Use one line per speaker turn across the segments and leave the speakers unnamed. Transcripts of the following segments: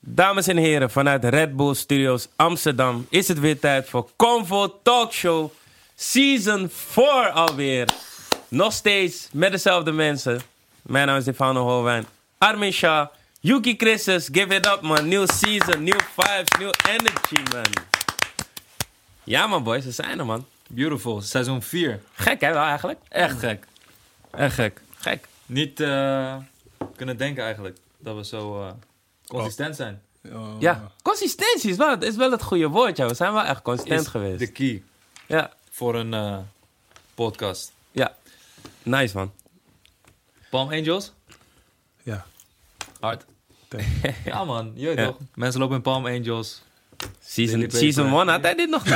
Dames en heren, vanuit Red Bull Studios Amsterdam is het weer tijd voor Convo Talk Show Season 4 alweer. Nog steeds met dezelfde mensen. Mijn naam is Stefano Holwijn, Armin Shah, Yuki Christus. Give it up man, new season, new vibes, new energy man. Ja man boys, ze zijn er man.
Beautiful, seizoen 4.
Gek hè wel eigenlijk?
Echt gek. Echt gek.
Gek.
Niet eh, kunnen denken eigenlijk dat we zo eh, consistent zijn.
Oh.
Eh,
Ja, consistentie is wel, is wel het goede woord. Ja. We zijn wel echt consistent
Is
geweest.
De key
Ja,
voor een eh, podcast.
ja. Nice man.
Palm Angels?
Ja.
Hard.
Thank
ja man, je weet
Ja.
toch. Mensen lopen in Palm Angels.
Season,
Daily
season
paper.
1 had hij dit nog niet.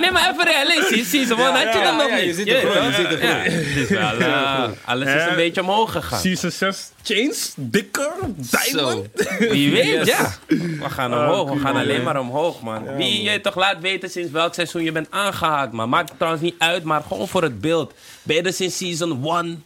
nee, maar even realistisch. Season 1 had je dat nog
ja,
niet.
je ziet de
weet
groei,
toch?
je ziet de
Ja, het is wel, eh, alles is een
Eh,
beetje omhoog gegaan.
Season 6, Chains, dikker,
Zo.
diamond.
Wie weet,
Yes.
ja. We gaan omhoog, we gaan
man.
alleen maar omhoog, man. Wie je toch laat weten sinds welk seizoen je bent aangehaakt, man. Maakt het trouwens niet uit, maar gewoon voor het beeld. Ben je er sinds season 1?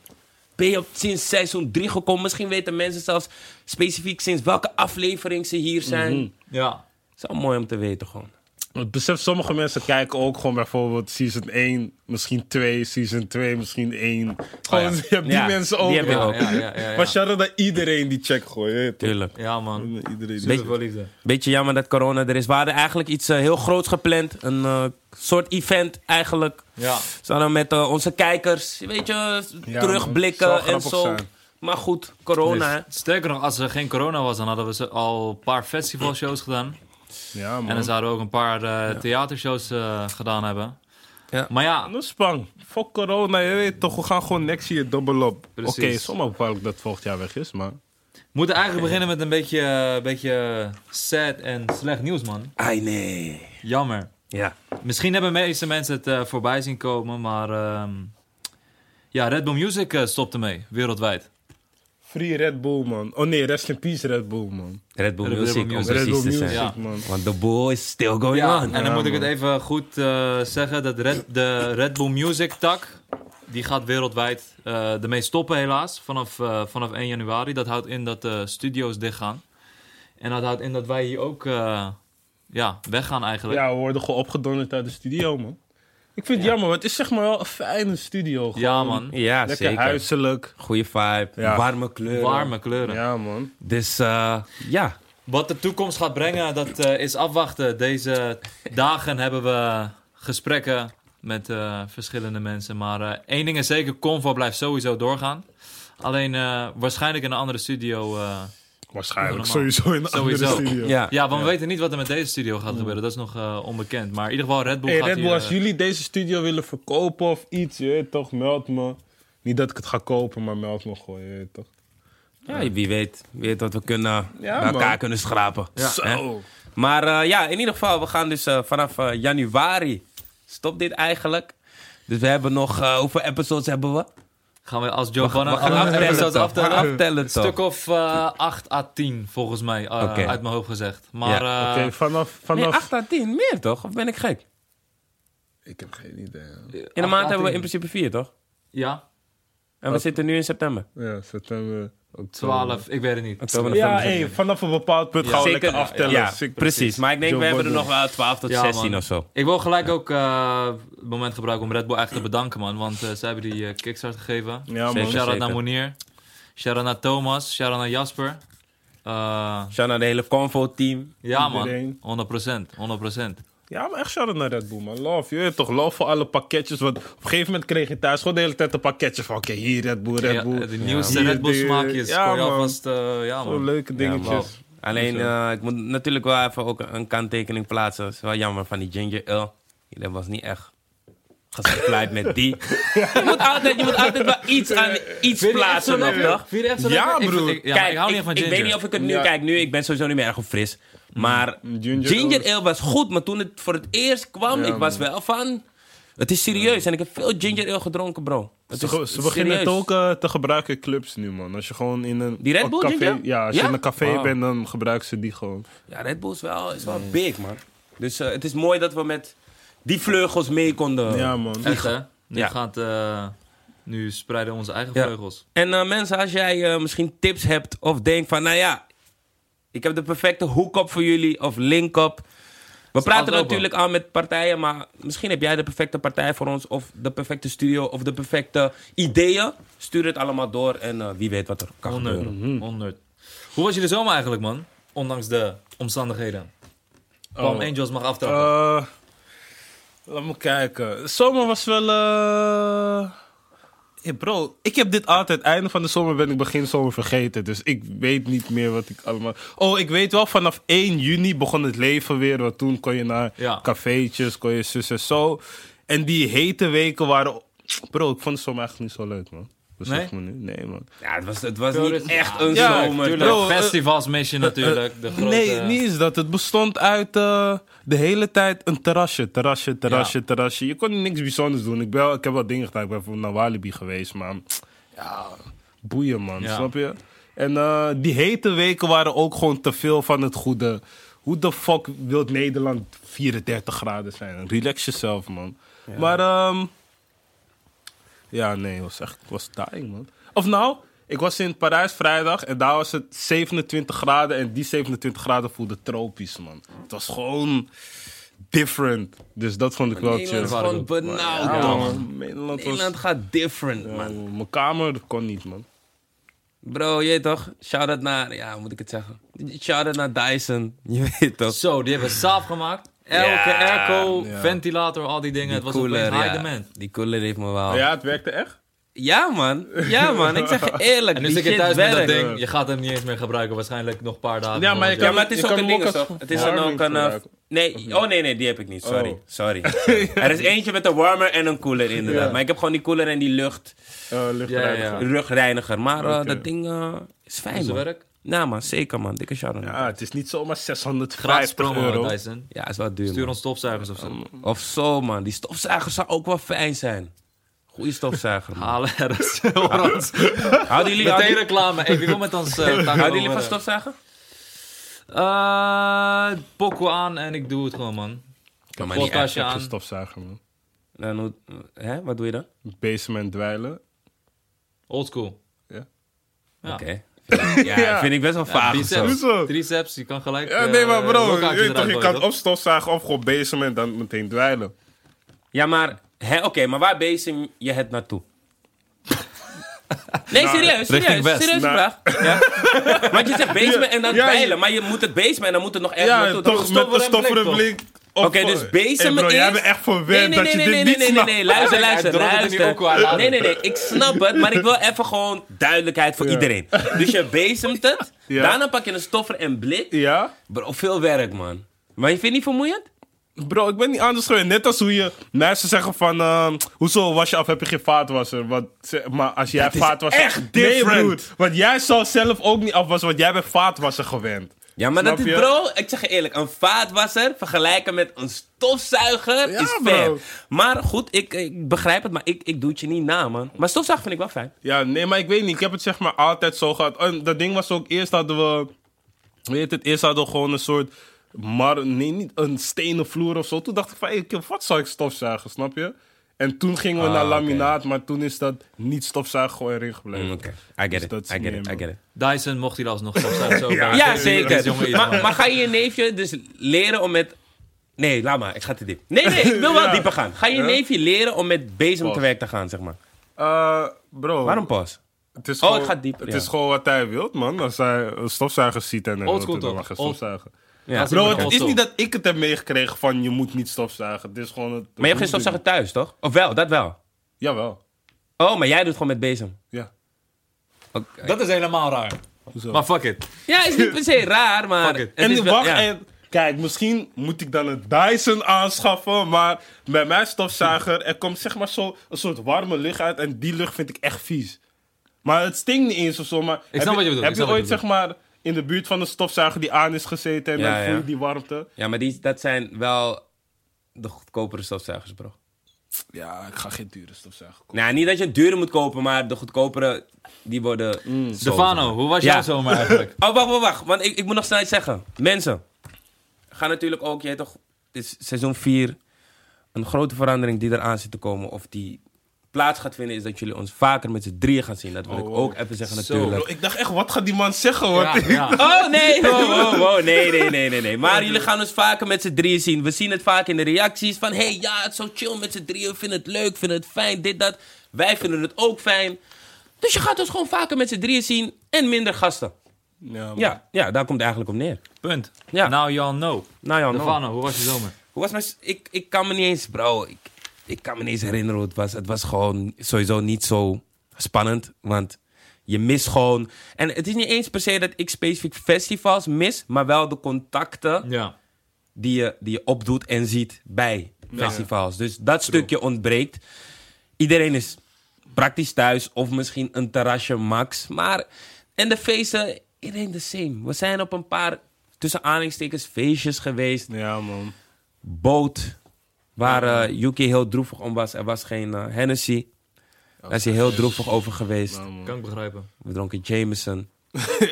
Ben je op- sinds seizoen 3 gekomen? Misschien weten mensen zelfs specifiek sinds welke aflevering ze hier zijn.
Ja.
Het is wel mooi om te weten, gewoon.
Ik besef, sommige mensen kijken ook gewoon bijvoorbeeld season 1, misschien 2, season 2, misschien 1. Gewoon, je hebt die
Ja,
mensen
die
ook.
heb je
man.
ook.
Ja, ja, ja, ja, ja.
Maar shout-out naar iedereen die check gooit. je weet toch?
Tuurlijk.
Ja man.
Iedereen die
Super veel liefde.
Beetje jammer dat corona er is. We hadden eigenlijk iets eh, heel groots gepland. Een eh, soort event eigenlijk.
Ja.
Zouden we met eh, onze kijkers, weet je,
Ja,
terugblikken
man. Zou
en
grappig
zo.
zijn.
Maar goed, corona. hè.
Dus Sterker nog, als er geen corona was, dan hadden we ze al een paar festivalshows gedaan.
Ja,
En dan
Mhm.
man.
zouden we ook een paar eh, theatershows eh, gedaan hebben.
Ja.
Maar ja,
Nou, spang. Fuck corona, je weet toch. We gaan gewoon next year dubbel op. Oké,
Precies.
sommige bepalen dat het volgend jaar weg is, maar...
We moeten eigenlijk beginnen met een beetje, eh, beetje sad en slecht nieuws, man.
Ai nee.
Jammer.
Ja.
Misschien hebben de meeste mensen het eh, voorbij zien komen, maar... ehm, ja, Red Bull Music eh, stopte mee, wereldwijd.
Free Red Bull, man. Oh nee, rest in peace Red Bull, man.
Red Bull
Red Bull
Music, om
Music.
precies
Red Bull
te
Music,
zijn.
ja.
man.
Want de bull is still going
Oh, Ja,
on.
en dan moet ik het even goed eh, zeggen. Dat Red, de Red Bull Music tak, die gaat wereldwijd eh ermee stoppen helaas. Vanaf, eh, vanaf 1 januari. Dat houdt in dat de studio's dichtgaan. En dat houdt in dat wij hier ook eh, ja, weggaan eigenlijk.
Ja, we worden gewoon opgedonderd uit de studio, man. Ik vind het jammer, want het is zeg maar wel een fijne studio. Gewoon.
ja man.
Ja,
Lekker
zeker.
huiselijk.
Goeie vibe,
Ja.
warme kleuren.
Warme kleuren.
Ja, man.
Dus eh, ja,
Wat de toekomst gaat brengen, dat eh, is afwachten. Deze dagen hebben we gesprekken met eh, verschillende mensen. Maar eh, één ding is zeker, Convo blijft sowieso doorgaan. Alleen eh, waarschijnlijk in een andere studio. eh.
Waarschijnlijk
Normaal.
sowieso in een
Sowieso.
andere studio.
ja. Mm.
Ja, want we weten niet wat er met deze studio gaat gebeuren. Dat is nog eh, onbekend. Maar in ieder geval, Red Bull
Hey,
gaat
Red Bull,
hier,
als
eh,
jullie deze studio willen verkopen of iets, je weet toch, meld me. Niet dat ik het ga kopen, maar meld me gewoon, je weet toch.
Ja, wie weet, wie weet wat we kunnen,
Ja,
bij elkaar
man.
kunnen schrapen. Hè?
Zo.
Maar eh, ja, in ieder geval, we gaan dus eh, vanaf eh, januari. Stop dit eigenlijk. Dus we hebben nog, eh, hoeveel episodes hebben we?
gaan we als Giovanna
we gaan
alle
aftellen
episodes
toch?
aftellen.
We gaan aftellen
Een stuk of eh 8 à 10 volgens mij, eh,
Oké.
uit mijn hoofd gezegd. Maar
Ja,
eh,
Oké, vanaf...
Ah. Nee,
vanaf...
8 à 10, meer toch? Of ben ik gek?
Ik heb geen idee. man.
In een
Acht à
maand hebben we
tien.
in principe 4, toch?
ja,
En we zitten nu in september.
Ja, september, oktober.
12, ik weet het niet.
Oktober,
Ja,
november,
hey, vanaf een bepaald punt gaan we
Zeker,
lekker aftellen.
Ja,
Zeker,
precies. Maar ik denk, we
Joe
hebben er nog
Biden.
wel 12 tot
Ja,
16
man.
of zo.
Ik wil gelijk ook eh, het moment gebruiken om Red Bull echt te bedanken, man. Want eh, zij hebben die eh, kickstart gegeven.
Ja, man.
Zeker.
Shout-out naar Monier. Shout-out naar Thomas. Shout-out naar Jasper. Eh,
Shout naar de hele Convo-team.
ja,
Iedereen.
man. 100%. 100%.
Ja, maar echt shout-out naar Red Bull, man. Love, je weet toch? Love voor alle pakketjes. Want op een gegeven moment kreeg je thuis gewoon de hele tijd een pakketje van... Oké, hier Red Bull, Red
Ja,
Bull.
de nieuwste
Hier
Red Bull
die- eh,
smaakjes.
Ja,
Ja,
man.
alvast, eh, ja,
Gewoon
man.
leuke dingetjes.
Alleen, eh, ik moet natuurlijk wel even ook een kanttekening plaatsen. Het is wel jammer van die ginger ale. Dat was niet echt gesupplied met die. Je moet altijd, je moet altijd wel iets aan iets plaatsen, nog, toch?
Vind je echt zo
Ja,
lekker? Ik-
broer.
ik- ja,
Kijk,
ik hou niet van ginger.
weet niet of ik het nu...
Ja. Mm.
Kijk, nu, ik ben sowieso niet meer erg op fris. Maar ginger,
ginger ale
ale was goed. Maar toen het voor het eerst kwam,
Ja,
ik was wel van... Het is serieus. En ik heb veel ginger ale gedronken, bro. Het
Ze,
is-
ze beginnen het
serieus.
ook eh, te gebruiken in clubs nu, man. Als je gewoon in een...
Die Red
een
Bull
café,
ginger?
Ja, als
Ja?
je in een café
Wow.
bent, dan gebruiken ze die gewoon.
Ja, Red Bull is wel, is wel big, man. Dus eh, het is mooi dat we met die vleugels mee konden.
Ja, man.
Echt, hè? Nu,
Ja.
gaat, eh, nu spreiden onze eigen
Ja.
vleugels.
En eh, mensen, als jij eh, misschien tips hebt of denkt van, nou ja, Ik heb de perfecte hoek-up voor jullie of link-up. We praten
altijd
natuurlijk aan met partijen, maar misschien heb jij de perfecte partij voor ons, of de perfecte studio, of de perfecte ideeën. Stuur het allemaal door en eh, wie weet wat er kan
100.
gebeuren.
100. Hoe was jullie zomer eigenlijk, man? Ondanks de omstandigheden. Palm Angels mag aftrappen.
Eh, laat me kijken. Zomer was wel. eh, hey bro, ik heb dit altijd. Einde van de zomer ben ik begin zomer vergeten. Dus ik weet niet meer wat ik allemaal. Oh, ik weet wel, vanaf 1 juni begon het leven weer. Want toen kon je naar
Ja.
cafeetjes, kon je zus en zo. En die hete weken waren. Bro, ik vond de zomer eigenlijk niet zo leuk, man. Besef
Nee?
me nu. Nee, man.
Ja, het was, het was
Zo,
niet
dit-
echt een
Ja,
zomer.
Tuurlijk,
bro, eh,
festivals mis je natuurlijk. De grote...
Nee, niet eens dat. Het bestond uit eh, de hele tijd een terrasje, terrasje, terrasje, terrasje. Je kon niks bijzonders doen. Ik, ben, wel- ik heb wel dingen gedaan. Ik ben bijvoorbeeld naar Walibi geweest, maar ja, boeien man,
Ja.
snap je? En eh, die hete weken waren ook gewoon te veel van het goede. Hoe de fuck wil Nederland 34 graden zijn? Relax jezelf, man. Maar ehm, ja, nee, het was echt het was dying, man. Of nou, ik was in Parijs vrijdag en daar was het 27 graden. En die 27 graden voelde tropisch, man. Het was gewoon different. Dus dat vond ik wel
Nederland
chill.
is gewoon benauwd,
Ja,
man.
man. Nederland was...
Nederland gaat different, man.
Oh, Mijn kamer dat kon niet, man.
Bro, je weet toch? Shout-out naar... Ja, hoe moet ik het zeggen? Shout-out naar Dyson. Je weet toch?
Zo, die hebben saaf gemaakt. Elke
Ja,
airco,
ja.
ventilator, al die dingen. het was
Cooler,
een high
ja.
demand.
Die cooler heeft me
Oh.
wel... Ja.
Ja, het werkte echt.
man. Ja, man. Ik zeg je eerlijk.
En nu
die
zit je
shit
thuis met dat
werkt.
ding. Je gaat hem niet eens meer gebruiken. Waarschijnlijk nog een paar dagen.
Ja, maar je
volgend
Ja,
jaar.
maar het is
Je
ook
kan
een
hem ook
ding,
als
toch? Het is dan
verwarming
ook een... eh,
gebruiken.
Nee, oh nee, nee, die heb ik niet. Sorry,
Oh.
sorry. er is eentje met een warmer en een cooler, inderdaad.
Ja.
Maar ik heb gewoon die cooler en die lucht,
Eh, lucht
Ja, ja,
eruit
ja.
gegaan.
rugreiniger. Maar eh,
Oké.
dat ding eh, is fijn,
Is het
man.
werk?
Ja, man. Zeker, man. Dikke shout-out.
ja, Ah, het is niet zomaar
Gratis
650
promo,
euro.
Dyson.
Ja, is wel duur,
Stuur
man.
ons stofzuigers of zo.
Of zo, man. Die stofzuiger zou ook wel fijn zijn. Goeie stofzuiger, man.
Halen ergens voor ons.
Houden jullie,
Meteen
houden,
reclame. Hey, wie wil met ons... eh, taco
houden jullie van
worden?
stofzuiger?
Eh, pokoe aan en ik doe het gewoon, man.
Kan maar
niet
niet
Podcast.
Ik heb
aan.
geen stofzuiger, man.
Dan hoe, hè? Wat doe je dan?
Basement dweilen.
Old school.
Ja.
Ja.
Oké. Ja,
Ja.
vind ik best wel vaag. of zo.
Biceps,
Hoezo?
triceps, je kan gelijk...
Ja,
eh,
nee, maar bro,
lokaaltjes
je,
eruit
toch, je
gooien,
kan
toch?
of stofzuigen of gewoon basement dan meteen dweilen.
Ja, maar... hè, Oké, maar waar bezig je het naartoe? Nee, serieus, serieus,
richting West.
serieus
Nou.
vraag. Ja? Want je zegt basement en dan
Ja, ja.
pijlen, maar je moet het basement en dan moet het nog echt
Ja,
naartoe.
toch met een stofferen blik.
Oké, dus bezem
Hey bro,
is...
jij bent echt verwend dat je dit
nee,
niet
nee, nee,
snapt.
nee, luister,
Hij
luister,
dropt het in die
luister.
ook wel aan.
Nee, nee, nee, ik snap het, maar ik wil even gewoon duidelijkheid voor
Ja.
iedereen. Dus je bezemt het,
Ja.
daarna pak je een stoffer en blik.
Ja?
Bro, veel werk, man. Maar je vindt niet vermoeiend?
Bro, ik ben niet anders geweest. Net als hoe je mensen zeggen van... ehm, hoezo was je af, heb je geen vaatwasser? Want, ze- maar als jij
is
vaatwasser...
echt different.
broer, want jij zal zelf ook niet afwassen, want jij bent vaatwasser gewend.
Ja, maar
Snap
dat is,
je?
bro, ik zeg je eerlijk, een vaatwasser vergelijken met een stofzuiger
Ja,
is
bro.
fair. Maar goed, ik, ik begrijp het, maar ik, ik doe het je niet na, man. Maar stofzuiger vind ik wel fijn.
Ja, nee, maar ik weet niet. Ik heb het zeg maar altijd zo gehad. En dat ding was ook... Eerst hadden we... Weet het, eerst hadden we gewoon een soort... Mar nee, niet een stenen vloer of zo. Toen dacht ik van, hey, kill, wat zou ik stofzuigen, snap je? En toen gingen we naar
Ah, oké.
laminaat, maar toen is dat niet stofzuigen gewoon erin gebleven.
Mm, Oké, I get it,
Mm, Dus dat is
I get
meer,
it, I
man.
get it.
Dyson mocht hij alsnog stofzuigers zo
Ja,
Dit is
zeker.
Ah, jongen iets,
maar,
man.
maar ga je je neefje dus leren om met... Nee, laat maar. Ik ga te diep. Nee, nee, ik wil wel
Ja.
dieper gaan. Ga je je neefje leren om met bezem te
Pas.
werk te gaan, zeg maar.
Eh, bro.
Waarom pas?
Het is
Oh,
gewoon,
het gaat dieper,
Het
ja.
is gewoon wat hij wil, man. Als hij een stofzuiger ziet en hij
Old
wil
school
het, dan
toch?
mag hij
Old-
stofzuigen.
Ja.
Als ik-
Bro,
Old
het is
school.
niet dat ik het heb meegekregen van je moet niet stofzuigen. Het is gewoon het.
Maar je hebt geen stofzuiger thuis, toch? Of wel, dat wel.
Jawel.
Oh, maar jij doet gewoon met bezem.
Ja.
Oké.
Dat is helemaal raar.
Hoezo?
Maar fuck it.
Ja, is niet per se raar, maar...
Fuck it.
het
en
is wel-
wacht,
ja.
en, kijk, misschien moet ik dan een Dyson aanschaffen. Maar bij mijn stofzuiger, er komt zeg maar zo een soort warme lucht uit. En die lucht vind ik echt vies. Maar het stinkt niet eens of zo. Maar heb
snap wat je bedoelt,
Heb
ik
je
snap wat
ooit
je
zeg maar in de buurt van een stofzuiger die aan is gezeten en
Ja,
dan voel je
ja.
die warmte?
Ja, maar die, dat zijn wel de goedkopere stofzuigers, bro.
Ja, ik ga geen dure stofzuiger kopen.
Nou, niet dat je een dure moet kopen, maar de goedkopere, die worden...
Stefano, hoe was
Ja.
jouw zomer eigenlijk?
Oh, wacht, wacht, wacht. Want ik, ik moet nog snel iets zeggen. Mensen, ga natuurlijk ook, je weet toch, het is seizoen 4. Een grote verandering die eraan zit te komen, of die plaats gaat vinden, is dat jullie ons vaker met z'n drieën gaan zien. Dat wil ik
wow.
ook even zeggen,
Zo.
natuurlijk.
Bro, ik dacht echt, wat gaat die man zeggen? Want
Ja, ja.
Oh, nee! Wow, wow, Wow, nee, nee, nee, nee, nee. Maar jullie gaan ons vaker met z'n drieën zien. We zien het vaak in de reacties van... hey, ja, het is zo chill met z'n drieën. We vinden het leuk, vinden het fijn, dit, dat. Wij vinden het ook fijn. Dus je gaat ons gewoon vaker met z'n drieën zien en minder gasten.
Ja, man.
Ja, ja daar komt het eigenlijk op neer.
Punt.
Ja.
Now you all know.
Nou ja, nou.
Davano, hoe was je zomer?
Hoe was mijn... s- Ik, ik kan me niet eens, bro. Ik, ik kan me niet eens herinneren hoe het was. Het was gewoon sowieso niet zo spannend. Want je mist gewoon... En het is niet eens per se dat ik specifiek festivals mis. Maar wel de contacten
Ja.
die je, die je opdoet en ziet bij festivals. Dus dat stukje ontbreekt. Iedereen is praktisch thuis of misschien een terrasje max. Maar, en de feesten, iedereen the same. We zijn op een paar, tussen aanhalingstekens, feestjes geweest.
Ja, man.
Boot, waar eh, UK heel droevig om was. Er was geen eh, Hennessy.
Oh,
Daar is hij heel droevig over geweest.
Nou,
Kan ik begrijpen.
We dronken Jameson.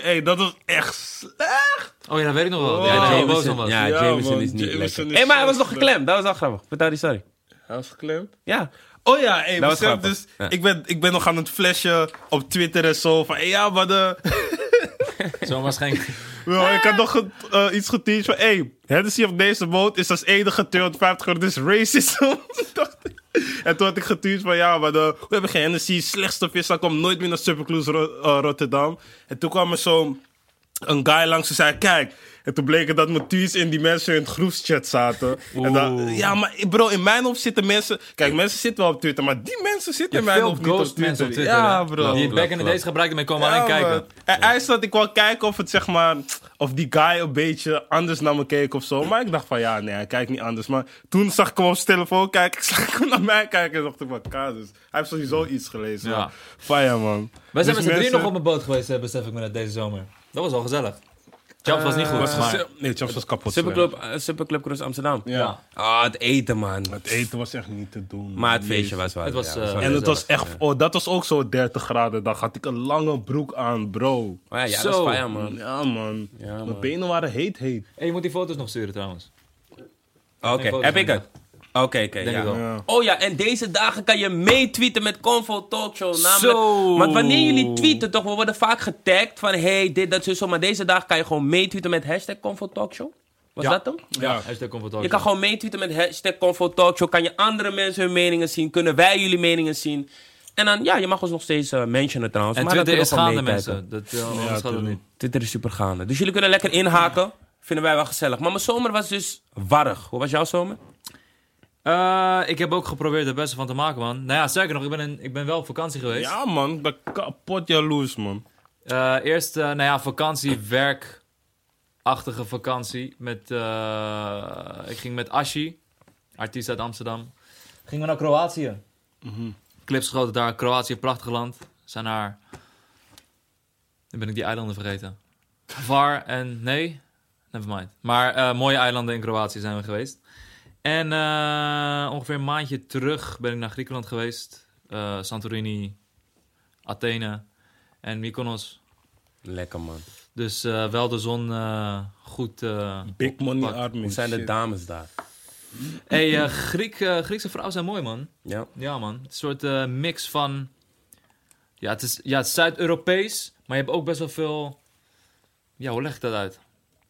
hey, dat was echt slecht.
Oh ja, dat weet ik nog wel.
Oh.
Ja, dat je
Jameson-
boos om was.
ja,
Ja,
Jameson
man,
is niet
Jameson
lekker.
is
Hé, maar hij
zo
was nog
slecht.
geklemd. Dat was wel grappig. Vertel die sorry.
Hij was geklemd.
Ja.
Oh ja, hey,
was
besef
Nou, grappig.
dus.
Ja.
Ik, ben, ik ben nog aan het flashen op Twitter en zo. Van, hey, ja, maar de...
Zo waarschijnlijk.
Wel, ik had nog ge- eh, iets geteased van, hé, hey, Hennessy op deze boot is als enige 250 euro, dus racism. dacht ik. en toen had ik geteased van, ja, maar de, we hebben geen Hennessy, slechtste vis, dan komt nooit meer naar Supercruise Ro- eh, Rotterdam. En toen kwam er zo'n een guy langs en zei, kijk. En toen bleek het dat mijn tweets in die mensen in het groepschat zaten. En dan, ja, maar bro, in mijn hoofd zitten mensen... Kijk, mensen zitten wel op Twitter, maar die mensen zitten in mijn
Veel
hoofd niet op
ghost
Twitter.
mensen op Twitter.
Ja,
hè?
bro.
Die het
Klopt,
back in the
klopt.
days gebruikten, maar ik kwam alleen
Ja,
kijken.
man. En eerst dat ik wel kijken of het zeg maar. Of die guy een beetje anders naar me keek of zo. Maar ik dacht van ja, nee, hij kijkt niet anders. Maar toen zag ik hem op zijn telefoon kijken. Ik zag hem naar mij kijken. En dacht ik van kaders. Hij heeft sowieso iets gelezen.
Ja.
Ja. Fire man.
Wij zijn
Dus
met z'n drieën
mensen-
nog op een boot geweest, hè, besef ik me net deze zomer. Dat was wel gezellig. Jump was niet goed,
Was
maar...
geze- Nee, Chaps was kapot.
Superclub, eh, Superclub Cruise Amsterdam.
Ja.
Ja.
Ah, het eten, man.
Het eten was echt niet te doen.
Maar het feestje was wel.
Het was,
ja,
eh,
wel
En het
gezellig.
was echt, oh, dat was ook zo 30 graden dag. Had ik een lange broek aan, bro.
Oh ja, ja,
Zo.
dat is fijn, man.
Ja, man.
man.
Mijn benen waren heet, heet.
Hey, je moet die foto's nog sturen trouwens.
Ah, Oké,
foto's
heb ik
van
het? Oké, oké,
Denk
ja.
ik wel.
Ja.
Oh ja, en deze dagen kan je meetweeten met Convo Talkshow. Namelijk,
Zo.
Want wanneer jullie tweeten, toch, we worden vaak getagd van hey, dit, dat, zo, zo. Maar deze dag kan je gewoon meetweeten met hashtag Convo Talkshow. Was
Ja.
dat hem?
Ja, hashtag comfortabel.
Je kan gewoon meetweeten met hashtag Convo Talkshow. Kan je andere mensen hun meningen zien? Kunnen wij jullie meningen zien? En dan, ja, je mag ons nog steeds eh, mentionen trouwens.
En
maar dat
Twitter is
willen we
gaande
gewoon meekijken.
mensen. Dat, eh, anders gaat het
tuurlijk.
niet.
Twitter is super gaande. Dus jullie kunnen lekker inhaken. Vinden wij wel gezellig. Maar mijn zomer was dus warrig. Hoe was jouw zomer?
Eh, ik heb ook geprobeerd er beste van te maken, man. Nou ja, zeker nog, ik ben, in- ik ben wel op vakantie geweest.
Ja, man. Ik ben kapot jaloers, man.
Eh, eerst, eh, nou ja, vakantie, werkachtige vakantie. Met, eh, ik ging met Ashi, artiest uit Amsterdam. Gingen we naar Kroatië. Clips geschoten daar, Kroatië, prachtig land. Zijn naar, nu ben ik die eilanden vergeten. Var en, nee, nevermind. Maar eh, mooie eilanden in Kroatië zijn we geweest. En eh, ongeveer een maandje terug ben ik naar Griekenland geweest. Eh, Santorini, Athene en Mykonos.
Lekker man.
Dus eh, wel de zon eh, goed. eh.
Big money
Pak.
army.
Hoe zijn de
Shit.
dames daar?
Hey, eh, Griek, eh, Griekse vrouwen zijn mooi, man.
Ja.
Ja, man. Het is Een soort eh, mix van. Ja, het is ja, het is Zuid-Europees, maar je hebt ook best wel veel. Ja, hoe leg ik dat uit?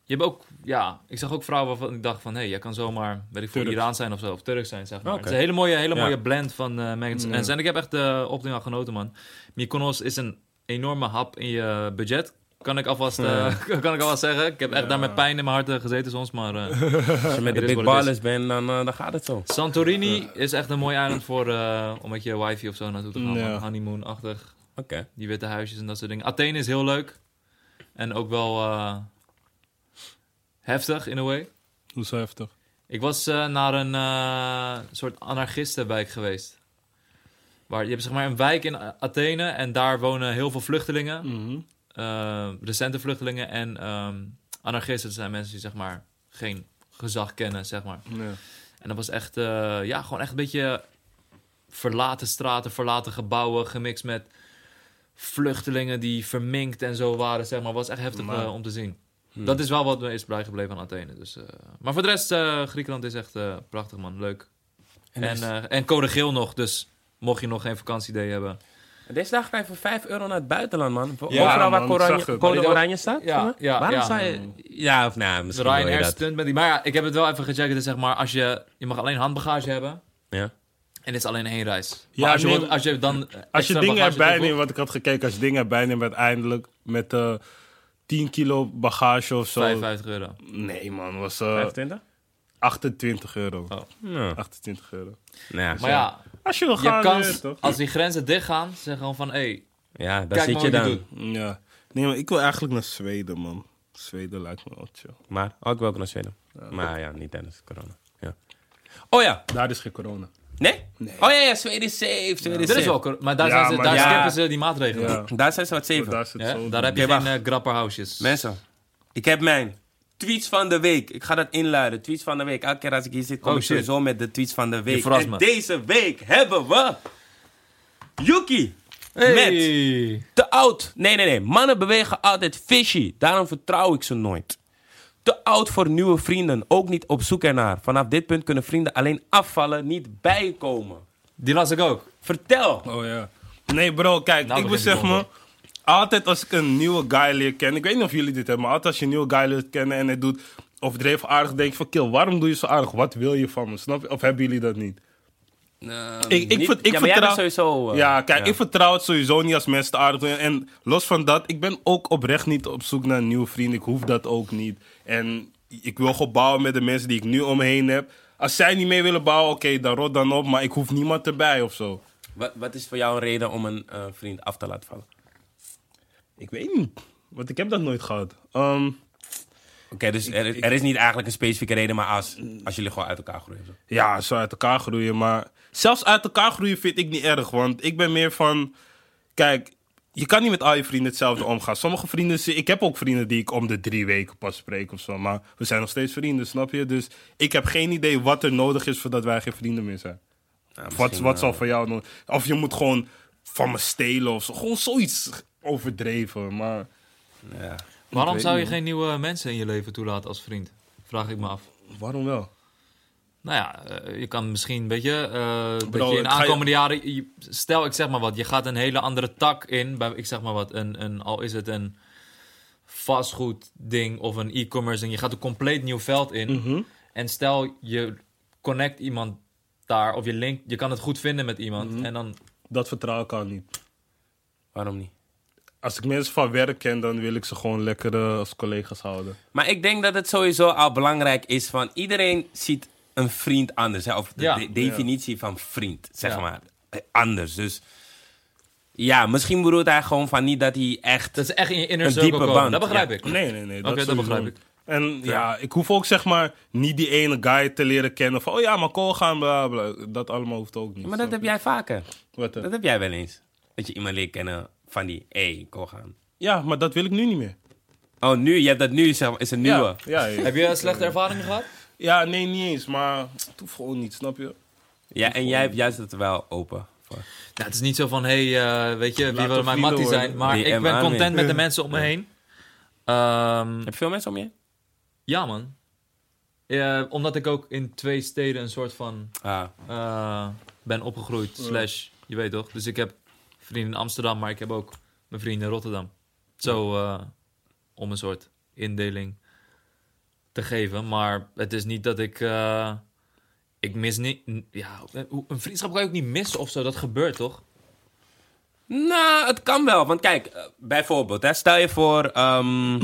Je hebt ook, ja, ik zag ook vrouwen waarvan ik dacht van, hé, hey, jij kan zomaar, weet ik veel,
Turks.
Iraan zijn of zo, of Turks zijn, zeg maar.
Ah, Oké.
Het is een hele mooie,
Ja.
hele
Mm.
mooie blend van eh mensen. En ik heb echt de opleiding al genoten, man. Mykonos is een enorme hap in je budget. Kan ik alvast, eh, kan ik alvast zeggen. Ik heb echt daar met pijn in mijn hart eh, gezeten soms, maar... eh,
Als je met de
Dit is
big
wat het
ballers bent, dan, eh, dan gaat het zo.
Santorini is echt een mooi eiland voor, eh, om met je wifi of zo naartoe te gaan.
Ja.
man. Honeymoon-achtig.
Oké.
Die witte huisjes en dat soort dingen. Athene is heel leuk. En ook wel eh, heftig, in a way.
Hoe zo heftig?
Ik was eh, naar een eh, soort anarchistenwijk geweest. Waar, je hebt zeg maar een wijk in A- Athene en daar wonen heel veel vluchtelingen.
Mhm.
eh, recente vluchtelingen en ehm, anarchisten. Dat zijn mensen die zeg maar geen gezag kennen, zeg maar.
Ja.
En dat was echt, eh, ja, gewoon echt een beetje verlaten straten, verlaten gebouwen, gemixt met vluchtelingen die verminkt en zo waren, zeg maar. Was echt heftig
Maar-
eh, om te zien. Dat is wel wat me is bijgebleven aan Athene. Dus, eh, maar voor de rest, eh, Griekenland is echt eh, prachtig, man. Leuk.
En
En,
er is-
dus eh, en code geel nog, dus mocht je nog geen vakantieidee hebben,
Deze dag ga je voor 5 euro naar het buitenland, man. Voor
Ja,
Overal
man,
waar
zag
oranje,
het.
code
Maar die-
oranje staat.
Ja,
zeg maar.
ja, Mm.
Waarom
ja.
zou je... Ja, of nou, misschien wil je
Ryanair
dat.
stunt met die. Maar ja, ik heb het wel even gecheckt. Het is zeg maar, als je, je mag alleen handbagage hebben. Eh,
Ja.
En het is alleen één reis.
Ja,
Maar als, je,
nee,
wilt- als je dan... eh,
Als je
extra
dingen
bagage
erbij
toevoegt-
neemt, want ik had gekeken, als je dingen erbij neemt, uiteindelijk met eh 10 kilo bagage of zo.
55 euro.
Nee, man, was eh,
25?
28 euro.
Nou,
28 euro.
nou,
Maar ja,
Als je wil
je
gaan, eh,
kans,
toch?
als die grenzen dichtgaan, zeggen gewoon van... Hé,
ja, daar
kijk
zit
maar
je
wat je
dan.
doet.
Ja. Nee, maar ik wil eigenlijk naar Zweden, man. Zweden lijkt me wel chill.
Maar ook welke naar Zweden. Maar ja, niet tijdens corona. Ja. Oh ja,
Daar is geen corona.
nee? Oh ja, ja, Zweden is safe. Zweden is
Er
safe.
is wel... cor- Maar daar,
Ja,
zijn ze,
maar
daar
ja.
skippen ze die maatregelen.
Ja.
Daar zijn ze wat safe.
Daar zit
Ja,
zo.
Daar heb je
Oké,
geen
wacht.
eh, grapperhausjes.
Mensen, ik heb mijn tweets van de week. Ik ga dat inluiden. Tweets van de week. Elke keer als ik hier zit, kom
Oh,
ik
shit.
sowieso met de tweets van de week.
verrast
en
me.
deze week hebben we Yuki met
Hey.
te oud. Nee, nee, nee. Mannen bewegen altijd fishy. Daarom vertrouw ik ze nooit. Te oud voor nieuwe vrienden. Ook niet op zoek ernaar. Vanaf dit punt kunnen vrienden alleen afvallen, niet bijkomen.
Die las ik ook.
Vertel.
Oh ja. Nee, bro, kijk,
Nou
ik
begint het
besef me. Altijd als ik een nieuwe guy leer kennen, ik weet niet of jullie dit hebben, maar altijd als je een nieuwe guy leert kennen en hij doet overdreven aardig, denk ik van kill, waarom doe je zo aardig? Wat wil je van me? Snap je? Of hebben jullie dat niet? ik, ik,
Ehm, niet-
ver- ik
ja, maar jij
vertrouw,
bent sowieso, eh,
ja, kijk, ik vertrouw het sowieso niet als mensen te aardig doen. En los van dat, ik ben ook oprecht niet op zoek naar een nieuwe vriend. Ik hoef dat ook niet. En ik wil gewoon bouwen met de mensen die ik nu om me heen heb. Als zij niet mee willen bouwen, oké, dan rot dan op. Maar ik hoef niemand erbij of zo.
Wat, wat is voor jou een reden om een eh, vriend af te laten vallen?
Ik weet niet. Want ik heb dat nooit gehad. Ehm,
Oké, dus er, is- er is niet eigenlijk een specifieke reden, maar als, als jullie gewoon uit elkaar groeien. of zo.
ja, zo uit elkaar groeien. Maar zelfs uit elkaar groeien vind ik niet erg. Want ik ben meer van... Kijk, je kan niet met al je vrienden hetzelfde omgaan. Sommige vrienden... zie- Ik heb ook vrienden die ik om de drie weken pas spreek of zo. Maar we zijn nog steeds vrienden, snap je? Dus ik heb geen idee wat er nodig is voordat wij geen vrienden meer zijn. wat wat zal voor jou... nog- Of je moet gewoon van me stelen of zo. Gewoon zoiets overdreven, maar...
Ja.
Waarom
weet
zou je
niet,
geen nieuwe mensen in je leven toelaten als vriend? Vraag ik me af.
Waarom wel?
Nou ja, eh, je kan misschien, weet je, eh,
Bro,
dat je in
het
de
ga je-
aankomende jaren... je- stel, ik zeg maar wat, je gaat een hele andere tak in. Bij, ik zeg maar wat, een, een, al is het een vastgoedding of een e-commerce ding. Je gaat een compleet nieuw veld in.
Mhm.
En stel, je connect iemand daar of je link... Je kan het goed vinden met iemand.
Mhm.
En dan...
Dat vertrouw ik al niet.
Waarom niet?
Als ik mensen van werk ken, dan wil ik ze gewoon lekker eh, als collega's houden.
Maar ik denk dat het sowieso al belangrijk is van iedereen ziet een vriend anders. Hè? Of de
Ja.
de- definitie van vriend, zeg
Ja.
maar. Eh, Anders. Dus ja, misschien bedoelt hij gewoon van niet dat hij echt.
Dat is echt in je inner
Een
circle
diepe
komen.
band,
Dat begrijp
ja.
ik.
Nee, nee, nee.
Oké, dat
sowieso
begrijp
niet.
ik.
En ja. ik hoef ook zeg maar niet die ene guy te leren kennen van, oh ja, maar kool gaan, bla bla. Dat allemaal hoeft ook niet.
Maar dat
snap
heb
je?
jij vaker.
Wat eh? dan?
Dat heb jij wel eens. Dat je iemand leert kennen van die, hé, hey, kom gaan.
Ja, maar dat wil ik nu niet meer.
Oh, nu, je hebt dat nu, zeg maar, is een nieuwe.
Ja, ja, ja.
Heb je slechte ervaringen gehad?
Ja, nee, niet eens, maar het hoeft gewoon niet, snap je?
Ja, en jij hebt juist het wel open. voor.
Nou, het is niet zo van, hé, hey, eh, weet je, wie
we
wil mijn
vrienden
mattie zijn?
worden.
Maar
Die
ik ben
MA
content
mee.
met de mensen om me heen. Ehm,
Heb je veel mensen om je? heen?
ja, man. Eh, omdat ik ook in twee steden een soort van
Ah,
eh, ben opgegroeid. Slash, je weet toch? Dus ik heb vrienden in Amsterdam, maar ik heb ook mijn vrienden in Rotterdam. Zo eh, om een soort indeling te geven. Maar het is niet dat ik... eh, ik mis niet... n- Ja, hoe- een vriendschap kan je ook niet missen of zo. Dat gebeurt toch?
Nou, het kan wel. Want kijk, eh, bijvoorbeeld, hè, stel je voor, ehm,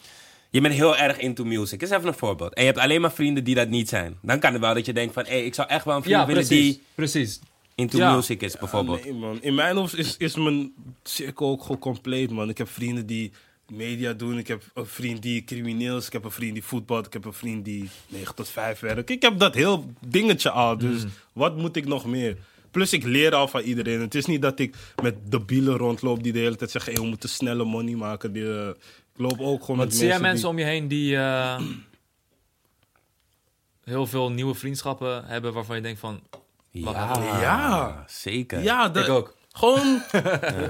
je bent heel erg into music. Is even een voorbeeld. En je hebt alleen maar vrienden die dat niet zijn. Dan kan het wel dat je denkt van, hé, ik zou echt wel een vriend
Ja,
willen
precies.
die
Precies.
into
Ja.
music is, bijvoorbeeld.
Ah, Nee, man. In mijn hoofd is, is mijn cirkel ook gewoon compleet, man. Ik heb vrienden die media doen. Ik heb een vriend die crimineel is. Ik heb een vriend die voetbalt. Ik heb een vriend die 9 tot 5 werkt. Ik heb dat heel dingetje al. Dus wat moet ik nog meer? Plus, ik leer al van iedereen. Het is niet dat ik met debielen rondloop die de hele tijd zeggen: hey, we moeten snelle money maken. Die, eh, ik loop ook gewoon
Want
met
zie jij
mensen.
mensen
die-
om je heen die eh, heel veel nieuwe vriendschappen hebben waarvan je denkt van... Wacht
Ja,
Ja.
zeker.
Ja, dat,
Ah. ik ook.
Gewoon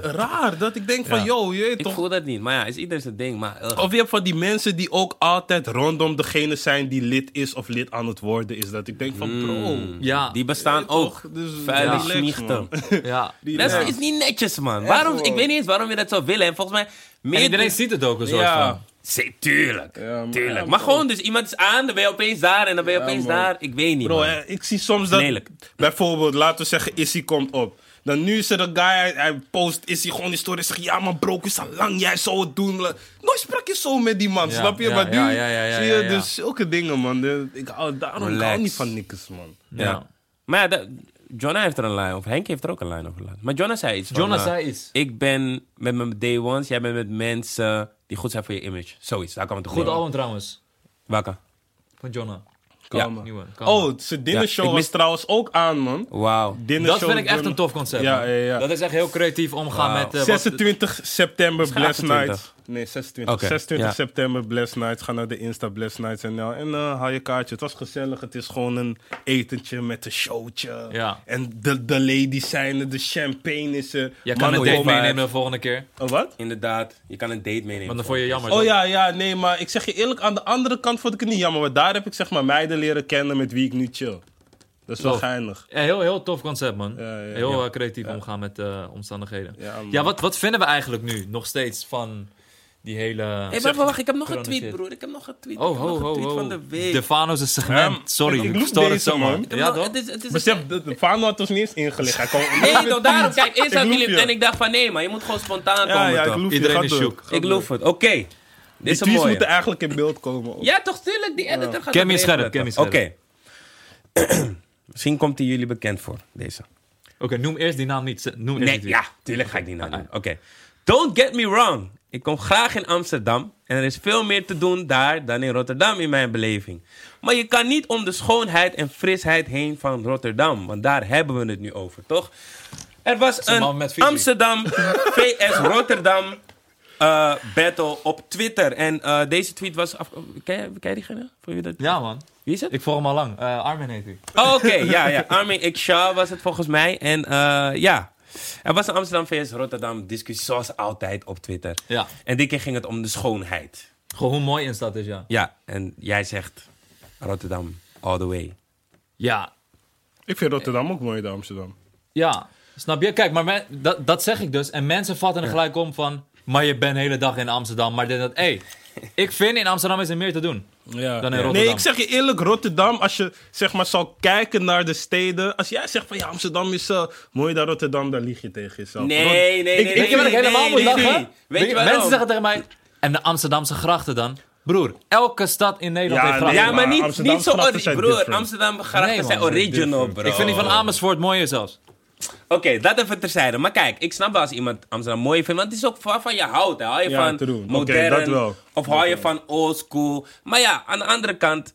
raar. Dat ik denk van,
Ja.
yo, je weet
Ik
toch... Oh,
voel dat niet. Maar ja, is ieder zijn ding. Maar ugh.
Of je hebt van die mensen die ook altijd rondom degene zijn die lid is of lid aan het worden is. Dat ik denk van, bro.
Ja,
die bestaan
eh,
ook.
toch, dus
Vuile
relax,
schmiechten.
man.
ja.
Dat is-
Ja.
is niet netjes, man. Waarom, ik
hoor.
weet niet eens waarom je dat zou willen. En volgens mij... Meer
En iedereen ziet het ook een soort
Ja.
van.
Zee, tuurlijk.
Ja, maar-
tuurlijk.
ja,
maar
man.
gewoon, dus iemand is aan, dan ben je opeens daar en dan ben je
Ja,
opeens
man.
daar. Ik weet niet,
Bro,
man.
eh, ik zie soms dat...
Lelijk.
Bijvoorbeeld, laten we zeggen, Issy komt op. Dan nu is er een guy, hij, hij post Issy gewoon die story. Zegt, ja man bro, ik wist al lang, jij zou het doen. La- Nooit sprak je zo met die man,
Ja,
snap je?
ja,
maar nu
ja, ja, ja, ja,
zie je
ja, ja.
dus zulke dingen, man. De- Ik, hou- daarom ik
Relax.
hou niet van niks, man.
Ja. Maar ja, dat- Jonna heeft er een lijn over. Henk heeft er ook een lijn over gelaten. Maar Jonna zei iets. van,
Jonna
eh,
zei iets.
Ik ben met mijn day ones, jij bent met mensen die goed zijn voor je image. Zoiets, daar kan het op
Goed
neer.
album trouwens.
Welke?
Van Jonna.
Ja.
Kalma.
Nieuwe, Kalma.
Oh, zijn
Ja,
dinnershow
ik mis-
was trouwens ook aan, man.
Wauw.
dat
Dinnershow
vind ik echt
Jonna.
een tof concept.
Ja,
man.
ja, ja.
Dat is echt heel creatief omgaan
Wauw.
met... eh, wat-
26 september,
Misschien
Bless
28.
Night. Nee, 26.
Oké,
26
ja.
september, Bless Night. Ga naar de Insta, Bless Nights NL. En eh, haal je kaartje. Het was gezellig. Het is gewoon een etentje met een showtje.
Ja.
En de, de ladies zijn er, de champagne is er.
Jij kan
Mannen
het date
komen uit.
meenemen de volgende keer.
Oh, wat?
Inderdaad, je kan een date meenemen.
Want dan vond je jammer.
Oh
toch?
ja, ja, nee, maar ik zeg je eerlijk, aan de andere kant vond ik het niet jammer. Want daar heb ik zeg maar meiden leren kennen met wie ik nu chill. Dat is wel
Zo.
geinig.
Ja, heel, heel tof concept, man.
Ja, ja,
heel eh, creatief omgaan met eh, omstandigheden.
Ja,
Ja,
man.
wat, wat vinden we eigenlijk nu nog steeds van die hele...
Hé, wacht, wacht, ik heb nog een
Corona
tweet,
shit.
broer. Ik heb nog een tweet. ik
Oh,
heb
ho,
nog een
ho,
tweet
ho.
van de week.
Defano's is segment.
Ja,
Sorry,
ik- ik
ik
loef
stoor het
deze,
zo, man.
man. Ik
Ik heb
Ja,
nog-
toch?
het is- het is-
Besef, de, de Fano had ons niet eens ingelicht. Hij kwam-
Nee, toch, daarom. Kijk, eerst
Ik
had
loef
jullie-
je.
en ik dacht van nee, maar je moet gewoon spontaan
Ja,
komen,
ja, ik
toch?
loef je.
Iedereen
Ga
is
door.
zoek.
Ga
Ik
door.
loof het. Oké. Dit
Die
is een
tweets
mooie.
moeten eigenlijk in beeld komen. ook.
Ja, toch tuurlijk. Die editor gaat...
Ken me
het
scherp,
regelen.
ken me scherp.
Oké. Misschien komt die jullie bekend voor, deze.
Oké, noem eerst die naam niet. Z- Noem eerst
Nee,
die
ja, tuurlijk ga ik die nou
Ah,
doen. Oké. Don't get me wrong. Ik kom graag in Amsterdam en er is veel meer te doen daar dan in Rotterdam in mijn beleving. Maar je kan niet om de schoonheid en frisheid heen van Rotterdam, want daar hebben we het nu over, toch? Er was
een
een
man met visie.
Amsterdam VS Rotterdam eh, battle op Twitter. En eh, deze tweet was... Af... oh, Ken, je, ken je diegene? Voor wie dat...
Ja, man.
Wie is het?
Ik volg hem al lang. Eh, Armin heet hij.
Oké, ja, ja. Armin Ikshah was het volgens mij. En eh, ja, er was een Amsterdam VS Rotterdam discussie zoals altijd op Twitter.
Ja.
En dit keer ging het om de schoonheid.
Gewoon hoe mooi in stad is, ja.
Ja, en jij zegt Rotterdam all the way.
Ja,
Ik vind Rotterdam ook mooier dan Amsterdam.
Ja, snap je? Kijk, maar men- dat, dat zeg ik dus. En mensen vatten er gelijk om van... Maar je bent de hele dag in Amsterdam. Maar dit, en dat, hey, ik vind in Amsterdam is er meer te doen.
Ja.
Dan in
Nee,
Rotterdam.
ik zeg je eerlijk, Rotterdam, als je zeg maar zal kijken naar de steden. Als jij zegt van ja, Amsterdam is eh, mooier dan Rotterdam, dan lieg je tegen jezelf.
Nee,
Rot-
nee, nee, nee,
Weet je wat ik
nee,
helemaal
nee,
moet
nee,
lachen?
nee. Weet je waarom?
mensen zeggen tegen mij... En de Amsterdamse grachten dan? Broer, elke stad in Nederland
Ja,
heeft grachten.
Ja,
maar
maar niet,
Amsterdamse
niet zo
grachten
ori-
zijn
broer.
different.
Amsterdam grachten
Nee, man,
zijn
zijn
original,
different.
bro.
ik vind die van Amersfoort mooier zelfs.
Oké, dat even terzijde. Maar kijk, ik snap wel als iemand Amsterdam mooi vindt. Want het is ook van, van je houdt. hè. Hou je
Ja,
van
true. Oké,
modern.
dat wel.
Of hou je van old school. Maar ja, aan de andere kant.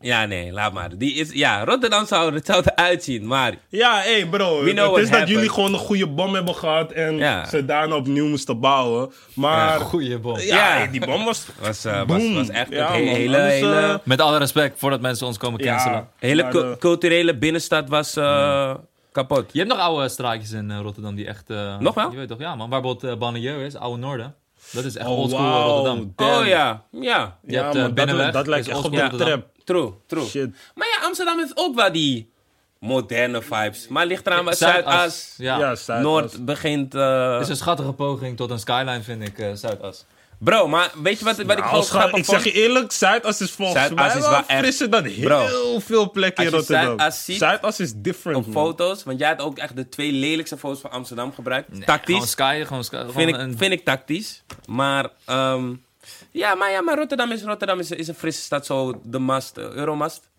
Ja, nee, laat maar. Die is, ja, Rotterdam zou er hetzelfde uitzien. Maar
Ja, hé bro.
We
Het is
know what
dat
happened.
jullie gewoon een goede bom hebben gehad en
Ja.
ze daarna opnieuw moesten bouwen. Maar ja,
Goeie bom.
Ja.
hé, die bom was.
was, eh, was,
boom.
was echt
Ja,
een
man,
hele,
anders,
hele,
eh,
Met alle respect voordat mensen ons komen cancelen.
ja,
hele
ja,
cu-
de-
culturele binnenstad was eh, kapot.
Je hebt nog oude straatjes in eh, Rotterdam die echt... eh,
Nog wel?
Je weet toch, ja man. Waar bijvoorbeeld eh Banlieue is, Oude Noorden. Dat is echt
Oh,
oldschool
wauw.
Rotterdam.
Damn.
Oh ja, ja.
Je hebt,
Ja,
eh,
man, dat-
Binnenweg,
dat, lijkt
is
echt op
Oslo,
de
Rotterdam.
trap.
True, true.
Shit.
Maar ja, Amsterdam heeft ook wel die moderne vibes. Maar ligt eraan waar Zuidas,
Ja.
Ja, staat.
Noord begint... eh,
is een schattige poging tot een skyline, vind ik, eh, Zuidas.
Bro, maar weet je wat, wat ik
Nou,
gewoon
als ga-
grappig
ik
vond?
zeg je eerlijk, Zuidas is volgens
Zuidas
mij
is
wel,
wel echt-
frisser dan
Bro,
heel veel plekken in
als je
Rotterdam.
Zuidas ziet
Zuidas is different,
op
man.
foto's, want jij had ook echt de twee lelijkste foto's van Amsterdam gebruikt. tactisch,
Gewoon sky, gewoon sky. Gewoon
vind, ik,
een-
vind ik tactisch. Maar, ehm, ja, maar, ja, maar Rotterdam, is, Rotterdam is, is een frisse stad, zo de mast, eh, Euromast.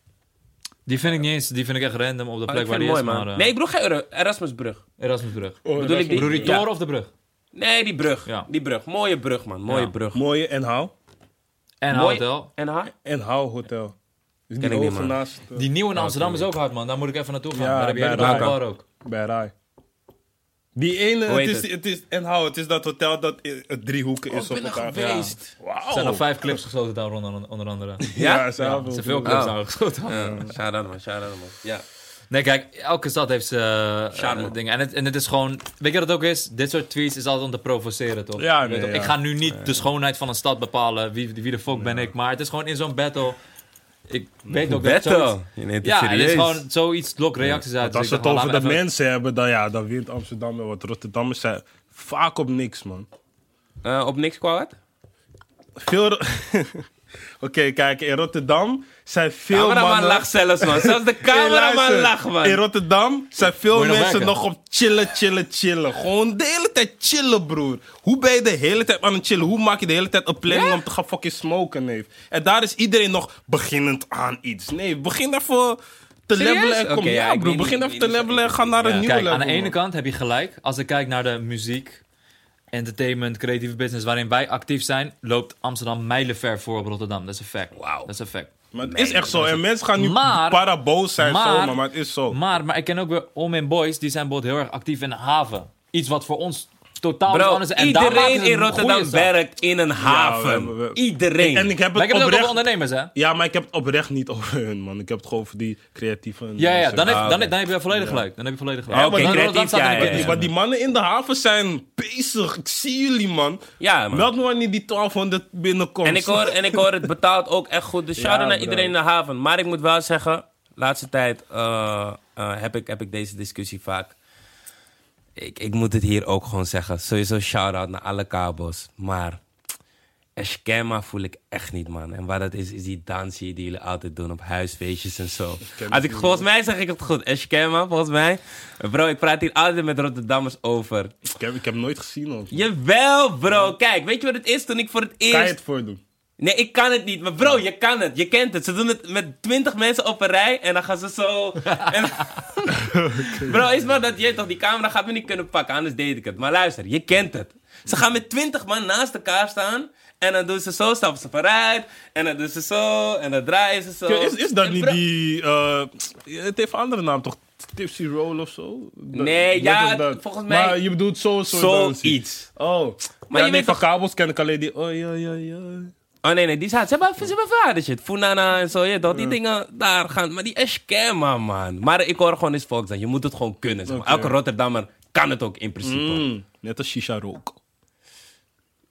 Die vind ik niet eens, die vind ik echt random op de
Oh,
plek
ik
waar
vind
die
het mooi, man.
is, maar... eh,
Nee, ik bedoel geen Euro- Erasmusbrug.
Erasmusbrug.
Oh,
Bedoel ik die?
Broer, die
Ja.
toren of de brug?
Nee, die brug.
Ja.
Die brug. Mooie brug, man. Mooie
Ja.
brug.
Mooie en hou.
En
Mooi-
hotel.
En haar?
En hou hotel. Dus
Ken
die
ik niet,
ogen
man.
naast eh,
Die nieuwe in Amsterdam is ook hard, man. Daar moet ik even naartoe gaan.
Ja,
daar heb je
bij
hele dag
Raka.
bar ook.
bij Rai. Die ene,
Hoe
het
heet
is, het is en hou, het is dat hotel dat i- het driehoeken is op elkaar.
geweest.
Wauw.
Er zijn
Oh.
al vijf clips gesloten daar onder, onder andere.
Ja?
Ja, ze hebben
Er
veel
zijn veel
gedaan.
clips
Oh.
daar gesloten.
Ja, shout out, man. Shout out, man. Ja.
Nee, kijk, elke stad heeft zijn eh,
Charme.
dingen. En het, en het is gewoon... Weet je wat het ook is? Dit soort tweets is altijd om te provoceren, toch?
Ja,
Je weet
nee,
toch?
ja.
Ik ga nu niet de schoonheid van een stad bepalen. Wie, wie de fuck ben ik? Maar het is gewoon in zo'n battle... Ik weet ook dat zoiets-
Battle. Je neemt het
Ja, het
serieus.
is gewoon zoiets lokt reacties uit.
Want
Dus
als we
ik
het
dacht,
over
laten we
de
even-
mensen hebben, dan, ja, dan wint Amsterdam en wat Rotterdammers zijn vaak op niks, man.
Eh, op niks kwaad?
Veel... Ro- Oké, kijk, in Rotterdam zijn veel
Cameraman
mannen...
lacht zelfs, man. Zelfs de
Hey,
cameraman
luister,
lacht,
In
man.
Rotterdam zijn veel
Moet je nog
mensen
werken?
nog op chillen, chillen, chillen. Gewoon de hele tijd chillen, broer. Hoe ben je de hele tijd aan het chillen? Hoe maak je de hele tijd een planning om te gaan fucking smoken, neef? En daar is iedereen nog beginnend aan iets. Nee, begin daarvoor te
Serieus?
levelen en kom.
Oké, ja,
ja,
ik
broer,
weet
begin
niet-
daarvoor te
weet niet-
levelen en ga naar een nieuwe
Kijk,
level.
aan de ene
man.
kant heb je gelijk. Als ik kijk naar de muziek, entertainment, creatieve business waarin wij actief zijn, loopt Amsterdam mijlenver voor op Rotterdam. Dat is een fact.
Wauw.
Dat is een fact.
Maar het is echt zo. En mensen gaan nu
Maar-
paraboos zijn,
maar-
zomaar, maar het is zo.
Maar, maar ik ken ook weer Om en Boys, die zijn bijvoorbeeld heel erg actief in de haven. Iets wat voor ons totaal
Bro,
anders is. En daar maken
iedereen in
ze een goeie
Rotterdam
stap.
werkt in een
Ja, we-
haven.
we-
Iedereen.
En ik heb
Maar ik heb
het
het ook over
oprecht...
ondernemers, hè?
Ja, maar ik heb het oprecht niet over hun, man. Ik heb het gewoon over die creatieve...
Ja, ja, dan,
Ah,
heb, dan,
oké.
dan heb je volledig gelijk. Dan heb je volledig gelijk.
Ja,
oké,
Dan- dan- dan
creatief,
staat er
ja,
een
ja,
Want
ja.
keer-
die, want die mannen in de haven zijn bezig. Ik zie jullie, man.
Ja, man.
Meld me wanneer die 1200 binnenkomt.
En ik, hoor, en ik hoor, het betaalt ook echt goed. Dus shout-out
Ja,
naar
bro.
iedereen in de haven. Maar ik moet wel zeggen, laatste tijd eh, eh, heb, ik, heb ik deze discussie vaak. Ik, ik moet het hier ook gewoon zeggen. Sowieso shout-out naar alle kabels. Maar Eskema voel ik echt niet, man. En wat dat is, is die dansie die jullie altijd doen op huisfeestjes en zo. Als ik, volgens mij zeg ik het goed. Eskema, volgens mij. Bro, ik praat hier altijd met Rotterdammers over.
Ik heb, ik heb nooit gezien, hoor.
Jawel, bro. Kijk, weet je wat het is? Toen ik voor het eerst...
Kan je het voordoen?
Nee, ik kan het niet. Maar bro, je kan het. Je kent het. Ze doen het met twintig mensen op een rij en dan gaan ze zo... en... bro, is maar dat je toch, die camera gaat me niet kunnen pakken, anders deed ik het. Maar luister, je kent het. Ze gaan met twintig man naast elkaar staan en dan doen ze zo, stappen ze vooruit en dan doen ze zo en dan draaien ze zo.
Is, is dat
En
niet
bro-
die... eh, het heeft een andere naam, toch? Tipsy Roll of zo? Dat-
Nee,
dat
ja,
is dat.
volgens mij-
Maar je bedoet zo'n soort dansie.
Zoiets.
Oh.
Maar
Maar
je
ja, nee,
weet
van
toch-
kabels ken ik alleen die... Oh, ja, ja, ja.
Oh nee, nee, die zaten. Ze hebben, ze hebben veel harde shit. Funana en zo, je, dat die dingen daar gaan. Maar die Eskema, man. Maar ik hoor gewoon eens volks aan. Je moet het gewoon kunnen. zeg maar.
Oké.
Elke Rotterdammer kan het ook in principe.
Mm, net als shisha rook.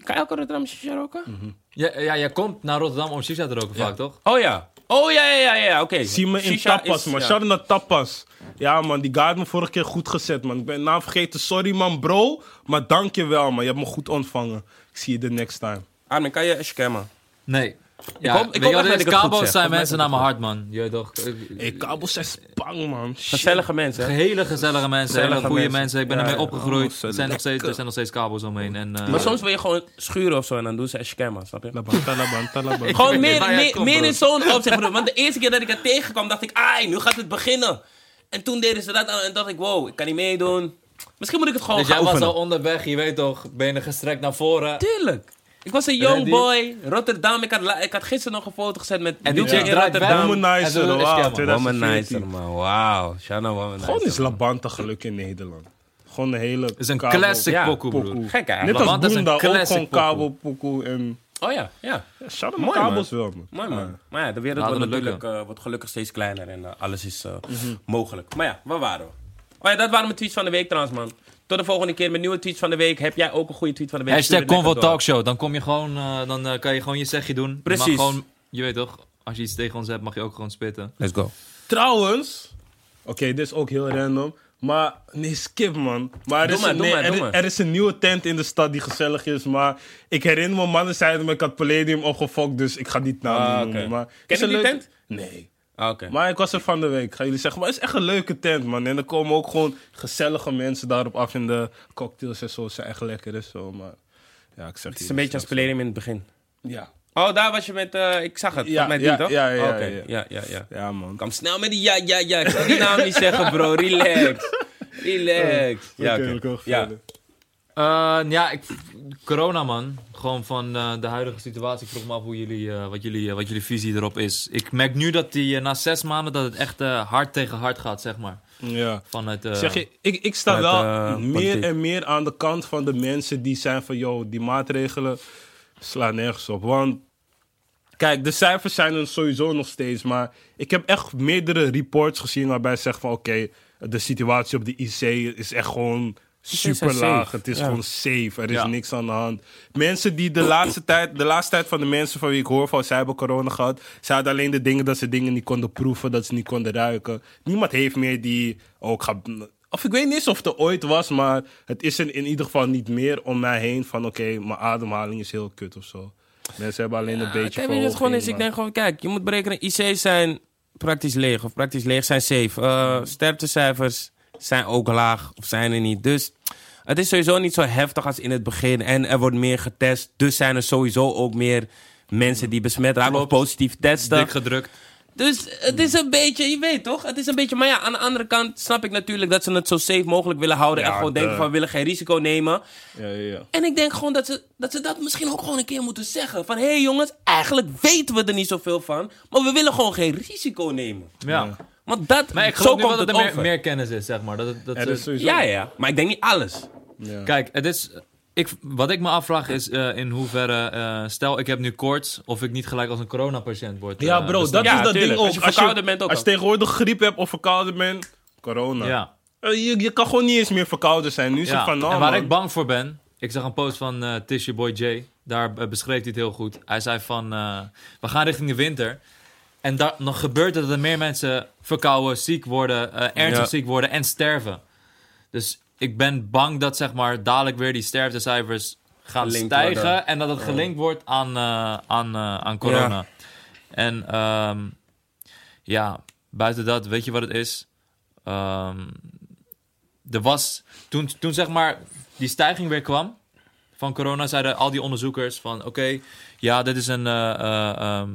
Kan elke Rotterdamse shisha roken?
Ja, ja, jij komt naar Rotterdam om shisha te roken vaak, toch?
Mhm. Oh ja. Oh ja, ja, ja, ja, ja, oké.
Zie me in
Shisha
tapas,
is-
man.
ja.
Shout out naar tapas. Ja, man, die guy had me vorige keer goed gezet, man. Ik ben naam vergeten. Sorry, man, bro. Maar dank je wel, man. Je hebt me goed ontvangen. Ik zie je de next time.
Armin, kan je Eskema?
Nee.
hoop-
Ja,
ik
ik
hoop
weet
echt
je wat het is?
dat ik het goed
Kabels
zeg. Volgens mij
zijn mensen naar mijn hart, man. Je weet toch?
Hé, hey, kabels zijn spang, man. Shit.
Gezellige mensen, hè?
Hele gezellige mensen, hele
Gezellige
goede
mensen.
mensen. Ik ben
Ja,
ermee
ja.
opgegroeid.
Oh,
er, zijn nog steeds, er zijn nog steeds kabels omheen. En, eh,
Maar soms wil je gewoon schuren of zo en dan doen ze Eskema, snap je?
Talaban, talaban, talaban.
Gewoon
weet niet
meer,
waar jij
meer,
komt,
meer
bro.
in zo'n opzicht, broer. Want de eerste keer dat ik het tegenkwam, dacht ik, ai, nu gaat het beginnen. En toen deden ze dat aan en dacht ik, wow, ik kan niet meedoen. Misschien moet ik het gewoon
dus
gaan
jij was
oefenen.
al onderweg, je weet toch, benen gestrekt naar voren.
Tuurlijk. Ik was een young
Ready?
boy, Rotterdam. Ik had, la- ik had gisteren nog een foto gezet met
En
DJ
die chick
in
draait
Rotterdam.
weg.
Womanizer,
En zo is het, ja,
wauw.
man.
2014.
man. Wauw. Shana Womanizer.
Gewoon is Labanta geluk in Nederland. Gewoon de hele
is een
kabel-
classic
Ja,
pokoe, broer.
Gek, hè?
Net als
Labanta is een
Boenda, ook
classic
gewoon
pokoe.
kabelpokoe. En...
Oh ja, ja.
Shout out
Mooi,
naar
man.
kabels wel, man.
Mooi man. Maar ja, de wereld
Laten
wordt
we Eh, het Mhm.
natuurlijk eh, wordt gelukkig steeds kleiner en eh, alles is eh, mogelijk. Maar ja, waar waren we? Oh ja, dat waren mijn tweets van de week trouwens, man. Tot de volgende keer met nieuwe tweets van de week. Heb jij ook een goede tweet van de week?
Hashtag
Stuur het lekker
Convo
door.
Talkshow. Dan, kom je gewoon, eh, dan eh, kan je gewoon je zegje doen. Je mag
Precies.
gewoon, je weet toch, als je iets tegen ons hebt, mag je ook gewoon spitten.
Let's go.
Trouwens, oké, dit is ook heel random. Maar nee, skip man. Maar er,
Doe
is,
maar,
een,
doe
nee,
maar, doe
er,
maar.
er is een nieuwe tent in de stad die gezellig is. Maar ik herinner me, mannen zeiden me, ik had Palladium opgefokt, dus ik ga niet naam
Ah,
noemen.
oké.
Maar
Ken
is
je
een
die
leuke-
tent?
Nee.
Ah, Oké.
Maar ik was er van de week, gaan jullie zeggen. Maar het is echt een leuke tent, man. En er komen ook gewoon gezellige mensen daarop af. En de cocktails en zo zijn echt lekker en zo. Maar ja, ik zeg
Het is een beetje als Palladium in het begin.
Ja,
Oh, daar was je met... eh, ik zag het.
Ja,
met die,
ja,
toch? Oh,
ja, ja,
Oké,
ja.
ja, ja, ja.
ja man.
Kom snel met die ja, ja, ja. Ik zal die naam niet zeggen, bro. Relax. Relax. Ja,
Oké,
oké.
we kunnen
Ja.
verder.
Eh, ja, ik, corona man. Gewoon van eh, de huidige situatie. Ik vroeg me af hoe jullie, eh, wat, jullie, eh, wat jullie visie erop is. Ik merk nu dat die, eh, na zes maanden dat het echt eh, hard tegen hard gaat, zeg maar.
Ja.
Vanuit, eh,
Zeg je, ik, ik sta
Uit,
wel
eh,
meer
politiek.
en meer aan de kant van de mensen die zijn van, joh, die maatregelen slaan nergens op. Want Kijk, de cijfers zijn er sowieso nog steeds. Maar ik heb echt meerdere reports gezien waarbij ze zeggen van... Oké, de situatie op de IC is echt gewoon
zijn
super laag.
safe,
Het is
ja.
gewoon safe. Er is
Ja.
niks aan de hand. Mensen die de laatste, tijd, de laatste tijd van de mensen van wie ik hoor van... Zij hebben corona gehad. Ze hadden alleen de dingen dat ze dingen niet konden proeven. Dat ze niet konden ruiken. Niemand heeft meer die... Oh, ik ga... Of ik weet niet eens of het er ooit was, maar het is er in ieder geval niet meer om mij heen van oké, mijn ademhaling is heel kut of zo. Mensen hebben alleen een beetje
Kijk, weet je wat Ah, het gewoon is?
verhoging,
Ik
maar-
denk gewoon, kijk, je moet berekenen, IC's zijn praktisch leeg. Of praktisch leeg zijn safe.
Hmm.
Eh sterftecijfers zijn ook laag of zijn er niet. Dus het is sowieso niet zo heftig als in het begin. En er wordt meer getest. Dus zijn er sowieso ook meer mensen die besmet raken of
Klopt.
positief testen.
Dik gedrukt.
Dus het is een beetje, je weet toch? Het is een beetje, maar ja, aan de andere kant snap ik natuurlijk dat ze het zo safe mogelijk willen houden.
Ja,
en gewoon
duh.
denken van, we willen geen risico nemen.
Ja, ja, ja.
En ik denk gewoon dat ze, dat ze dat misschien ook gewoon een keer moeten zeggen. Van, hé hey jongens, eigenlijk weten we er niet zoveel van. Maar we willen gewoon geen risico nemen.
Ja.
Want dat,
Maar ik
zo
geloof nu
komt
wel dat
het
er
over.
meer, meer kennis is, zeg maar. Dat, het- dat
Er
ze-
is sowieso.
ja, ja, maar ik denk niet alles.
Ja.
Kijk, het is, ik, wat ik me afvraag is eh, in hoeverre... eh, stel, ik heb nu koorts, of ik niet gelijk als een coronapatiënt word. eh,
Ja, bro,
bestempeld.
dat
Ja,
is dat
tuurlijk.
ding ook.
Als je verkouden bent ook
Als je
al.
tegenwoordig griep hebt of verkouden bent, corona.
Ja.
Eh, Je, je kan gewoon niet eens meer verkouden zijn. Nu is het
Ja,
van, nou
en waar
man.
ik bang voor ben, ik zag een post van eh Tissue Boy J. Daar eh, beschreef hij het heel goed. Hij zei van, eh, we gaan richting de winter. En daar, dan gebeurt het dat er meer mensen verkouden, ziek worden, eh, ernstig
Ja.
ziek worden en sterven. Dus ik ben bang dat zeg maar dadelijk weer die sterftecijfers gaan
Gelinkt
stijgen.
worden.
eh, En dat het gelinkt wordt aan, eh, aan, eh, aan corona. En ehm, ja, buiten dat, weet je wat het is? Ehm, er was, toen, toen zeg maar die stijging weer kwam van corona, zeiden al die onderzoekers van oké, ja, dit is een eh eh, ehm,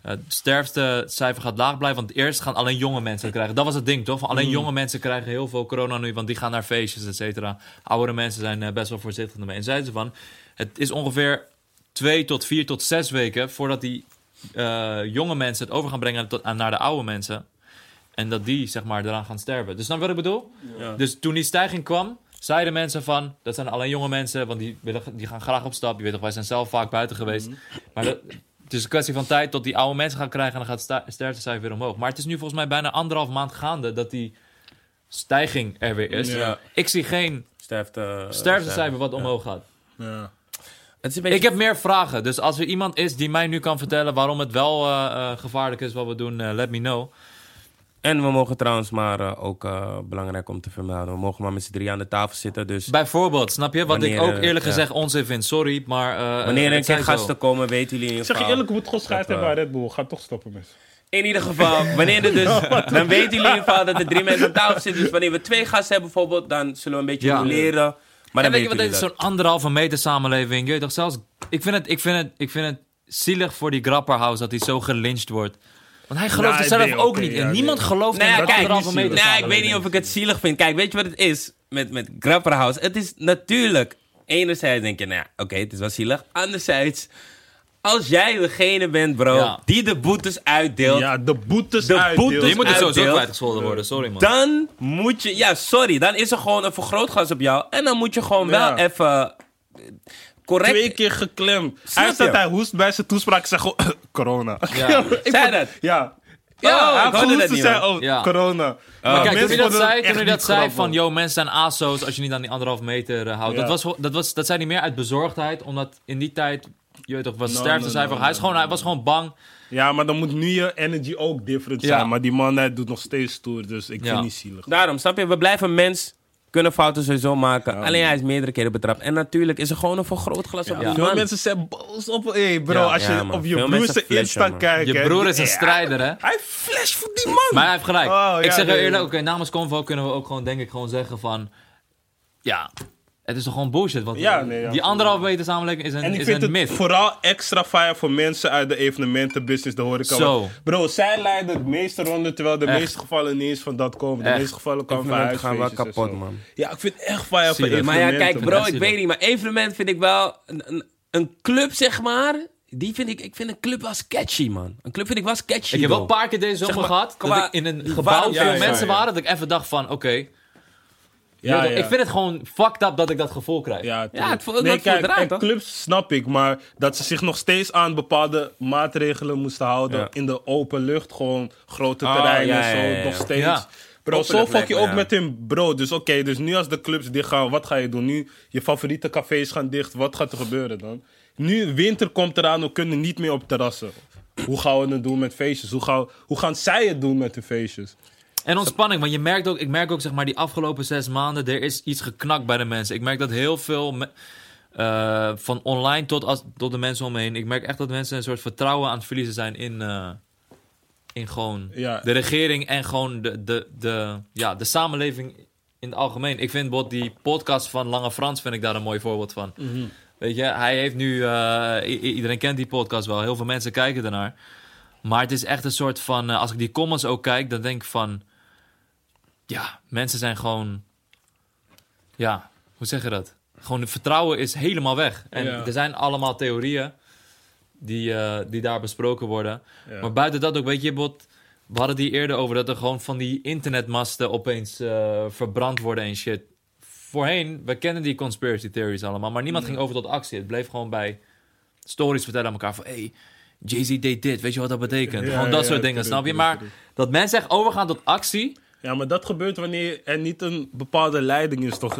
het sterftecijfer gaat laag blijven, want eerst gaan alleen jonge mensen het krijgen. Dat was het ding, toch? Van alleen jonge mensen krijgen heel veel corona nu, want die gaan naar feestjes, et cetera. Oudere mensen zijn eh, best wel voorzichtig ermee. En zeiden ze van, het is ongeveer twee tot vier tot zes weken voordat die eh, jonge mensen het over gaan brengen tot, aan, naar de oude mensen. En dat die, zeg maar, eraan gaan sterven. Dus snap je wat ik bedoel? Dus toen die stijging kwam, zeiden mensen van... dat zijn alleen jonge mensen, want die, willen, die gaan graag op stap. Je weet toch, wij zijn zelf vaak buiten geweest. Maar dat, het is een kwestie van tijd tot die oude mensen gaan krijgen... en dan gaat het sta- sterftecijfer weer omhoog. Maar het is nu volgens mij bijna anderhalf maand gaande... dat die stijging er weer is.
Ja.
Ik zie geen
Sterfte,
sterftecijfer wat omhoog gaat.
Ja.
eh, Het is een
Ik
beetje...
heb meer vragen. Dus als er iemand is die mij nu kan vertellen... waarom het wel eh, eh, gevaarlijk is wat we doen, eh, let me know.
En we mogen trouwens maar eh, ook eh, belangrijk om te vermelden. We mogen maar met z'n drie aan de tafel zitten. Dus
Bijvoorbeeld, snap je? Wat ik
Wanneer,
ook
eh,
eerlijk
ja.
gezegd onzin vind. Sorry, maar... eh,
wanneer er
het
een
zijn
keer
zo.
gasten komen, weten jullie in
Ik zeg
ieder
je
geval-
eerlijk, hoe het geschijt hebben aan Red Bull. Ga toch stoppen met
In ieder geval, wanneer er dus, dan weten jullie in ieder geval dat er drie mensen aan tafel zitten. Dus wanneer we twee gasten hebben bijvoorbeeld, dan zullen we een beetje
Ja.
leren. Maar
En
dan
weet
weten
je wat,
jullie
dit is
dat.
zo'n anderhalve meter samenleving. Je weet toch zelfs... Ik vind het, ik vind het, ik vind het zielig voor die Grapperhaus dat hij zo gelyncht wordt. Want hij gelooft
Nou,
er zelf
nee,
ook
oké,
niet in.
ja,
Niemand
nee.
gelooft
Nou
in
ja,
een
kijk,
anderhalve meter
Nou, ik
samenleving.
weet niet of ik het zielig vind. Kijk, weet je wat het is met, met Grapperhaus? Het is natuurlijk, enerzijds denk je, nou ja, oké, het is wel zielig. Anderzijds, als jij degene bent, bro,
Ja.
die de boetes uitdeelt,
Ja, de boetes
De
uitdeelt.
boetes
Je moet het sowieso
uitbeeld.
kwijtgescholden worden, sorry man.
dan moet je, ja, sorry, dan is er gewoon een vergrootglas op jou. En dan moet je gewoon wel
Ja.
even eh, correct
Twee keer geklemd.
Snap
hij staat,
je?
hij hoest bij zijn toespraak en zegt gewoon, corona.
Ja.
Ik
Zei
vond-
dat?
Ja.
Ja, ik
hij
hoorde
gehoest
dat
en
niet,
zei,
man.
oh,
Ja.
corona.
Maar
Maar
kijk, toen
Ah, mensen
hij dat
vonden
zei, toen
echt
hij dat
niet
zei
grappig.
van, yo, mensen zijn aso's als je niet aan die anderhalf meter eh, houdt.
Ja.
Dat, was, wel- dat, was, dat zei hij meer uit bezorgdheid, omdat in die tijd, je weet toch, was
No,
sterftecijfer.
no, no,
hij, is
no,
gewoon, hij was gewoon bang.
Ja, maar dan moet nu je energy ook different
Ja.
zijn. Maar die man, hij doet nog steeds stoer, dus ik
Ja.
vind het niet zielig.
Daarom, snap je? We blijven mens. Kunnen fouten sowieso maken. Alleen hij is meerdere keren betrapt. En natuurlijk is er gewoon een vergrootglas op die
Veel
man.
mensen zijn boos op... Hé, bro,
Ja.
als je
Ja, man.
op je
Veel
broer
mensen
zijn
flashen,
Insta
man.
kijkt...
Je
hè,
broer
die-
is een
Ja,
strijder, hè?
Hij flash voor die man.
Maar hij heeft gelijk.
Oh,
ik
ja,
zeg heel
nee,
eerlijk, oké,
nee.
namens Convo kunnen we ook gewoon, denk ik, gewoon zeggen van... Ja, het is toch gewoon bullshit. Want
Ja, nee, ja,
die anderhalf meter samenleving is een,
En ik
is
vind
een
het
myth.
vooral extra fire voor mensen uit de evenementenbusiness, de horeca.
Zo.
Want, Bro, zij leiden het meeste ronde, terwijl de
Echt.
meeste gevallen niet eens van dat komen. De
Echt.
meeste gevallen komen van
Evenementen gaan wel
huisfeestjes en
kapot,
zo.
man.
Ja, ik vind het echt fire voor
Zie je dat?
evenementen.
Maar ja, kijk bro,
man.
ik weet niet. Maar evenement vind ik wel... Een, een, een club, zeg maar... Die vind ik... Ik vind een club wel sketchy, man. Een club vind ik wel sketchy,
Ik heb wel
bro.
een paar keer deze zomer
maar,
gehad, dat
qua-
ik in een
waarom-
gebouw
Ja,
veel
ja,
mensen
ja.
waren, dat ik even dacht van, oké... Je weet
Ja,
toch,
ja.
Ik vind het gewoon fucked up dat ik dat gevoel krijg.
Ja,
Ja, het vo- het
nee,
wordt
kijk,
verdraaid,
en
toch?
clubs snap ik, maar dat ze zich nog steeds aan bepaalde maatregelen moesten houden.
Ja.
in de open lucht, gewoon grote
Ah,
terreinen,
ja, ja, ja,
zo,
ja.
nog steeds.
Ja.
Bro,
Open
zo
lucht
fuck
lijkt
je
me,
ook
ja.
met hun bro. Dus oké, dus nu als de clubs dicht gaan, wat ga je doen? Nu je favoriete cafés gaan dicht, wat gaat er gebeuren dan? Nu winter komt eraan, we kunnen niet meer op terrassen. Hoe gaan we het doen met feestjes? Hoe gaan, hoe gaan zij het doen met hun feestjes?
En ontspanning, want je merkt ook, ik merk ook zeg maar die afgelopen zes maanden, er is iets geknakt bij de mensen. Ik merk dat heel veel, me- eh, van online tot, als, tot de mensen om me heen, ik merk echt dat mensen een soort vertrouwen aan het verliezen zijn in, eh, in gewoon
Ja.
de regering en gewoon de, de, de, ja, de samenleving in het algemeen. Ik vind bijvoorbeeld die podcast van Lange Frans, vind ik daar een mooi voorbeeld van. Weet je, hij heeft nu, eh, i- i- iedereen kent die podcast wel, heel veel mensen kijken ernaar. Maar het is echt een soort van, eh, als ik die comments ook kijk, dan denk ik van, ja, mensen zijn gewoon, ja, hoe zeg je dat? Gewoon het vertrouwen is helemaal weg. En
Ja.
er zijn allemaal theorieën die, eh, die daar besproken worden.
Ja.
Maar buiten dat ook, weet je, bijvoorbeeld, we hadden die eerder over dat er gewoon van die internetmasten opeens eh, verbrand worden en shit. Voorheen, we kennen die conspiracy theories allemaal, maar
Mm.
niemand ging over tot actie. Het bleef gewoon bij stories vertellen aan elkaar van, hey, Jay-Z deed dit, weet je wat dat betekent?
Ja,
gewoon dat
ja,
soort dingen,
tuurlijk,
snap je?
tuurlijk,
Maar dat mensen echt overgaan tot actie,
Ja, maar dat gebeurt wanneer er niet een bepaalde leiding is, toch?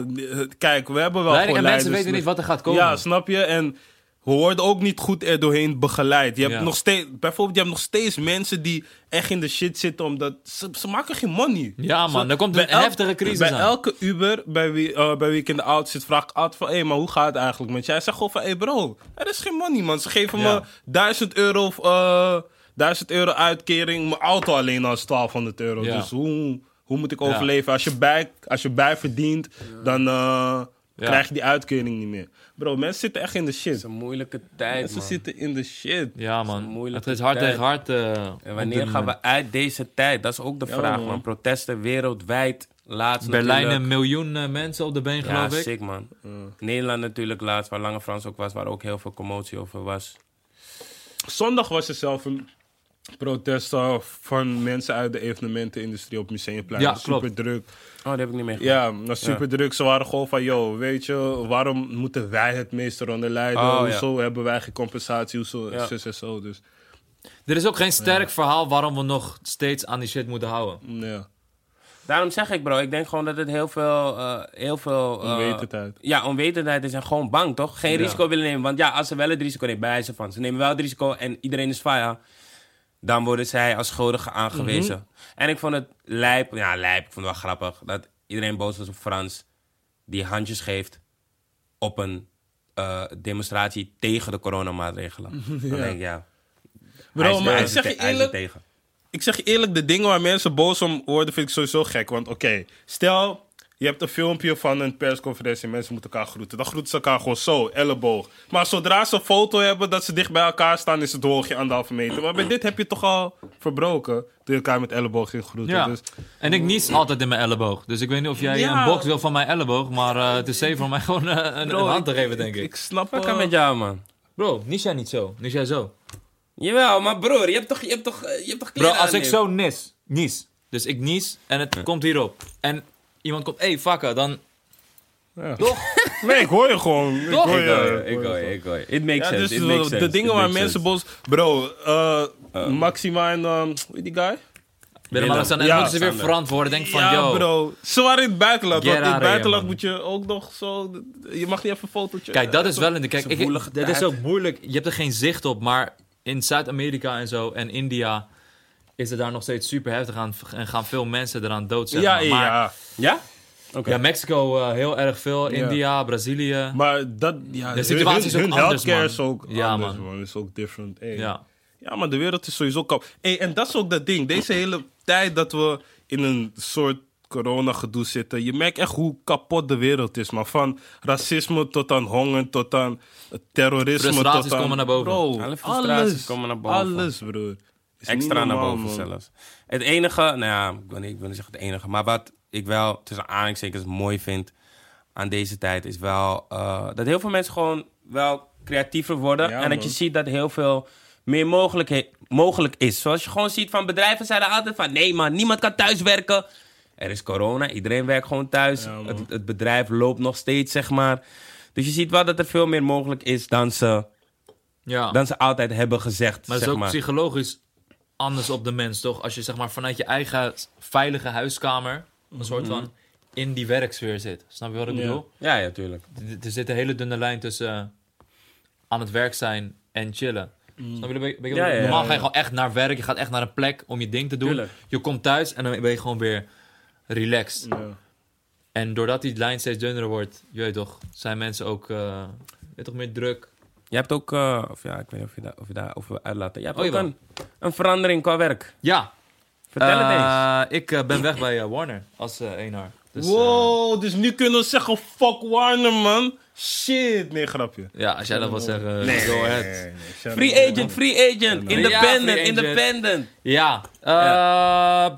Kijk, we hebben wel
leiding,
gewoon
en mensen
leiders,
weten niet
maar-
wat er gaat komen.
Ja, snap je? En we worden ook niet goed er doorheen begeleid. Je hebt
Ja.
nog steeds, bijvoorbeeld, je hebt nog steeds mensen die echt in de shit zitten omdat ze, ze maken geen money.
Ja, man,
Zo,
er komt
bij
een
elk-
heftige crisis
Bij
aan.
elke Uber, bij wie, eh, bij wie ik in de auto zit, vraag ik altijd van, hé, hey, maar hoe gaat het eigenlijk met jij? Hij zegt gewoon van, hé hey bro, er is geen money, man. Ze geven
Ja.
me 1000 euro, eh 1000 euro uitkering, mijn auto alleen al is 1200 euro.
Ja.
Dus hoe, hoe moet ik overleven? Als, je bij, als je bijverdient, dan... eh,
Ja.
Krijg je die uitkering niet meer. Bro, mensen zitten echt in de shit.
is een moeilijke tijd,
Mensen
man.
zitten in de shit.
Ja,
een
man. Het
moeilijke
is hard
tijd.
tegen hard. eh,
En
op dit
wanneer gaan
moment.
we uit deze tijd? Dat is ook de
Ja,
vraag,
man.
man. Protesten wereldwijd. Laatst
Berlijn
natuurlijk-
een miljoen eh, mensen op de been,
Ja,
geloof ik.
sick, man. Nederland natuurlijk laatst, waar Lange Frans ook was, waar ook heel veel commotie over was.
Zondag was er zelf een protest eh, van mensen uit de evenementenindustrie op Museumplein.
Ja,
Dat was super
klopt.
druk.
Oh, dat heb ik niet meer
Ja, dat was super druk. Ze waren gewoon van, yo, weet je, waarom moeten wij het meest eronder lijden?
Oh, ja.
Hoezo hebben wij geen compensatie? Hoezo,
Ja.
zus en zo. Dus,
Er is ook geen sterk verhaal waarom we nog steeds aan die shit moeten houden.
ja,
Daarom zeg ik, bro, ik denk gewoon dat het heel veel. eh, heel veel eh,
Onwetendheid.
Ja, onwetendheid is en gewoon bang, toch? Geen
Ja.
risico willen nemen. Want ja, als ze wel het risico nemen, bij ze van. Ze nemen wel het risico en iedereen is fire. Dan worden zij als schuldige aangewezen. En ik vond het lijp, ja, lijp, ik vond het wel grappig. Dat iedereen boos was op Frans, die handjes geeft op een eh, demonstratie tegen de coronamaatregelen. Dan denk ik, ja.
Bro,
hij is-
maar
hij
ik
is
zeg
er
je
te- hij is er
eerlijk-
tegen.
ik zeg je eerlijk, de dingen waar mensen boos om worden, vind ik sowieso gek. Want oké, stel je hebt een filmpje van een persconferentie, mensen moeten elkaar groeten. Dan groeten ze elkaar gewoon zo, elleboog. Maar zodra ze een foto hebben dat ze dicht bij elkaar staan, is het hoogje anderhalve meter. Maar bij dit heb je toch al verbroken, door je elkaar met elleboog ging groeten.
Ja.
Dus,
En ik nies altijd in mijn elleboog. Dus ik weet niet of jij
Ja.
een box wil van mijn elleboog. Maar eh, het is safe om mij gewoon eh, een,
Bro,
een hand te geven, denk ik.
ik snap eh,
Wat
het.
kan met jou, man?
Bro, nies jij niet zo. Nies jij zo.
Jawel, maar broer, je hebt toch, je hebt toch, eh, je hebt toch
Bro,
kleren
als
aan,
ik
nu?
zo nis, nies. Dus ik nies en het komt hierop. En iemand komt, hé, hey, fucker, dan... Toch?
Nee, ik hoor je gewoon. Ik
Toch?
hoor
Ik
je.
gooi, ik gooi, ik gooi. It makes
Ja,
sense.
dus
it makes
de
sense,
dingen
it
waar
makes
mensen
sense.
boos... Bro, eh, Maxima en... ehm, hoe heet die guy?
Willem-Alexander,
Ja.
dan moeten ze weer verantwoorden. Denk van,
ja,
yo.
bro. Ze waren in het buitenland.
Get
Want in
out
het
of here,
buitenland
man.
moet je ook nog zo... Je mag niet even een fotootje...
Kijk, dat is wel in de kijk.
een
Ik,
woelige
dat is
tijd.
ook moeilijk. Je hebt er geen zicht op, maar in Zuid-Amerika en zo en India is het daar nog steeds super heftig aan en gaan veel mensen eraan dood. zeg
Ja,
maar.
ja.
Maar-
ja.
Ja?
ja, Mexico eh, heel erg veel, India, Brazilië.
Maar dat... Ja,
De situatie
hun,
is ook
hun
anders,
healthcare
man.
is ook
Ja,
anders,
man.
man. Is ook different. Hey.
Ja.
Ja, maar de wereld is sowieso kap. Hey, en dat is ook dat ding. Deze hele tijd dat we in een soort corona-gedoe zitten. Je merkt echt hoe kapot de wereld is, man. Van racisme tot aan honger, tot aan terrorisme.
Frustraties
tot aan,
komen naar boven.
Bro,
Alle frustraties komen naar boven.
Alles, bro. Is
Extra
niet
naar
normaal,
boven
man.
zelfs. Het enige, nou ja, ik wil niet, ik wil niet zeggen het enige, maar wat ik wel tussen aanhalingstekens mooi vind aan deze tijd is wel eh, dat heel veel mensen gewoon wel creatiever worden.
Ja,
en dat
man.
je ziet dat heel veel meer mogelijk, mogelijk is. Zoals je gewoon ziet van bedrijven zeiden altijd van nee man, niemand kan thuiswerken. Er is corona, iedereen werkt gewoon thuis. het, het bedrijf loopt nog steeds, zeg maar. Dus je ziet wel dat er veel meer mogelijk is dan ze,
Ja.
dan ze altijd hebben gezegd,
Maar het
zeg
is ook
maar.
psychologisch anders op de mens, toch? Als je zeg maar vanuit je eigen veilige huiskamer een
Mhm.
soort van in die werksfeer zit. Snap je wat ik
Ja.
bedoel?
Ja, ja, tuurlijk.
D- d- Er zit een hele dunne lijn tussen eh, aan het werk zijn en chillen. Snap je? Ben je- ben je-
Mhm. Ja, ja,
Normaal
ja,
ga je gewoon echt naar werk. Je gaat echt naar een plek om je ding te doen.
Tuurlijk.
Je komt thuis en dan ben je gewoon weer relaxed. En doordat die lijn steeds dunner wordt, je weet toch, zijn mensen ook eh, weet toch meer druk.
Je hebt ook, eh, of ja, ik weet niet of je, daar of je daarover uitlaten. Je hebt
Oh,
ook
jawel.
een, een verandering qua werk.
Ja,
Vertel het eens.
Eh, Ik eh, ben weg bij eh, Warner als eh, 1R. Dus, eh,
wow, dus nu kunnen we zeggen fuck Warner, man. Shit. Nee, grapje.
ja, als jij dat wil zeggen,
Nee,
Eh, go
nee,
ahead.
nee, nee, nee.
Free agent, free agent,
Ja,
independent,
free agent.
independent.
Ja, eh,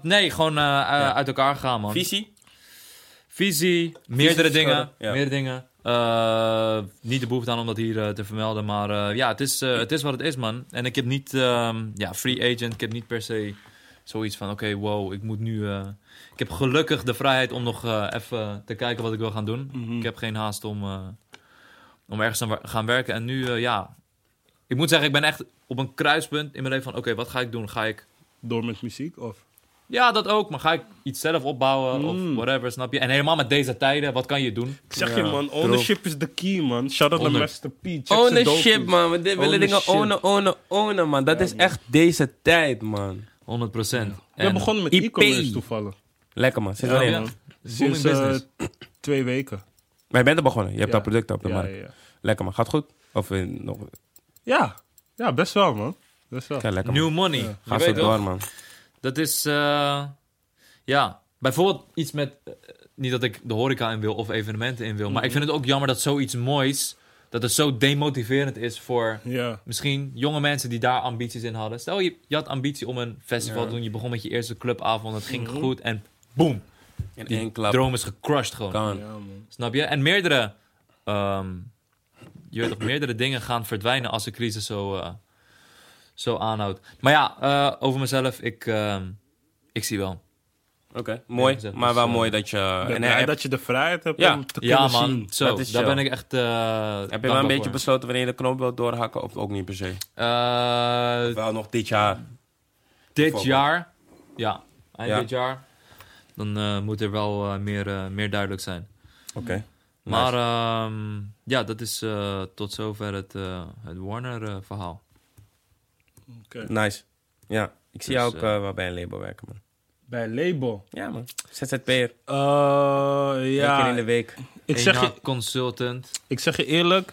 nee, gewoon eh, eh, uit elkaar gaan, man.
Visie?
Visie, meerdere
verschillen,
dingen.
ja.
Meerdere dingen. Eh, niet de behoefte aan om dat hier eh, te vermelden, maar eh, ja, het is, eh, het is wat het is, man. En ik heb niet, ehm, ja, free agent, ik heb niet per se zoiets van, oké, wow, ik moet nu... eh, ik heb gelukkig de vrijheid om nog eh, even te kijken wat ik wil gaan doen. Ik heb geen haast om, eh, om ergens aan wa- gaan werken. En nu, eh, ja, ik moet zeggen, ik ben echt op een kruispunt in mijn leven van, oké, wat ga ik doen? Ga ik
Door met muziek, of?
ja, dat ook. Maar ga ik iets zelf opbouwen
Mm.
of whatever, snap je? En helemaal met deze tijden, wat kan je doen?
Ik zeg
Ja,
je, man. Ownership is de key, man. Shout-out naar
Onder-
Master P. Check zijn
Ownership,
docu's.
man. We di- willen dingen
Ownership.
ownen, ownen, ownen, man. Dat is echt deze tijd, man.
100 procent.
We begonnen met
IP.
e-commerce toevallig.
Lekker, man. Sinds
Ja,
wanneer?
ja.
Maar
Sinds
Booming
eh,
business.
twee weken.
je bent er begonnen. Je hebt
Ja.
dat product op de
Ja,
markt.
ja.
Lekker, man. Gaat goed? Of eh, nog...
ja, ja, best wel, man. Best wel.
Kijk, lekker, man.
New money. Je
Ga
weet
zo
toch?
door, man.
Dat is, eh, ja, bijvoorbeeld iets met, eh, niet dat ik de horeca in wil of evenementen in wil, maar ik vind het ook jammer dat zoiets moois, dat het zo demotiverend is voor
Ja.
misschien jonge mensen die daar ambities in hadden. Stel, je, je had ambitie om een festival te doen, je begon met je eerste clubavond, het ging
Mhm.
goed en boom,
In
die
één klap.
droom is gecrushed gewoon.
Kan.
Ja, man. Dus
Snap je? En meerdere, ehm, je weet toch, meerdere dingen gaan verdwijnen als de crisis zo, eh, zo aanhoudt. Maar ja, eh, over mezelf, ik, ehm, ik zie wel.
Oké, mooi.
gezet,
maar
dus,
wel
eh,
mooi dat je...
Ik
en
ben
heb,
blij dat je de vrijheid hebt
Ja.
om te
ja,
kunnen
man.
zien.
Zo,
Dat is
daar
zo.
ben ik echt. eh,
heb je wel
dankbaar
een beetje
voor.
besloten wanneer je de knop wilt doorhakken of ook niet per se?
Eh,
Wel nog dit jaar.
dit
Bijvoorbeeld.
jaar, ja, eind
Ja.
dit jaar, dan eh, moet er wel eh, meer, eh, meer duidelijk zijn.
Oké.
Maar ehm, ja, dat is eh, tot zover het, eh, het Warner-verhaal.
Oké.
Nice. Ja, ik zie
Dus,
jou ook
eh,
eh, wel bij een label werken, man.
Bij label.
Ja, man. ZZP'er.
Eh,
Ja. Eén keer in
ja,
de week.
ik zeg, je,
consultant.
ik zeg je eerlijk.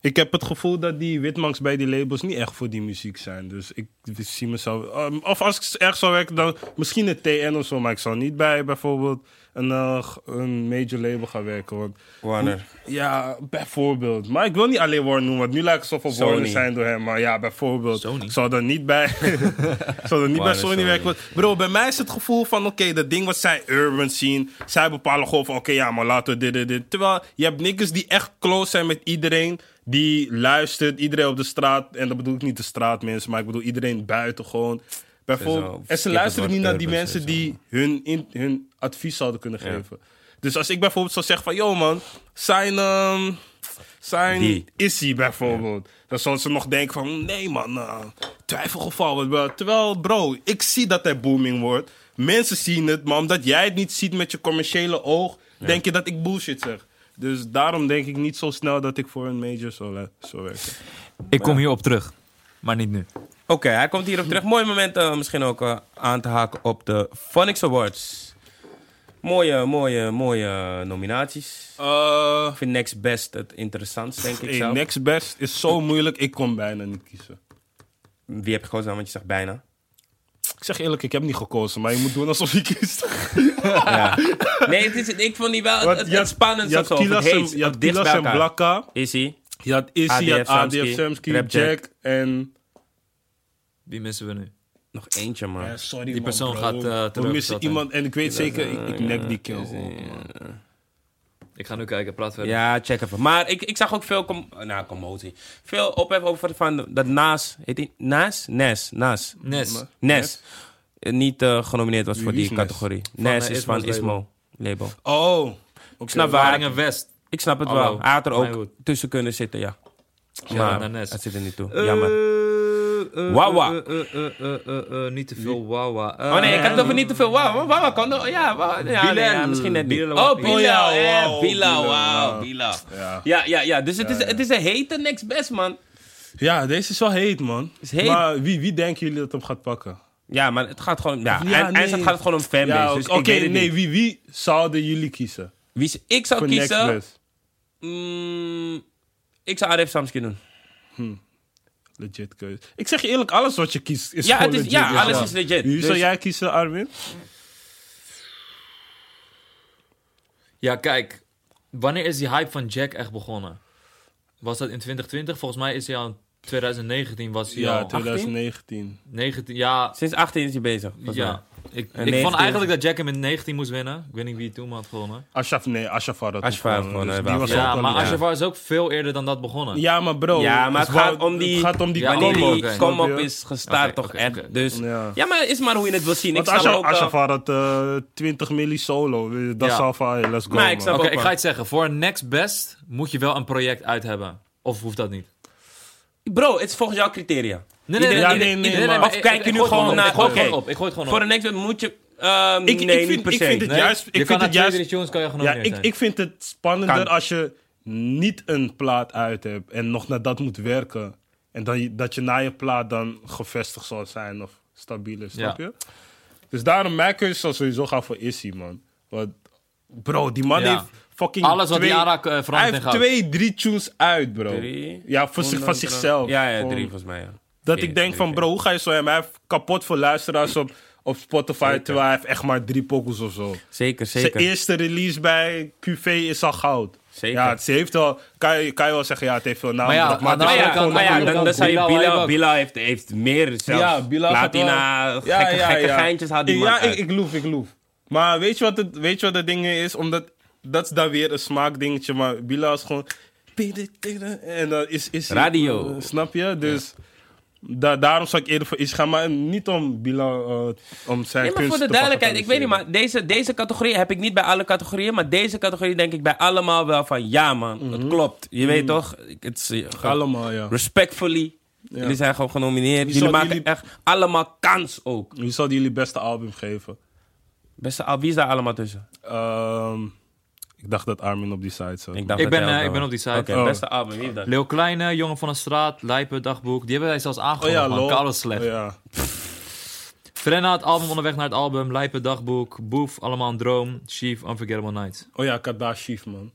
Ik heb het gevoel dat die witmanks bij die labels niet echt voor die muziek zijn. Dus ik zie mezelf... um, of als ik erg zou werken, dan misschien een TN of zo. Maar ik zou niet bij bijvoorbeeld een, eh, g- een major label gaan werken. Want
Warner.
Ja, bijvoorbeeld. Maar ik wil niet alleen Warner noemen, want nu lijkt het alsof we
Sony.
Warner zijn door hem. Maar ja, bijvoorbeeld.
Sony.
Ik zou dan niet bij, ik zou dan niet bij
Warner,
Sony
Sony.
werken. Want Bro, bij mij is het gevoel van, oké, dat ding wat zij urban zien. Zij bepalen gewoon van, oké, ja, maar laten we dit, dit, dit. Terwijl, je hebt niggers die echt close zijn met iedereen. Die luistert, iedereen op de straat. En dat bedoel ik niet de straatmensen, maar ik bedoel iedereen buiten gewoon. Bijvoorbeeld,
Sowieso.
en ze
Kippen
luisteren niet
wordt
naar die
urban,
mensen
sowieso.
die hun, in, hun advies zouden kunnen geven. Dus als ik bijvoorbeeld zou zeggen van, yo man, zijn, ehm, zijn
Die.
Issy bijvoorbeeld. Dan zal ze nog denken van, nee man, eh, twijfelgeval. wat wel. Terwijl bro, ik zie dat hij booming wordt. Mensen zien het, maar omdat jij het niet ziet met je commerciële oog, denk je dat ik bullshit zeg. Dus daarom denk ik niet zo snel dat ik voor een major zou, le- zou werken.
Ik kom hierop terug, maar niet nu.
Oké, hij komt hierop terug. Mooi moment eh, misschien ook eh, aan te haken op de Phonics Awards. Mooie, mooie, mooie nominaties.
Eh
Ik vind Next Best het interessantst, denk ik
hey,
zelf.
next best is zo moeilijk, ik kon bijna niet kiezen.
Wie heb je gekozen dan? Want je zegt bijna.
Ik zeg eerlijk, ik heb niet gekozen, maar je moet doen alsof je kiest.
Ja. Nee, het is, ik vond die wel het,
Want
het,
je had-
spannend.
Je had Kilas en, je had Kilas en Blakka.
Izzy.
Je had Izzy, je had
ADF,
ADF Samsky, Jack,
Rap Jack.
en...
Wie missen we nu?
Nog eentje, man.
Ja, sorry
Die
man,
persoon
bro.
gaat, eh,
We
terug,
missen
dat, hè.
iemand en ik weet zeker,
eh,
ik, ik nek die kill. op, man.
Ik ga nu kijken, praat verder.
Ja, check even. Maar ik, ik zag ook veel com nou, commotie. Veel ophef over van dat Naas. Heet die Naas? Nes. Naas.
Nes.
Nes. eh, niet eh, genomineerd was voor
Wie
die
is Nes?
categorie.
Van,
Nes
eh,
is
Ismo's
van Ismo label.
Oh.
Ik snap, waar,
Waringen West.
ik snap het
Hallo.
wel. Hij had er
Mijn
ook
goed.
tussen kunnen zitten, ja.
Ja,
Maar
naar Nes.
het zit er niet toe.
Eh,
Jammer.
eh, eh,
Wawa.
eh, eh, eh, eh, eh, eh, Niet te veel Wawa. Eh,
Oh nee, ik
kan
had het over niet te veel. Wauw, wauw, wauw, kan er- Ja, wauw, ja, nee, ja,
Bilal.
misschien net niet.
Bilal.
Oh,
Oh,
Bilal,
ja,
eh,
wauw,
Bilal,
Bilal,
wauw,
ja.
Bilal.
Ja.
Ja, ja, ja, dus het is, het is een hete next best, man.
ja, deze is wel heet, man.
Is heet.
Maar wie, wie denken jullie dat hem gaat pakken?
Ja, maar het gaat gewoon... Ja,
Ja,
en,
nee.
en het gaat gewoon om fanbase,
Ja,
dus
Oké,
ik weet het
nee,
niet.
wie, wie zouden jullie kiezen?
Wie z- ik eh, zou
Voor Next
kiezen...
Best?
mm, ik zou Arif Samski doen.
Legit keuze. Ik zeg je eerlijk, alles wat je kiest is
Ja,
gewoon
het is,
legit.
ja, alles
man.
is legit.
Wie
Dus-
zou jij kiezen, Armin?
Ja, kijk. Wanneer is die hype van Jack echt begonnen? Was dat in 2020? Volgens mij is hij al in 2019 was hij
Ja,
al
2019.
19. Ja,
Sinds 18 is hij bezig. volgens mij.
ja. Ik,
En
ik
19.
vond eigenlijk dat Jack hem in 19 moest winnen. Ik weet niet wie hij toen had gewonnen.
Ashraf, nee, Ashraf had dat
Ashraf
ook
gewoon,
dus
eh,
die was
Zou
Ja,
ook al-
maar
ja.
Ashrafar is ook veel eerder dan dat begonnen.
Ja, maar bro.
Ja, maar
het
het gaat
wou-
om die-
Het gaat om die
Ja,
Wanneer
combo.
combo,
die
oké.
kom op
Snap je?
is gestaard
Oké,
toch
oké,
echt.
oké.
Dus, ja.
Ja.
maar is maar hoe je het wil zien. Ik
Want
snap
Ashraf,
ook... eh,
Ashraf had dat eh, 20 milli solo. Dat
Ja.
zou van, hey, let's go.
Maar ik
man.
snap-
Oké,
ook
ik
wel.
ga iets zeggen. Voor een next best moet je wel een project uit hebben. Of hoeft dat niet?
Bro, het is volgens jouw criteria.
Nee, nee, nee.
Iedereen-
ja, nee, nee, maar-
maar
Of
ik-
kijk
ik-
je
ik
nu
gooi
gewoon
op,
naar-
Ik gooi het
oké.
gewoon op. Ik gooi het gewoon
Voor
op.
de next moet je... ehm,
Ik- ik
nee,
vind-
niet per
ik
se.
vind het
Nee,
Juist, ik
je
vind
kan
het
naar twee,
juist-
drie tunes kan je
Ja,
genomineerd
ik,
zijn.
ik vind het spannender
Kan.
als je niet een plaat uit hebt en nog naar dat moet werken. En dan, je- dat je na je plaat dan gevestigd zal zijn of stabiel is, snap
Ja.
je? Dus daarom, mijn keuze zal sowieso gaan voor Issy, man. Want, bro, die man
Ja.
heeft fucking
Alles wat
twee,
die aanraakt, eh, verandert
Hij
in
heeft
goud.
twee, drie tunes uit, bro.
Drie,
ja, voor zich, van
honderd-
zichzelf.
Ja, ja,
Gewoon-
drie volgens mij, ja.
Dat
Vier,
ik denk
drie,
van,
vier.
bro, hoe ga je zo hem? Hij heeft kapot voor luisteraars op, op Spotify, terwijl hij heeft echt maar drie pokkels of zo.
Zeker,
Zijn
zeker.
eerste release bij QV is al goud.
Zeker.
Ja, ze heeft wel, kan, je, kan je wel zeggen, ja, het heeft veel naam.
Maar ja, aan de
nou
Maar
andere
ja,
kant-
maar ja,
aan de
dan,
kant-
dan zou je
Bilal
Bila,
ook.
Bila heeft, heeft meer zelfs.
Ja, Bilal gaat
Platina,
wel- Ja,
gekke,
ja,
gekke
ja.
geintjes had die
Ik-
man
Ja,
uit.
ik, ik loef, ik loef. Maar weet je wat het, weet je wat het ding is? Omdat, dat is dan weer een smaakdingetje, maar Bila is gewoon... En dan is... is hij-
Radio.
eh, snap je? Dus... da- daarom zou ik eerder voor Ish gaan, maar niet om Bila, eh, om zijn
Nee, maar voor
kunst
de
te
duidelijkheid, ik weet niet,
bagatelliseren.
maar deze, deze categorie heb ik niet bij alle categorieën, maar deze categorie denk ik bij allemaal wel van ja, man, het klopt. Je weet toch? Ik- Het is, eh, ge-
Mhm. Allemaal, ja.
respectfully, jullie zijn gewoon genomineerd.
Wie
Jullie
zou
maken
jullie-
echt allemaal kans ook.
Wie zal jullie beste album geven?
Beste al, wie is daar allemaal tussen?
Ehm, ik dacht dat Armin op die site zat.
dacht
Ik
dat jij
ben,
ook
eh,
wel
ik ben
was.
op die site.
Oké,
Oh.
beste album, wie heeft dat?
Leo Kleine, Jongen van de Straat, Lijpen, Dagboek. Die hebben wij zelfs
Oh ja,
aangekondigd. man.
lol.
Koude slecht.
Oh ja.
Frenna, het album onderweg naar het album. Lijpen, Dagboek. Boef, Allemaal een Droom. Chief, Unforgettable Nights.
Oh ja, Kada Chief, man.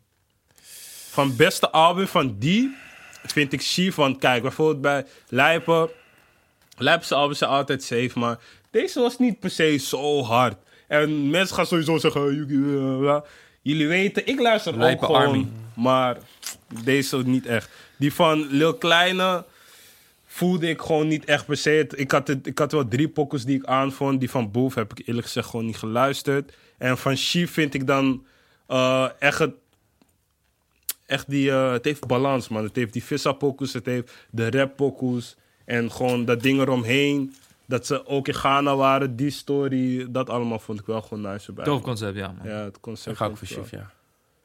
Van beste album van die vind ik Chief. Want kijk, bijvoorbeeld bij Lijpen. Lijpense albums zijn altijd safe, maar deze was niet per se zo hard. En mensen gaan sowieso zeggen... eh, Yuki, eh, bla. Jullie weten, ik luister
Lijpe
ook gewoon.
Army.
Maar deze niet echt. Die van Lil Kleine voelde ik gewoon niet echt per se. het. Ik had, het, ik had wel drie pokkels die ik aanvond. Die van Boef heb ik eerlijk gezegd gewoon niet geluisterd. En van Chief vind ik dan eh, echt het... Echt die, eh, het heeft balans, man. Het heeft die vissa-pokus, het heeft de rap-pokus. En gewoon dat ding eromheen. Dat ze ook in Ghana waren, die story. Dat allemaal vond ik wel gewoon nice erbij.
Tof concept, ja. man.
Ja, het concept.
Ik ga ook
vond
voor
ik wel.
Chief,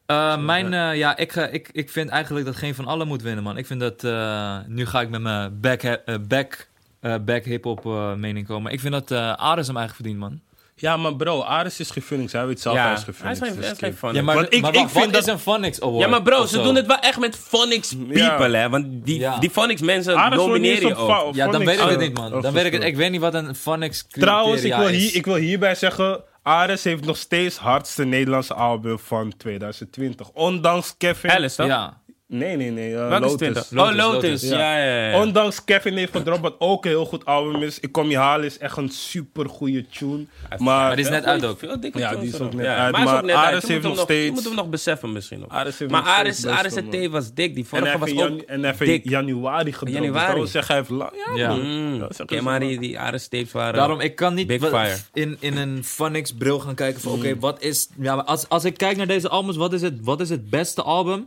ja.
Eh, mijn, eh, ja, ik, ga- ik, ik vind eigenlijk dat geen van allen moet winnen, man. Ik vind dat, eh, nu ga ik met mijn back, eh, back, eh, back hip-hop eh, mening komen. Ik vind dat eh Ares hem eigenlijk verdient, man.
Ja, maar bro, Aris is gefunix. Hij weet zelf,
Ja,
hij is dus
hij is
gefunix.
geen- hij is geen fan.
Ja, maar,
Want ik-
maar
ik
wacht,
vind
wat
dat-
is een Phonics Award?
Ja, maar bro,
of
ze
zo?
doen het wel echt met phonics people, hè. Want die,
Ja.
die phonics mensen
Aris wordt niet
domineren
eens
je
op
Oh, ook. Oh,
va-
Ja, dan
phonics,
weet ik het
eh,
niet, man. Dan
afgespeeld.
weet ik het. Ik weet niet wat een Phonics
Trouwens, ik wil,
criteria
hier,
is.
ik wil hierbij zeggen... Aris heeft nog steeds hardste Nederlandse album van 2020. Ondanks Kevin...
Alice, toch?
Ja.
Nee, nee, nee. eh,
Welke is
Lotus.
20?
Lotus,
oh, Lotus.
Lotus.
Ja, ja, ja. ja.
Ondanks Kevin heeft gedropt, wat ook een heel goed album is. Ik kom je halen is echt een super goede tune.
Maar
Maar eh,
die is net uit ook.
Veel dikke
Ja, die
tunes
is
erop.
ook net uit,
hij is ook
maar
net uit. Je
Ares
moet
heeft
hem
nog
Je
steeds-
moet hem nog beseffen misschien nog.
Ares heeft
maar
nog steeds
Ares,
best
Ares
wel,
en T was dik. Die
en hij
vorige
heeft
was
in
ook
janu- en hij heeft in
dik.
januari gedropt. Dus
Januari.
dat wil zeggen, hij heeft lang... Ja,
Ja.
Mm.
dat is echt
Oké,
best
maar
wel-
die, die Ares tapes waren...
Daarom, ik kan
Big
niet
fire. Mm.
wa- in, in een Phonics bril gaan kijken van, oké, wat is... Ja, maar als, als ik kijk naar deze albums, wat is het, wat is het beste album?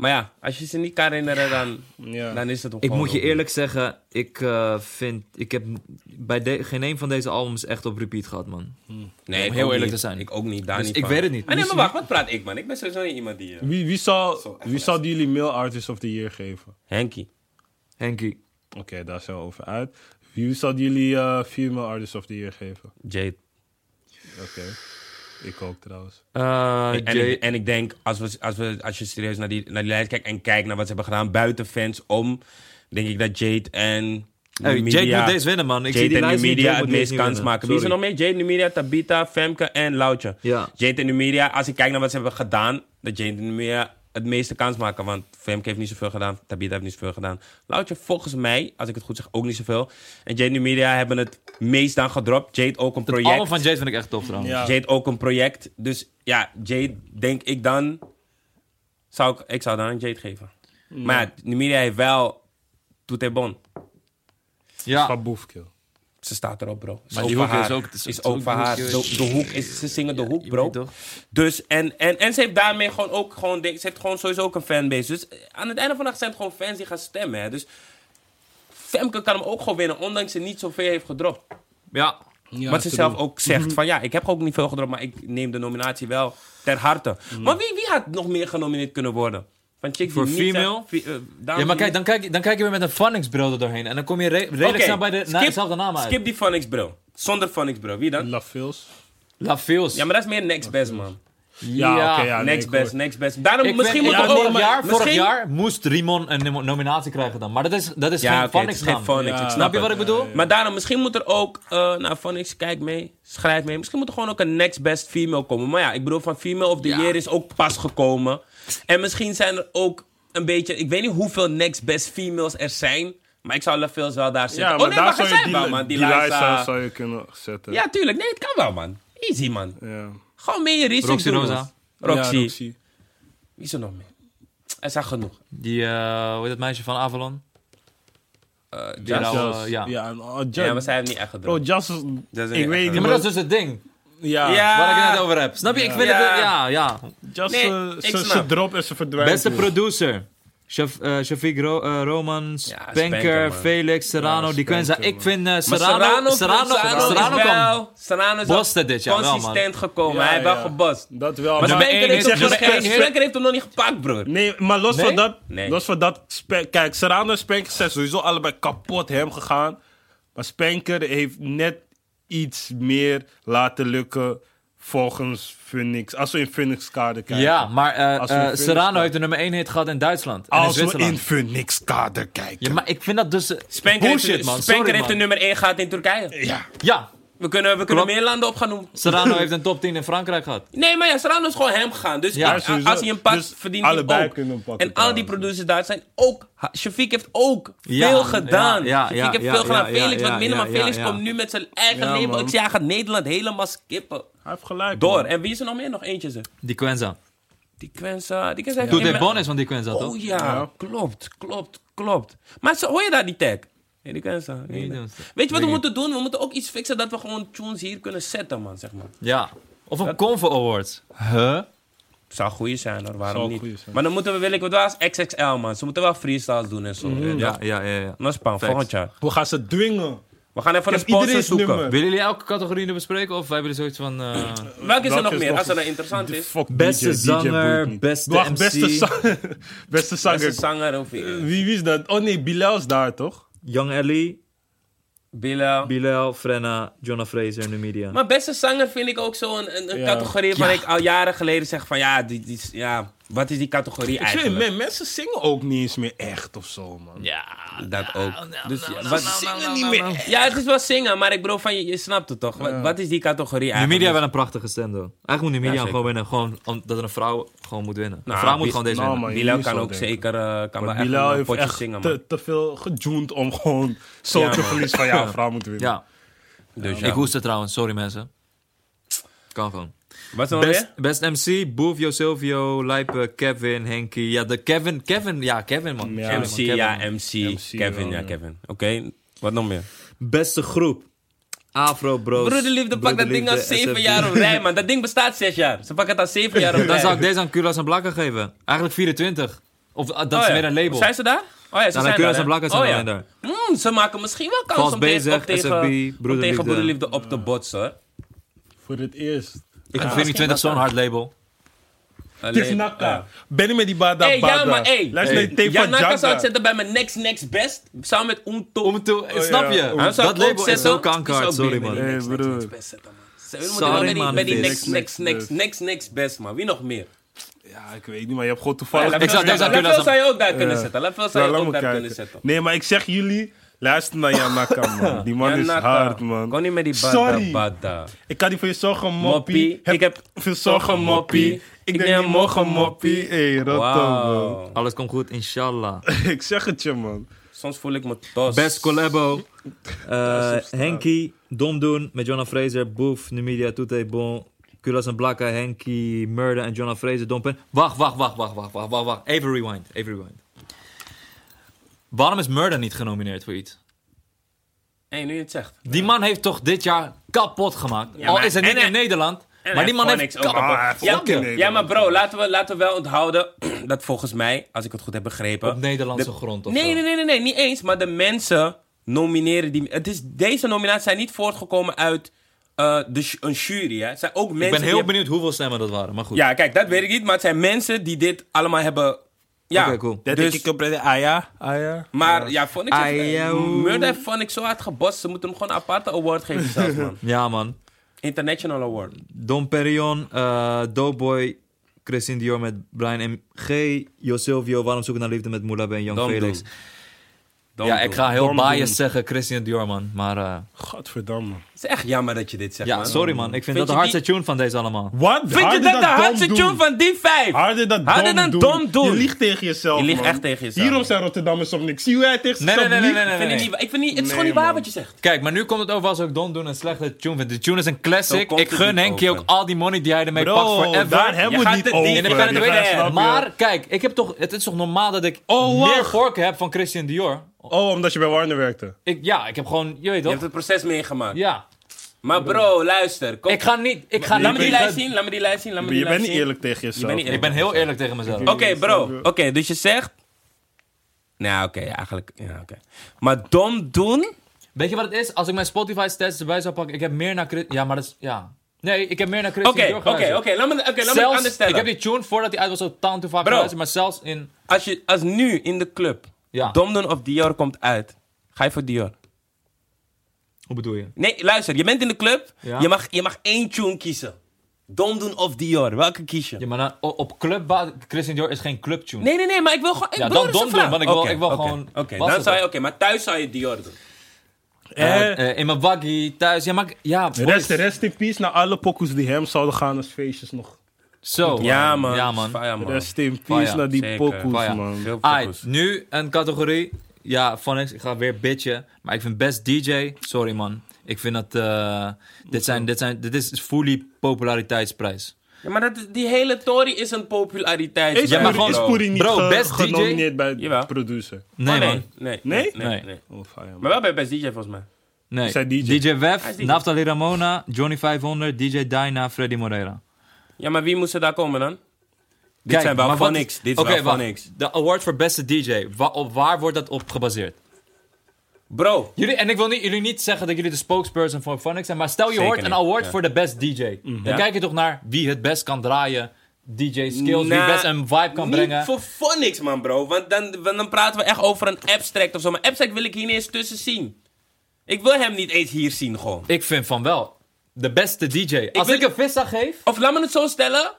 Maar ja, als je ze niet kan herinneren, dan,
Ja.
dan is het ook
Ik
gewoon
moet je
dom.
eerlijk zeggen, ik eh, vind. Ik heb bij de- geen een van deze albums echt op repeat gehad, man.
Nee,
om
ik
heel
ook
eerlijk
niet.
te zijn.
Ik ook niet, daar
Dus
niet
ik
van.
weet het
Ah,
niet.
nee, maar
Misschien-
wacht, wat praat ik, man? Ik ben sowieso niet iemand die... eh,
Wie, wie zal,
Zo, echt
wie zal die jullie mail artist of the year geven?
Henkie.
Henkie.
Oké, daar zijn we over uit. Wie zal jullie eh female artist of the year geven?
Jade.
Oké. Ik ook trouwens.
Eh,
En,
Jay-
ik, en ik denk, als, we, als, we, als je serieus naar die, naar die lijst kijkt en kijkt naar wat ze hebben gedaan buiten fans om, denk ik dat Jade en
Hey,
Numidia-
Jade moet deze winnen, man. Ik zie
Jade
die
en
lijst niet.
Numidia
Jade
het
moet
meest
deze
kans
winnen.
maken. Wie is er nog
Sorry.
mee? Jade, Numidia, Tabita, Femke en Loutje.
Ja.
Jade en Numidia, als ik kijk naar wat ze hebben gedaan, dat Jade en Numidia het meeste kans maken. Want Femke heeft niet zoveel gedaan, Tabita heeft niet zoveel gedaan. Loutje volgens mij, als ik het goed zeg, ook niet zoveel. En Jade en Numidia hebben het meest dan gedropt. Jade ook een project.
Allemaal van Jade vind ik echt tof, trouwens.
Ja.
Jade ook een project. Dus ja, Jade denk ik dan... Zou ik, ik zou dan aan Jade geven. Maar ja, Numidia heeft wel... Tout est bon.
Ja.
Van Boefkill.
Ze staat erop, bro. Is
Maar
ook
die
voor
hoek is
haar.
ook- het is- het is ook
voor
die
haar. De,
hoek, joh.
de hoek is... Ze zingen de hoek,
je
bro.
weet toch.
Dus en, en, en ze heeft daarmee gewoon ook gewoon... Ze heeft gewoon sowieso ook een fanbase. Dus eh, aan het einde van de dag zijn het gewoon fans die gaan stemmen, hè. Dus Femke kan hem ook gewoon winnen, ondanks ze niet zoveel heeft gedropt.
Ja. Mhm.
Wat ze zelf ook zegt, van ja, ik heb ook niet veel gedropt, maar ik neem de nominatie wel ter harte. Maar wie, wie had nog meer genomineerd kunnen worden? Van chicks
Mhm. Voor
die niet
female?
zijn- vi- eh, dames
Ja, maar kijk,
die
dan kijk, je- dan kijk je weer met een funningsbril er doorheen. En dan kom je re- redelijk
niet- Oké,
snel bij de, na, dezelfde naam uit.
Skip die Phonics bro. Zonder Phonics bro. Wie dan?
La Fils.
La Fils.
Ja, maar dat is meer next best, man.
Ja, oké, ja. nee,
next
ik
best,
hoor.
next best. Daarom,
Ik
misschien
ben-
moeten
ja,
we
vorig,
ook-
jaar,
misschien-
vorig jaar moest Rimon een nom- nominatie krijgen dan. Maar dat is, dat is
Ja,
geen
oké, het
Phonics
is geen
naam.
Phonics,
Ja.
ik snap
Snap je
het.
wat ik bedoel?
Maar daarom, misschien moet er ook, eh nou, Phonics, kijk mee, schrijf mee. Misschien moet er gewoon ook een next best female komen. Maar ja, ik bedoel, van female of the
Ja.
year is ook pas gekomen. En misschien zijn er ook een beetje, ik weet niet hoeveel next best females er zijn. Maar ik zou LaFils wel daar zitten.
Ja, maar
oh nee,
daar
maar
zou
geen
je
zijn
die,
wel, man. Die,
die
Liza.
Liza zou je kunnen zetten.
Ja, tuurlijk. Nee, het kan wel, man. Easy, man.
ja.
Gewoon meer je research
Roxy
doen.
Rosa.
man. Roxy.
Ja, Roxy.
Wie is er nog meer? Er zijn genoeg.
Die, eh, hoe heet dat meisje van Avalon?
Eh,
Die
Jas.
Lau-
ja,
eh,
Jas.
ja.
Ja, en, oh, Jas-
maar zij hebben niet echt gedaan.
Bro, Jas is...
Dat is echt
ik weet
een-
Ja,
niet,
maar dat is
maar...
dus het ding.
Ja,
Ja.
Waar ik het net over heb. Snap je? Ik vind
Ja.
het... Ja, ja.
Jas,
Nee,
eh,
ik
ze, ze
snap.
drop en ze verdwijnt.
Beste
weer.
producer. Shaf, eh, Shafiq Ro- eh, Roman, Spanker,
Spanker, man.
Felix, Serrano, die
Spanker,
Quenza. Ik
man.
vind eh,
Maar
Serrano, Serrano, Serrano,
is
kan-
wel... Serrano is wel
bosten dit jaar wel, man.
consistent gekomen.
Ja,
hij heeft wel
ja.
gebost.
Dat wel,
Maar
maar...
Spanker
één
heeft,
is
hem nog
echt
niet-
gespeeld.
Spanker heeft hem nog niet gepakt, broer.
Nee, maar los
Nee?
van dat...
Nee.
Los van dat... Spe- Kijk, Serrano en Spanker zijn sowieso allebei kapot hem gegaan. Maar Spanker heeft net iets meer laten lukken volgens Phoenix. Als we in Phoenix kader kijken.
Ja, maar eh,
Als we
eh,
in Phoenix
Serrano
staan.
heeft de nummer 1 hit gehad in Duitsland. En in
Als we
Zwitserland.
in Phoenix kader kijken.
Ja, maar ik vind dat dus... eh,
Spanker
bullshit,
heeft,
man.
Spanker
Sorry,
heeft de
man.
nummer 1 gehad in Turkije.
Ja.
Ja,
We kunnen, we kunnen
Klopt.
meer landen op gaan noemen.
Serrano heeft een top 10 in Frankrijk gehad.
Nee, maar ja, Serrano is gewoon hem gegaan. Dus
Ja,
ik-
sowieso.
als hij een pakt,
Dus
verdient hij
allebei
ook.
kunnen hem pakken
en al die
trouwens.
producers daar zijn ook... ha- Shafiq heeft ook
Ja,
veel
ja,
gedaan.
ja,
Shafiq
ja,
heeft
ja,
veel gedaan.
ja, ja,
Felix
ja,
wat minder,
ja,
maar Felix
ja, ja.
komt nu met zijn eigen
Ja,
label.
man.
Ik zie, hij gaat Nederland helemaal skippen.
Hij heeft gelijk.
Door.
man.
En wie is er nog meer? Nog eentje, ze.
Die Quenza.
Die Quenza... Die Quenza heeft
Doet
in
de
mijn-
bon is van die Quenza, toch?
Oh ja,
Ja.
klopt, klopt, klopt. Maar zo, hoor je daar die tag? Nee, die kan staan.
Nee,
Nee,
dat is-
Weet je wat
weet
we
ik
moeten doen? We moeten ook iets fixen dat we gewoon tunes hier kunnen zetten, man, zeg maar.
Ja. Of een Convo Award. Huh?
Zou goeie zijn hoor, waarom
Zou
niet?
goeie zijn.
Maar dan moeten we, wil ik wat wel als XXL, man. Ze moeten wel freestyles doen en zo. weet je.
Ja, ja, ja. ja.
Dat is pan, volgend jaar.
We gaan ze dwingen.
We gaan even een
Ik heb iedereen
sponsor
zijn
zoeken.
nummer.
Willen jullie elke categorie nu bespreken? Of hebben jullie zoiets van... eh,
Welke is er
Dat
nog meer, als er
eens-
een interessant is?
Fuck
Beste
DJ, DJ
zanger,
boeit niet.
beste
Wacht,
MC.
Beste, zanger. beste
Als
zanger.
een zanger of eh,
Wie, wie is dat? Oh nee, Bilal is daar toch?
Young Ellie,
Bilal.
Bilal, Frenna, Jonah Fraser, Numidia.
Maar beste zanger vind ik ook zo'n een, een
Ja.
categorie van ik al jaren geleden zeg van ja, die, die, ja wat is die categorie
Ik vind,
eigenlijk?
men- mensen zingen ook niet eens meer echt of zo, man.
Ja. nou,
Dat ook. Dus ja,
Ze
wat,
zingen niet meer echt.
ja, het is wel zingen, maar ik bedoel van je, je snapt het toch? Wat, wat is die categorie eigenlijk?
Numidia heeft wel een prachtige stem, hoor. Eigenlijk moet Numidia
Ja, zeker.
gewoon winnen. Gewoon omdat een vrouw gewoon moet winnen.
Nou,
een vrouw moet
wie-
gewoon deze
nou,
winnen.
man.
Bilal
je
kan
zou
ook
denken.
zeker eh, kan wel echt
Bilal
een eh,
heeft
potje
echt
zingen, man.
te, te veel gejoend om gewoon zo
Ja,
te
man.
verliezen van ja, vrouw moet winnen.
Ja.
Dus ja.
Ik hoest het trouwens. Sorry, mensen. Kan gewoon.
Wat is er nog
Best,
meer?
best MC, Boef, Jo Silvio, Lijpe, Kevin, Henky. Ja, de Kevin, Kevin, ja, Kevin man.
Ja,
MC, ja, MC. Kevin,
wel,
ja,
ja.
Kevin. Oké, wat nog meer?
Beste groep, Afro Bros.
Broederliefde, pak dat ding al
Broederliefde,
zeven
SFB.
jaar op rij, man. Dat ding bestaat zes jaar. Ze pakken het al zeven jaar op rij.
Dan zou ik deze aan Kulas en Blakken geven. Eigenlijk 24. Of ah, dat
Oh
is
ja.
weer een label.
Zijn ze daar? Oh ja, ze
dan
zijn
Curaçao
daar. hè?
Black en ze
Oh
zijn
ja.
daar.
Mm, ze maken misschien wel kans
Vals
om, te-
bezig,
om tegen,
SFB,
om
Broederliefde.
tegen broederliefde op te botsen. hoor.
Voor het eerst.
Ik vind
misschien
die 20 zo'n
dat-
hard label.
Alleen,
Tig
eh,
Naka. Benny met die bada
Hey,
bada.
ja, maar hey.
Luister naar die tape
Ja,
van
Naka zou ik
Jaga.
zetten bij mijn next next best. Samen met Umto.
Oh, Om toe, snap
ja.
je?
Hij
Hij zou
Dat
ik ook
label is
zetten.
zo
Die
kanker.
zou
Sorry
binnen die
man.
Hey,
next, next,
broer.
next best zetten, man. Ze willen
Sorry,
wel bij die-
man,
bij die
vis.
next next next next next best, man. Wie nog meer?
Ja, ik weet niet, maar je hebt gewoon toevallig...
Ik zou- ik zou kunnen
Lafel
als-
zou je ook daar kunnen zetten. Lafel zou je
laat
ook
me
daar
kijken.
kunnen zetten.
Nee, maar ik zeg jullie, luister naar Janaka, man. Die man is
Janaka.
hard, man.
Kon niet met die bada
Sorry.
bada.
Ik kan niet voor je zorgen, moppie.
Moppie. Ik heb...
veel zorgen, moppie. Ik neem morgen, moppie. Hé, hey, rotto, man.
Wauw.
Alles komt goed, inshallah.
Ik zeg het je, man.
Soms voel ik me tos.
Best collabo. Eh Henky, Dom Doen met Jonah Fraser, Boef, Numidia, Toete, Bon, Culas en Blakka, Henky, Murder en Jonah Fraser, Dompen. Wacht, wacht, wacht, wacht, wacht, wacht, wacht, wacht. Even rewind, even rewind. Waarom is Murder niet genomineerd voor iets?
Hé, nu je het zegt.
Die man heeft toch dit jaar kapot gemaakt?
Ja,
Al
maar-
is het niet
en
in
hij-
Nederland, maar
hij
die man
heeft
heeft
gewoon niks Oh,
kapot.
over. Ah, hij heeft
Ja,
ook in
joh.
Nederland.
Ja, maar bro, laten we, laten we wel onthouden dat volgens mij, als ik het goed heb begrepen...
Op Nederlandse
de-
grond of
Nee,
zo.
nee, nee, nee, nee, niet eens. Maar de mensen nomineren die... Het is, deze nominaties zijn niet voortgekomen uit eh, de, ju- een jury, hè. Het zijn ook mensen
Ik ben
die
heel
hebben-
benieuwd hoeveel stemmen dat waren, maar goed.
Ja, kijk, dat weet ik niet. Maar het zijn mensen die dit allemaal hebben... Ja,
Oké, cool.
Dat
Dus-
denk ik op de Aya. Aya.
Maar Ah, ja, vond ik
Ah, ja, oeh.
Murder vond ik zo hard gebost. Ze moeten hem gewoon een aparte award geven zelfs, man.
Ja, man.
International award.
Don Perion, eh Doughboy, Christine Dior met Brian MG, Jo Silvio, Waarom zoeken naar liefde met Moela Ben, Young
Dom
Felix.
doen. Don't
ja,
do
ik
it.
ga heel
Dom
biased
doen.
zeggen Christian Dior, man. Maar eh,
Godverdamme.
Het is echt jammer dat je dit zegt,
ja,
man.
sorry, man. Ik vind,
Vind
dat de
je
hardste
die-
tune van deze allemaal.
Wat?
Vind je
Harder
dat de
dan dom
hardste
doen.
tune van die vijf?
Harder dan
Harder dan
dom, doen.
dom doen.
Je liegt tegen jezelf,
Je liegt
man.
echt tegen jezelf,
Hierom
man.
zijn Rotterdammers op niks. Zie hoe hij tegen
Nee, nee, nee,
zichzelf
nee,
liegt?
nee,
Ik vind
nee,
het
nee.
niet, ik vind niet, het is
Nee,
gewoon niet waar
man.
wat je zegt.
Kijk, maar nu komt het over als ik Don Doen een slechte tune vind. De tune is een classic.
Zo
Ik
komt het
gun
niet
Henkie ook
over.
al die money die hij ermee pakt
Bro,
forever.
daar hebben we
gaat het
het niet
niet
over.
in
in de
Ja,
verre
je gaat-
tweede.
snap
maar kijk, ik heb toch, het is toch normaal dat ik
Oh,
meer
wacht.
vorken heb van Christian Dior?
Oh, omdat je bij Warner werkte.
Ik, ja, ik heb gewoon, je weet
Je
toch?
hebt het proces meegemaakt.
Ja.
Maar bro, luister. Kom.
Ik ga niet, ik ga
laat me
niet-
die lijst zien, laat me die lijst zien, laat me
Maar
die
je
lijst
bent niet
zien.
eerlijk tegen jezelf.
bent niet
Ik ben heel eerlijk tegen mezelf.
Oké, bro. Oké, dus je zegt... Nou, oké, eigenlijk... Ja, oké. Maar dom doen...
Weet je wat het is? Als ik mijn Spotify stats erbij zou pakken, ik heb meer naar Chris... Ja, maar dat is... Ja. Nee, ik heb meer naar Christian
Oké,
Dior geluisterd.
oké, oké. Laat me oké, laat me het
Zelfs-
anders stellen.
Ik heb die tune voordat hij uit was zo town to vaak
Bro.
geluisterd, maar zelfs in...
als, je, als nu in de club
Ja.
dom doen of Dior komt uit, ga je voor Dior?
Hoe bedoel je?
Nee, luister. Je bent in de club.
Ja.
Je, mag, je mag één tune kiezen. Dom doen of Dior. Welke kies je?
Ja, maar dan- o- op clubbasis... Christian Dior is geen clubtune.
Nee, nee, nee, maar ik wil gewoon. ik-
Ja,
broer,
dan
dat is
dom
een vraag.
doen, want ik wil-
Oké,
ik wil
oké,
gewoon-
Oké,
was
dan
het
zou je.
al.
Oké, maar thuis zou je Dior doen.
Eh,
Eh,
eh, in mijn waggie, thuis. Ja, maar... Ja, boys.
Rest, rest in peace naar alle pokoes die hem zouden gaan als feestjes nog.
Zo.
Ja, man.
Ja, man.
Fire, man.
Rest in
Fire,
peace naar die
zeker.
pokoes,
Fire.
man.
Veel
Aight,
focus.
nu een categorie. Ja, Phonics, ik ga weer bitchen. Maar ik vind best DJ. Sorry man. Ik vind dat. eh, dit, zijn, dit, zijn, dit is fully populariteitsprijs.
Ja, maar dat, die hele Tory is een populariteit.
Is,
Ja, maar
Poeri-
gewoon-
is Poeri niet
Bro,
ge-
best DJ?
genomineerd bij
Jawel.
de producer?
Nee,
Oh, nee,
man.
Nee,
Oh, Nee?
nee, nee,
Nee.
nee.
Oh, fire, man.
Maar wel bij Best DJ volgens mij.
Nee.
Zijn
DJ.
DJ.
Wef,
is DJ.
Naftali Ramona, Johnny 500, DJ Dyna, Freddy Moreira.
Ja, maar wie moest er daar komen dan? Dit
Kijk,
zijn wel
maar wat
van
is-
niks. Dit is
Oké,
wel van
wacht.
niks.
De award voor beste DJ. Wa- op waar wordt dat op gebaseerd?
Bro,
Jullie, en ik wil niet, jullie niet zeggen dat jullie de spokesperson voor Phonics zijn, maar stel je
Zeker
hoort een
niet,
award
ja. Mhm.
voor de best DJ. Dan
Ja.
kijk je toch naar wie het best kan draaien, DJ skills, wie
Nah,
best een vibe kan
Nou, niet
brengen.
voor phonics, man, bro. Want dan, want dan praten we echt over een abstract of zo. Maar abstract wil ik hier niet eens tussen zien. Ik wil hem niet eens hier zien, gewoon.
Ik vind van wel. De beste DJ. Als
wil-
ik een vissa geef.
Of laat me het zo stellen.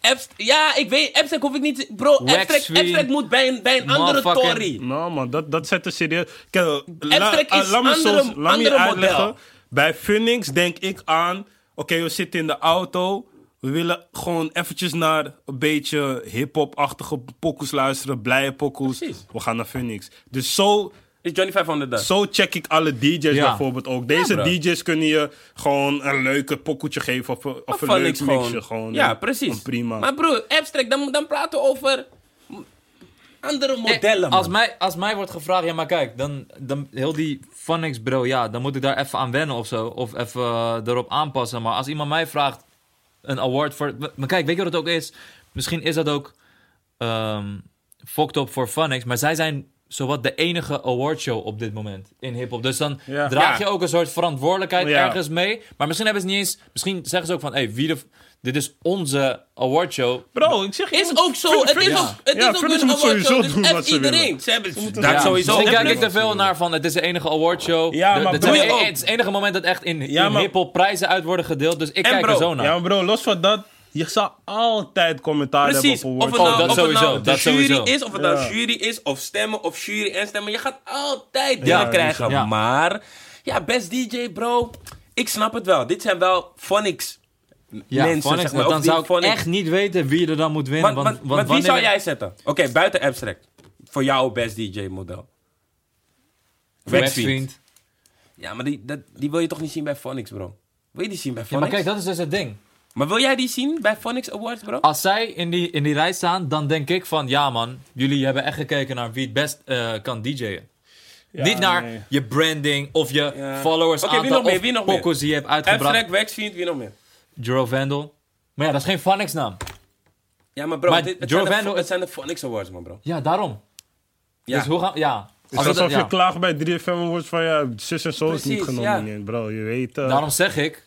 Abst- ja, ik weet, abstract hoef ik niet... te- Bro, abstract,
Waxwing.
abstract moet bij een, bij een andere
Motherfucking-
Tory.
Nou man, dat, dat zet er serieus... Kijk, la-
Abstract
ah,
is
laat me
andere-
zo- laat me je
andere
uitleggen.
model.
Bij Phoenix denk ik aan... Oké, we zitten in de auto. We willen gewoon eventjes naar een beetje hiphop-achtige pokoes luisteren. Blije pokoes.
Precies.
We gaan naar Phoenix. Dus zo,
Is Johnny 500 daar?
zo check ik alle DJ's
Ja.
bijvoorbeeld ook. Deze
bro.
DJ's kunnen je gewoon een leuke pokoetje geven. Of, een- of een
van
leuk
niks
mixje
gewoon.
gewoon.
ja,
een-
precies.
een prima.
Maar bro, abstract, dan, dan praten we over... m- Andere modellen,
Eh, als,
man.
mij, als mij wordt gevraagd, ja maar kijk, dan, dan heel die Phonics bro, ja, dan moet ik daar even aan wennen of zo. Of even eh, erop aanpassen. Maar als iemand mij vraagt een award voor. Maar kijk, weet je wat het ook is? Misschien is dat ook. ehm, Fucked Up for Phonics. Maar zij zijn zowat de enige awardshow op dit moment in hip-hop. Dus dan
Ja.
draag
Ja.
je ook een soort verantwoordelijkheid
Ja.
ergens mee. Maar misschien hebben ze niet eens. Misschien zeggen ze ook van: hey, wie de. f- Dit is onze awardshow.
Bro, ik zeg je
Is
moet-
ook zo. Het is
Fridge-
ook, het is
Ja,
ook
Fridge
een
moet sowieso
awardshow. Dus
doen
F
wat ze
iedereen.
willen.
Ze hebben dat
Ja,
sowieso.
Ik kijk
Netflix.
ik er veel naar van. Het is de enige awardshow.
Ja,
De-
maar
het,
doe
zijn-
je ook.
het is het enige moment dat echt in,
Ja,
in
maar-
hip-hop prijzen uit worden gedeeld. Dus ik
En
kijk
bro,
er zo naar.
Ja, maar bro, los van dat, je zal altijd commentaar
Precies.
hebben op een
Of het
woord.
nou,
Oh, dat
of het
sowieso,
nou de
dat
jury
sowieso.
is, of het nou jury is, of stemmen, of jury en stemmen. Je gaat altijd dingen
die
krijgen.
zijn- ja.
Maar, ja, best DJ, bro. Ik snap het wel. Dit zijn wel phonics
Ja,
mensen.
Phonics,
zeg maar.
want
Of
dan
die
zou ik
phonics-
echt niet weten wie er dan moet winnen.
Want,
Want,
want-
want
want wie zou
wanneer-
jij zetten? Oké, buiten abstract. Voor jouw best DJ-model.
Waxfiend.
Ja, maar die, dat, die wil je toch niet zien bij Phonics, bro? Wil je die zien bij
Ja, maar
Phonics?
kijk, dat is dus het ding.
Maar wil jij die zien bij Phonics Awards, bro?
Als zij in die, in die rij staan, dan denk ik van... Ja man, jullie hebben echt gekeken naar wie het best eh, kan DJ'en. niet naar
nee.
je branding of je
Ja.
followers
Oké, wie
aantal
nog meer,
of
wie nog
pokkels die je hebt uitgebracht.
Abstract, Waxfiend, wie nog meer?
Jero Vandal. Maar ja, dat is geen Phonics naam.
Ja, maar bro,
Maar
dit, het,
Joe
zijn de,
Vandal-
het zijn de Phonics Awards, man, bro.
Ja, daarom.
Ja.
Dus hoe gaan... Ja.
Het is alsof
ja.
je klaagt bij 3FM Awards van ja, zus en zo is niet
Precies,
genomineerd, bro. Je weet. eh,
Daarom zeg ik...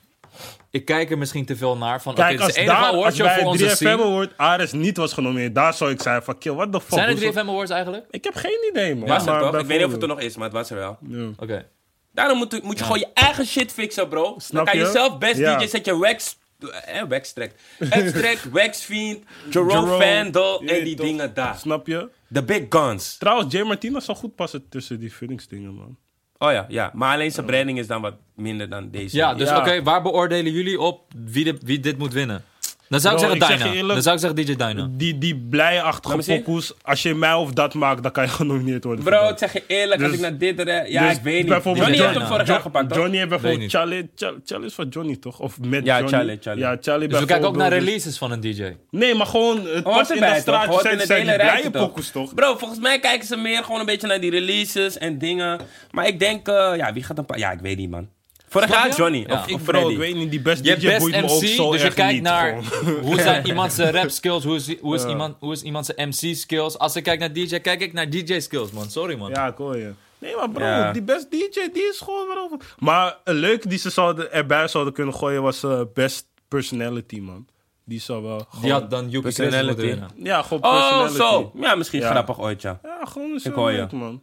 Ik kijk er misschien te veel naar van... Oké,
kijk,
dit
dus
is
als,
de enige
daar, als
awardshow
bij
voor onze
3FM
scene.
Award Ares niet was genomineerd, daar zou ik zijn van kill, what the fuck.
Zijn er
hoezo-
3FM Awards eigenlijk?
Ik heb geen idee, man.
Was
Maar
het
bij
toch? Ik weet niet of het er
voorbeeld.
nog is, maar het was er wel.
Hmm.
Oké.
Daarom moet, moet je gewoon je eigen shit fixen, bro. Dan
Snap
kan je,
je?
zelf best
Ja.
DJ, zet je wax... Eh, waxtrack. Extract, waxfiend, Jerome
Jerome.
Vandal
Ja,
en die
toch.
dingen daar.
Snap je?
The big guns.
Trouwens, Jay Martinez zou goed passen tussen die vullingsdingen, man.
Oh ja, ja. Maar alleen zijn branding is dan wat minder dan deze.
Ja, dus
Ja.
oké, waar beoordelen jullie op wie, de- wie dit moet winnen? Dan zou
Bro,
ik
ik zeg
zeggen
je
Dyna.
eerlijk-
Dan zou ik zeggen DJ Dyna. Dus
Die, die blije-achtige
Laat me zien.
pokoes, als je mij of dat maakt, dan kan je genomineerd worden. voor
Bro,
dat.
ik zeg je eerlijk, als ik
Dus-
naar dit... re- Ja,
Dus
ik weet niet.
bijvoorbeeld-
Johnny heeft hem
Ja,
vorig
ja.
jaar gepakt, toch?
Johnny heeft bijvoorbeeld Charlie, Charlie. Charlie is van Johnny, toch? Of met
Ja,
Johnny.
Charlie, Charlie.
Ja, Charlie
Dus we kijken ook naar
bijvoorbeeld.
releases van een DJ.
Nee, maar gewoon, het past in
erbij,
de
toch?
straatje
Hoort
zijn,
in het
zijn die
hele
blije
rijtje,
pokoes, toch?
Bro, volgens mij kijken ze meer gewoon een beetje naar die releases en dingen. Maar ik denk, eh, ja, wie gaat een paar... Ja, ik weet niet, man. Vorig jaar
je?
Johnny
Ja.
of,
Ik-
of
Bro,
Freddy.
ik weet niet, die best
Je
DJ
hebt best
boeit me ook
MC,
zo
dus je
erg
kijkt
niet,
naar
gewoon.
hoe zijn iemand zijn rap skills, hoe is, hoe, is iemand, hoe is iemand zijn MC skills. Als ik kijk naar DJ, kijk ik naar DJ skills, man. Sorry, man.
Ja, ik hoor je. Nee, maar bro,
Ja.
die best DJ, die is gewoon weer over. Maar een leuke die ze zouden, erbij zouden kunnen gooien was eh, best personality, man. Die zou wel gewoon...
Die had dan Yuki Chris
Personality.
moeten winnen.
Ja, gewoon
Oh,
personality.
zo. Ja, misschien
Ja.
grappig ooit, ja.
Ja, gewoon zo
Ik hoor je.
leuk, man.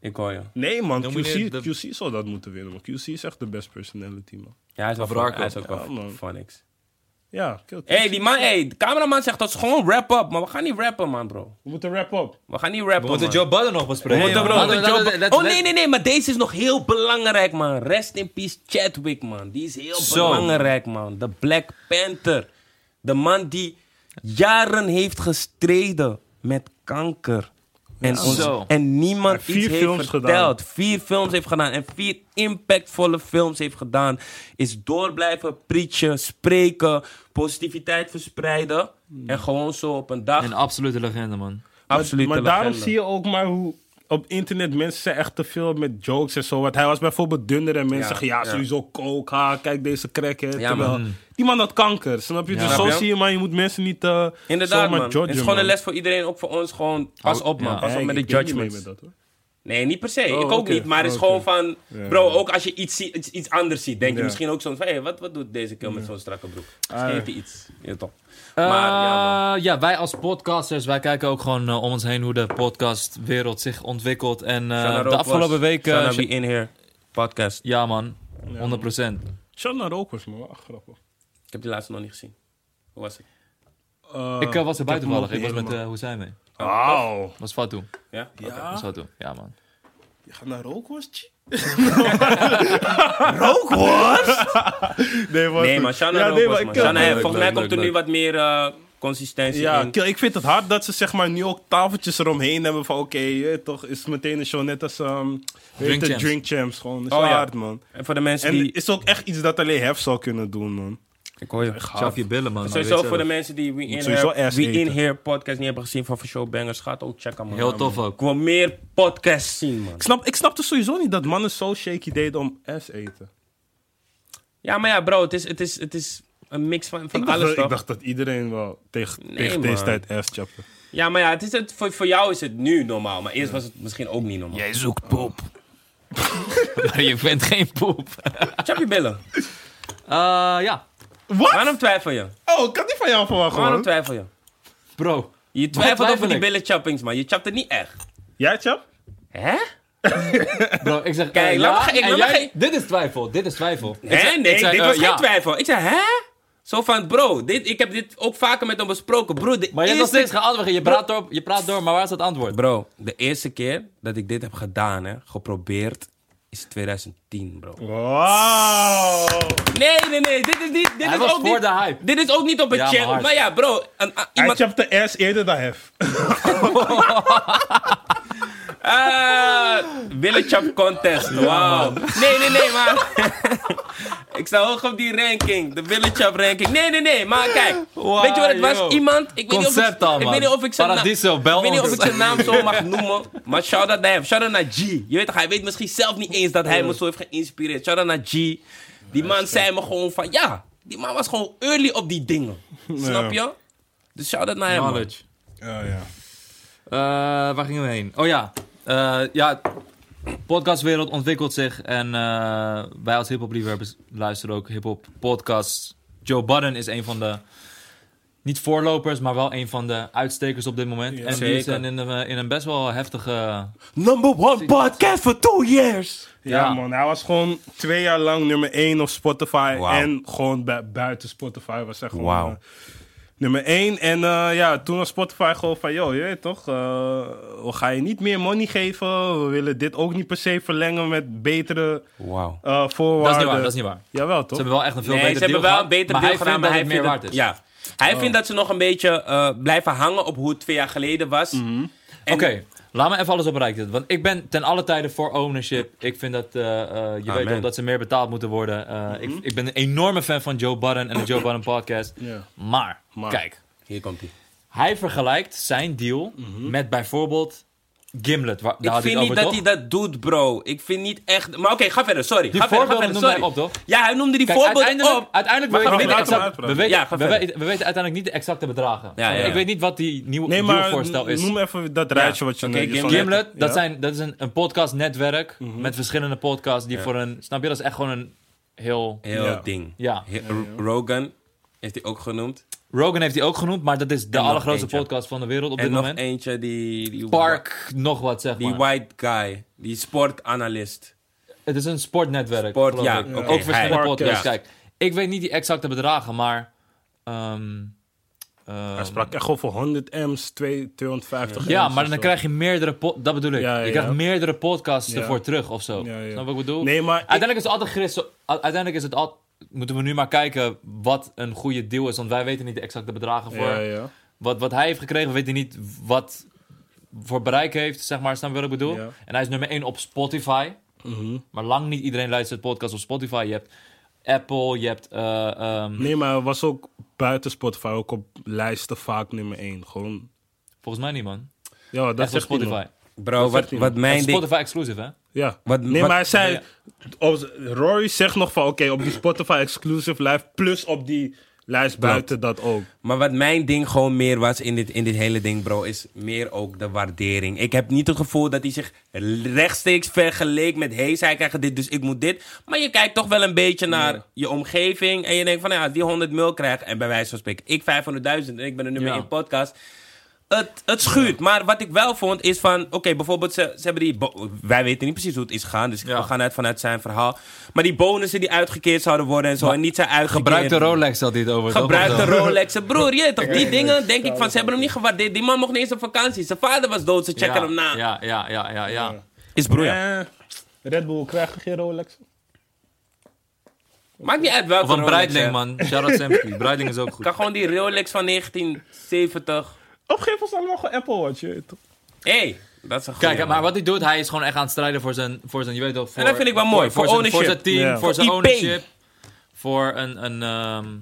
Ik hoor je.
Nee, man,
Dan
QC,
moet je de-
QC zou dat moeten winnen, man. QC is echt de best personality, man.
Ja, hij is wel
Of
van,
Rarko.
hij is ook
Ja,
wel
man.
van niks.
Ja, kill QC.
Hé, hey, die man, hey, de cameraman zegt dat is gewoon wrap-up, maar we gaan niet rappen, man, bro.
We moeten wrap up.
We gaan niet rappen,
We moeten
man.
Joe Budden nog
We
bespreken.
moeten,
man.
bro.
Laten we-
Joe-
laten we- laten
oh,
we-
nee, nee, nee, maar deze is nog heel belangrijk, man. Rest in peace Chadwick, man. Die is heel
Zo.
belangrijk, man. De Black Panther. De man die jaren heeft gestreden met kanker. En, ons-
Zo.
en niemand
Hij heeft
iets
vier
heeft
films
verteld.
gedaan.
Vier films heeft gedaan en vier impactvolle films heeft gedaan. Is door blijven preachen, spreken, positiviteit verspreiden.
Hmm.
En gewoon zo op een dag.
Een absolute legende, man.
absoluut
Maar daarom zie je ook maar hoe op internet mensen zijn echt te veel met jokes en zo. Want hij was bijvoorbeeld dunner en mensen
Ja,
zeggen, ja,
ja.
sowieso kook, ha, kijk deze crackhead.
Ja,
Terwijl,
man.
die man had kanker, snap je? dus
Snap
zo
je?
zie je, maar je moet mensen niet eh
Inderdaad,
zomaar
man.
judgen,
het is gewoon
man.
een les voor iedereen, ook voor ons. Gewoon, pas op, man.
Oh, ja.
Pas op
Nee,
met de
ik denk niet mee
judgments.
met dat, hoor.
Nee, niet per se.
Oh,
ik ook
oké.
niet. Maar het is
Oh, oké.
gewoon van... Bro, ook als je iets, ziet, iets, iets anders ziet, denk je
Ja.
misschien ook soms van... Hé, wat, wat doet deze kill met zo'n strakke broek? Misschien
Ah.
heeft hij iets. Ja, toch. Maar ja, man.
Eh, ja, wij als podcasters, wij kijken ook gewoon eh, om ons heen hoe de podcastwereld zich ontwikkelt. En eh,
Shout out
de
Rock
afgelopen
was.
weken...
Shout out Be In Here podcast.
Ja, man. 100%.
Oh,
Shout naar Rokers, man. Ach, grappig.
Ik heb die laatste nog niet gezien. Hoe was het?
Eh,
Ik eh, was er
heb hem
buitenvallig.
ook
Ik was
niet
met eh, Hussein mee.
Wauw.
Was Fatou.
Ja?
Was
Ja?
Fatou. Ja, man.
Je gaat naar Rokers? nee, man.
Nee, maar Shanna ook was, man.
ik-
Shanna,
leuk,
eh, volgens mij
leuk,
komt er
leuk,
nu wat meer eh, consistentie
Ja,
in.
kill, ik vind het hard dat ze zeg maar, nu ook tafeltjes eromheen hebben van... Oké, je weet toch is meteen een show net als ehm
Drink
drink,
Champs.
champs. drink Champs. Gewoon, is
Oh, ja.
hard, man.
En voor de mensen
En
die...
is ook echt iets dat alleen Hef zou kunnen doen, man.
Ik hoor je.
Schaf je billen, man.
Sowieso voor de mensen die We In,
sowieso
Here,
ass
We In
eten.
Here podcast niet hebben gezien van Showbangers, gaat ook checken, man.
Heel tof ook.
Ik wil meer podcasts zien, man.
Ik, snap, ik snapte sowieso niet dat mannen zo shaky deden om ass eten.
Ja, maar ja, bro, het is, het is, het is een mix van, van
Ik dacht,
alles,
dat-
toch?
ik dacht dat iedereen wel tegen,
Nee,
tegen deze
man.
tijd ass chapte.
Ja, maar ja, het is het, voor, voor jou is het nu normaal. Maar eerst was het misschien ook niet normaal.
Jij zoekt poep. maar je vindt geen poep.
Chap je billen.
Eh, ja,
Wat?
Waarom twijfel je?
Oh, ik had niet van jou verwacht,
Waarom
man.
twijfel je?
bro.
Je twijfelt
twijfel
over die
ik?
billen chappings, man. Je chapt het niet echt.
Ja, chap?
Hè?
Bro, ik zeg.
Kijk,
eh,
laat
ja,
me ge- ik
en
laat me
jij-
ge-
Dit is twijfel, dit is twijfel.
Hè? nee,
zei,
dit
eh,
was geen
ja.
twijfel. Ik zei, hè? Zo van, bro, dit, ik heb dit ook vaker met hem besproken. Bro, de
Maar je hebt nog
eerste...
steeds geen antwoord. Je praat, door, je praat door, maar waar is het antwoord?
Bro, de eerste keer dat ik dit heb gedaan, hè, geprobeerd, is 2010, bro.
Oh.
Wow.
Nee, nee, nee, dit is niet... Dit
Hij
is
was
ook
voor
niet,
de hype.
Dit is ook niet op een
Ja, maar
channel. Maar,
hard.
ja, bro, een, a-
Hij
iemand...
chapte ass eerder dan hef.
Oh, Ah, Willechap contest, wauw. Nee, nee, nee, maar... ik sta hoog op die ranking, de Willechap ranking. Nee, nee, nee, maar kijk.
Wauw,
weet je wat het was?
yo.
Iemand, ik weet, niet of ik,
Concept al,
ik
man.
weet niet of ik zijn naam...
Paradiso, bel
Ik weet niet of
ons.
ik zijn naam zo mag noemen, maar shout-out naar hem. Shout-out naar G. Je weet toch, hij weet misschien zelf niet eens dat hij me zo heeft geïnspireerd. Shout-out naar G. Die man zei me gewoon van, ja, die man was gewoon early op die dingen. Snap je? Dus shout-out naar hem, man.
Knowledge.
Oh ja.
Eh, waar gingen we heen? Oh ja. Eh, ja, podcastwereld ontwikkelt zich. En eh, wij als hip-hop liefhebbers luisteren ook hip-hop podcasts. Joe Budden is een van de. Niet voorlopers, maar wel een van de uitstekers op dit moment. en die
zeker.
zijn in een, in een best wel heftige.
Number one podcast for two years.
Ja,
Ja.
man. Hij was gewoon twee jaar lang nummer één op Spotify.
Wauw.
En gewoon bu- buiten Spotify was hij gewoon
Wauw.
eh, nummer één. En eh, ja, toen was Spotify gewoon van... joh, je weet toch, eh, we gaan je niet meer money geven. We willen dit ook niet per se verlengen met betere
Wauw.
eh, voorwaarden.
Dat is niet waar, dat is niet waar.
Jawel,
Ze
toch?
hebben wel echt een veel
Nee,
beter
ze hebben
deal
wel
gehad,
een beter
maar
deal
hij
gedaan, maar
vindt
hij
dat
vindt
het
dat-
meer waard is. Oh.
Ja. Hij vindt dat ze nog een beetje eh, blijven hangen op hoe het twee jaar geleden was. En-
Mhm. Oké, laat me even alles op een rij zetten. Want ik ben ten alle tijde voor ownership. Ik vind dat, eh, eh, je
Amen.
weet wel, dat ze meer betaald moeten worden. Eh,
Mhm.
ik, ik ben een enorme fan van Joe Budden en de Joe Budden podcast.
Ja.
Maar,
Maar.
kijk,
Hier komt hij.
hij vergelijkt zijn deal met bijvoorbeeld Gimlet. Waar, daar
Mhm. Ik
had
vind
het
niet
over,
dat
toch?
hij dat doet, bro. Ik vind niet echt... Maar oké, ga verder, sorry.
Die
ga verder, ga
voorbeelden
verder,
noemde
sorry.
hij op, toch?
Ja, hij noemde die
Kijk,
voorbeelden
uiteindelijk,
op.
uiteindelijk
Maar
weten we,
ga
niet
verder,
exact-
laat
we, weten,
Ja, ga
we,
verder.
weten, we weten uiteindelijk niet de exacte bedragen.
Ja, ja,
Want
ja.
Ik weet niet wat die nieuwe
Nee, maar
dealvoorstel is.
noem even dat rijtje wat je...
oké,
net- je
Gimlet.
zo net-
Gimlet, dat,
ja?
zijn, dat is een, een podcastnetwerk
Mhm.
met verschillende podcasts die voor een... Snap je, dat is echt gewoon een heel...
Heel
Ja.
ding.
Ja.
He- Rogan heeft hij ook genoemd.
Rogan heeft die ook genoemd, maar dat is de
nog
allergrootste
eentje.
podcast van de wereld op
en
dit
nog
moment.
eentje, die... die
Park, nog wat zeg
Die
maar.
white guy. Die sportanalist.
Het is een sportnetwerk.
Sport,
geloof
ja,
ik.
oké,
ook verschillende
hij-
podcasts.
Ja.
Kijk, ik weet niet die exacte bedragen, maar... ehm, ehm,
Hij sprak echt over 100 m's, 2- 250
ja,
m's
maar
of
dan
zo.
krijg je meerdere... po- Dat bedoel ik.
Ja, ja,
je krijgt
ja.
meerdere podcasts
Ja.
ervoor terug of zo.
Ja,
Snap
ja.
je wat ik bedoel?
Nee, maar... ik-
Uiteindelijk is het altijd gericht. zo- u- Uiteindelijk is het al. Moeten we nu maar kijken wat een goede deal is. Want wij weten niet de exacte bedragen voor.
Ja, ja.
Wat, wat hij heeft gekregen, we weten niet wat voor bereik heeft. Zeg maar, snap je wat ik bedoel?
Ja.
En hij is nummer 1 op Spotify.
Mhm.
Maar lang niet iedereen luistert podcast op Spotify. Je hebt Apple, je hebt. eh, ehm,
Nee, maar hij was ook buiten Spotify ook op lijsten vaak nummer 1. Gewoon.
Volgens mij niet, man.
Ja, dat
Echt op
zegt hij nog.
Spotify.
Bro, wat,
zegt hij
wat
Dat is
mijn ding...
Spotify exclusive, hè?
Ja.
Wat-
nee,
wat-
maar hij zei. op- Rory zegt nog van oké, op die Spotify exclusive live. Plus op die lijst buiten dat ook.
Maar wat mijn ding gewoon meer was in dit, in dit hele ding, bro, is meer ook de waardering. Ik heb niet het gevoel dat hij zich rechtstreeks vergeleek met... hey, zij krijgen dit, dus ik moet dit. Maar je kijkt toch wel een beetje naar je omgeving... en je denkt van, nou ja, als die 100 mil krijgt... en bij wijze van spreken, ik 500.000 en ik ben er nu mee
Ja.
in podcast... Het, het schuurt. Maar wat ik wel vond is van... Oké, bijvoorbeeld ze, ze hebben die... bo- Wij weten niet precies hoe het is gegaan. Dus
Ja.
we gaan uit vanuit zijn verhaal. Maar die bonussen die uitgekeerd zouden worden en zo... en niet zijn uitgekeerd.
Rolex had dit over.
Gebruik de Rolex. Broer, je, toch, die dingen denk ik van, ze hebben hem niet gewaardeerd. Die man mocht niet eens op vakantie. Zijn vader was dood, ze checken hem na.
Ja, ja, ja, ja. ja.
Is broer, ja.
Eh, Red Bull krijgt geen Rolex.
Maakt niet uit welke
Of een
Rolex.
Breitling,
hè.
man. Shout out Samsky. Breitling is ook goed.
Kan gewoon die Rolex van 1970.
Opgeef ons allemaal gewoon Apple Watch. je weet toch?
Hé, hey, dat is een goeie,
Kijk, maar
man.
wat hij doet, hij is gewoon echt aan het strijden voor zijn, voor zijn je weet wel, voor,
En dat vind ik wel mooi, voor
zijn, voor zijn
ownership.
team,
Ja.
voor zijn
Voor IP.
ownership. Voor een, een ehm,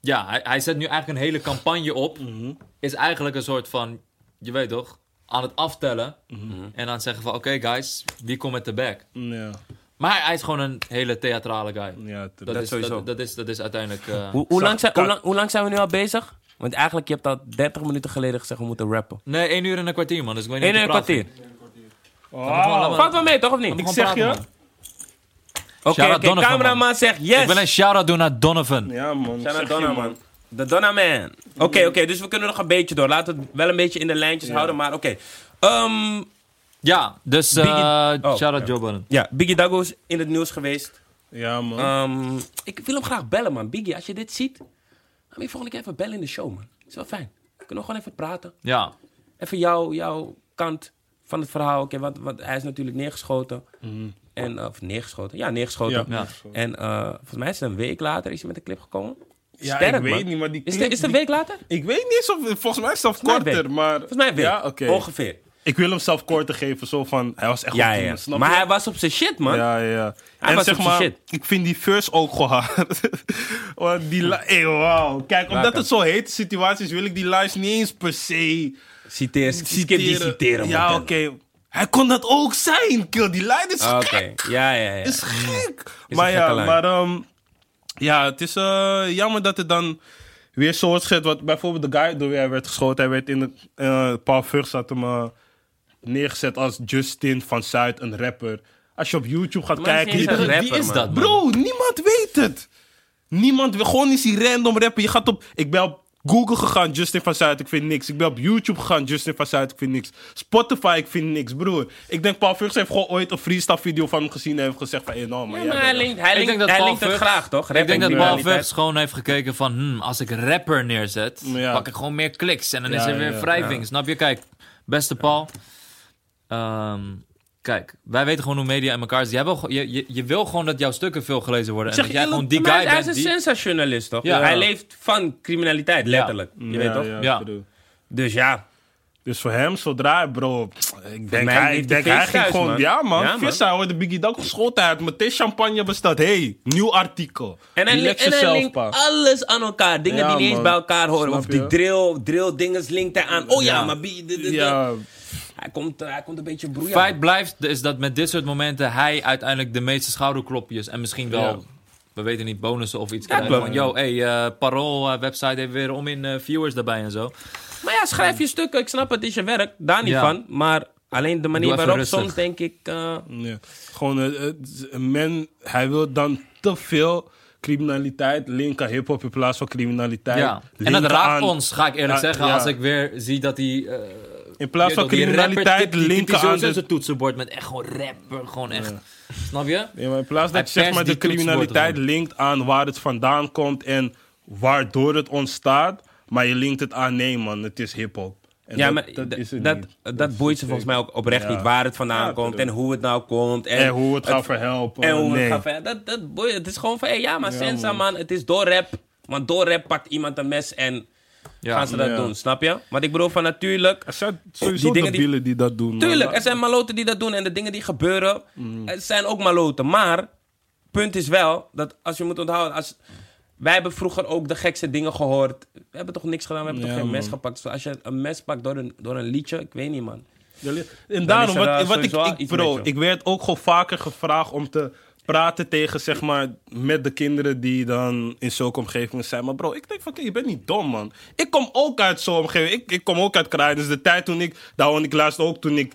ja, hij, hij zet nu eigenlijk een hele campagne op.
Mhm.
Is eigenlijk een soort van, je weet toch, aan het aftellen.
Mhm.
En aan het zeggen van, oké guys, wie komt met de back?
Ja,
Maar hij, hij is gewoon een hele theatrale guy.
ja, ter-
Dat,
Dat
is,
sowieso.
Dat, dat is, dat is uiteindelijk... eh,
Hoe, hoe, lang
Zak-
zijn, hoe, lang, hoe lang zijn we nu al bezig? Want eigenlijk, je hebt al 30 minuten geleden gezegd, we moeten rappen.
Nee, 1 uur en een kwartier, man. Dus ik weet niet
Eén en
wat
een Oh,
je praat
kwartier.
Ah,
gewoon
Valt wel mee, toch of niet?
Ik
Oké,
gewoon
zeg je.
praten,
oké,
Shout-out Donovan,
cameraman zegt yes.
Ik wil een shout-out doen naar Donovan.
Ja, man.
Shout out
zeg je,
Donna, man. De Donna Man. Oké, oké, dus we kunnen nog een beetje door. Laten we het wel een beetje in de lijntjes houden, maar oké. Ehm,
Ja, dus eh
Biggie- Oh,
shout-out
ja.
Joe Budden.
ja, Biggie Dago is in het nieuws geweest.
Ja, man.
Ah.
Ehm, ik wil hem graag bellen, man. Biggie, als je dit ziet, laat me je volgende keer even bellen in de show, man. is wel fijn. We kunnen gewoon even praten.
Ja.
Even jou, jouw kant van het verhaal. Oké, want, want hij is natuurlijk neergeschoten.
Mhm.
En, eh, of neergeschoten? Ja, neergeschoten.
Ja.
En eh, volgens mij is het een week later is hij met een clip gekomen.
Ja,
Sterk,
ik weet
man.
niet, maar die
Is het
clip,
is het een
die-
week later?
Ik weet niet of... Volgens mij is het zelf
Volgens mij
korter,
weet.
maar...
Volgens mij een week.
Ja, oké.
Ongeveer.
Ik wil hem zelf korter geven, zo van... Hij was echt
Ja,
goed in
ja.
me, snap
Maar
je?
hij was op zijn shit, man.
Ja, ja.
Hij
en
was
zeg
op zijn
maar,
shit.
ik vind die first ook gewoon hard. Want die li- Hey, wauw. Kijk, omdat
Laken.
het zo hete situatie is, wil ik die lives niet eens per se
Citeer, skip die citeren, man. Ah,
Ja, oké. Hij kon dat ook zijn, kill. Die lijn is
Oké,
gek.
ja, ja, ja.
Is gek.
een
maar ja,
gekke lijn.
maar ehm, ja, het is eh, jammer dat het dan weer zo wordt gezet. Wat bijvoorbeeld de guy door wie hij werd geschoten, hij werd in de eh, Paul Vugts had hem eh, neergezet als Justin van Zuid, een rapper. Als je op YouTube gaat
Maar hij is
kijken,
niet
je-
eens een
Wie
rapper,
is
man.
dat, man?
Bro, niemand weet het. Niemand, wil- gewoon is die random rapper. Je gaat op, ik ben op Google gegaan, Justin van Zuid, ik vind niks. Ik ben op YouTube gegaan, Justin van Zuid, ik vind niks. Spotify, ik vind niks, broer. Ik denk Paul Vugts heeft gewoon ooit een freestyle video van hem gezien en heeft gezegd van, hey, nou man,
Ja,
jij
maar
bent
hij
wel-
linkt, hij
Ik denk
linkt,
dat
hij
Paul
linkt het
Vugts-
graag, toch?
Ik denk dat Paul
Balvers.
Vugts gewoon heeft gekeken van... hmm, als ik rapper neerzet,
Ja.
pak ik gewoon meer kliks. En dan
Ja,
is er weer
ja,
wrijving. Snap je? Kijk, beste Paul. Ehm, kijk, wij weten gewoon hoe media in elkaar zit. Jij wil, gewoon- je, je, je wil gewoon dat jouw stukken veel gelezen worden. En
zeg
dat
je
jij gewoon
eerlijk,
die
Maar
guy
hij, hij
bent
is een
die...
sensationalist, toch?
Ja.
Hij leeft van criminaliteit, letterlijk. Je weet toch?
Ja.
broer.
Dus ja.
Dus voor hem, zodra, bro, ik denk,
mij
hij,
heeft
ik denk,
hij
hij
feest
ging
thuis,
gewoon,
man.
ja man,
Ja,
ja,
man.
Vissa, hij hoorde Biggie Dag geschoten, hij had meteen champagne besteld. hey, nieuw artikel.
En hij,
Relax
link- en hij
yourself,
linkt
pa.
alles aan elkaar. Dingen
Ja,
die niet eens
man.
bij elkaar horen.
Snap
Of die
je?
drill, drill dingen linkt hij aan. Oh ja,
Ja.
maar... bi- de- de- de-
Ja,
Hij, komt, eh, hij komt een beetje broeien.
Feit blijft is dat met dit soort momenten hij uiteindelijk de meeste schouderklopjes en misschien wel,
Ja.
we weten niet, bonussen of iets.
Ja,
krijgt.
klopt.
Van, yo, hey, eh, Parool eh, website heeft weer om in eh, viewers daarbij en zo.
Maar ja, schrijf je stukken. Ik snap het, is je werk. Daar niet
Ja.
van. Maar alleen de manier
Doe even
waarop
rustig.
soms denk ik... eh,
Ja. Gewoon, eh, het- men, hij wil dan te veel criminaliteit linken aan hip-hop in plaats van criminaliteit.
Ja. En dat
linken
raakt
aan-
ons, ga ik eerlijk
Ja,
zeggen,
ja.
als ik weer zie dat die... eh,
In
weet
plaats
je
van
wel, die rapper
criminaliteit
typt- die typt
linken
die
aan.
sowieso
De,
zijn toetsenbord met echt gewoon rapper, gewoon echt. Snap je?
Ja, maar in plaats
Hij
dat je zeg
perst
maar de
die toetsenbord
criminaliteit
gewoon.
linkt aan waar het vandaan komt en waardoor het ontstaat, maar je linkt het aan, nee man, het is hip-hop. En
Ja,
dat-
maar
dat, is het
dat,
niet.
dat, boeit ze volgens mij ook oprecht
Ja.
niet. Waar het vandaan
Ja,
komt en
tuurlijk.
hoe het nou komt. En,
En hoe het gaat verhelpen.
En hoe
Oh, nee.
het gaat ver- dat, dat boeit, Het is gewoon van, hey, ja, maar
Ja,
Sensa,
man.
man. Het is door rap. Want door rap pakt iemand een mes en
Ja.
gaan ze dat
Ja.
doen, snap je? Want ik bedoel van natuurlijk...
Er zijn sowieso
Die dingen die-
debielen die, dat doen. man. Mm.
Tuurlijk, er zijn maloten die dat doen en de dingen die gebeuren, het zijn ook maloten. Maar, punt is wel, dat als je moet onthouden, als, wij hebben vroeger ook de gekste dingen gehoord. We hebben toch niks gedaan, we hebben
Ja,
toch geen mes
man.
gepakt. Dus als je een mes pakt door een, door een liedje, ik weet niet man.
En daarom,
is er,
wat,
eh,
wat ik,
sowieso
ik,
iets
bro,
met je.
ik werd ook gewoon vaker gevraagd om te praten tegen, zeg maar, met de kinderen die dan in zulke omgevingen zijn. Maar bro, ik denk van, kijk, je bent niet dom, man. Ik kom ook uit zo'n omgeving. Ik, ik kom ook uit Kraai. Dus de tijd toen ik, daarom ik luisterde ook toen ik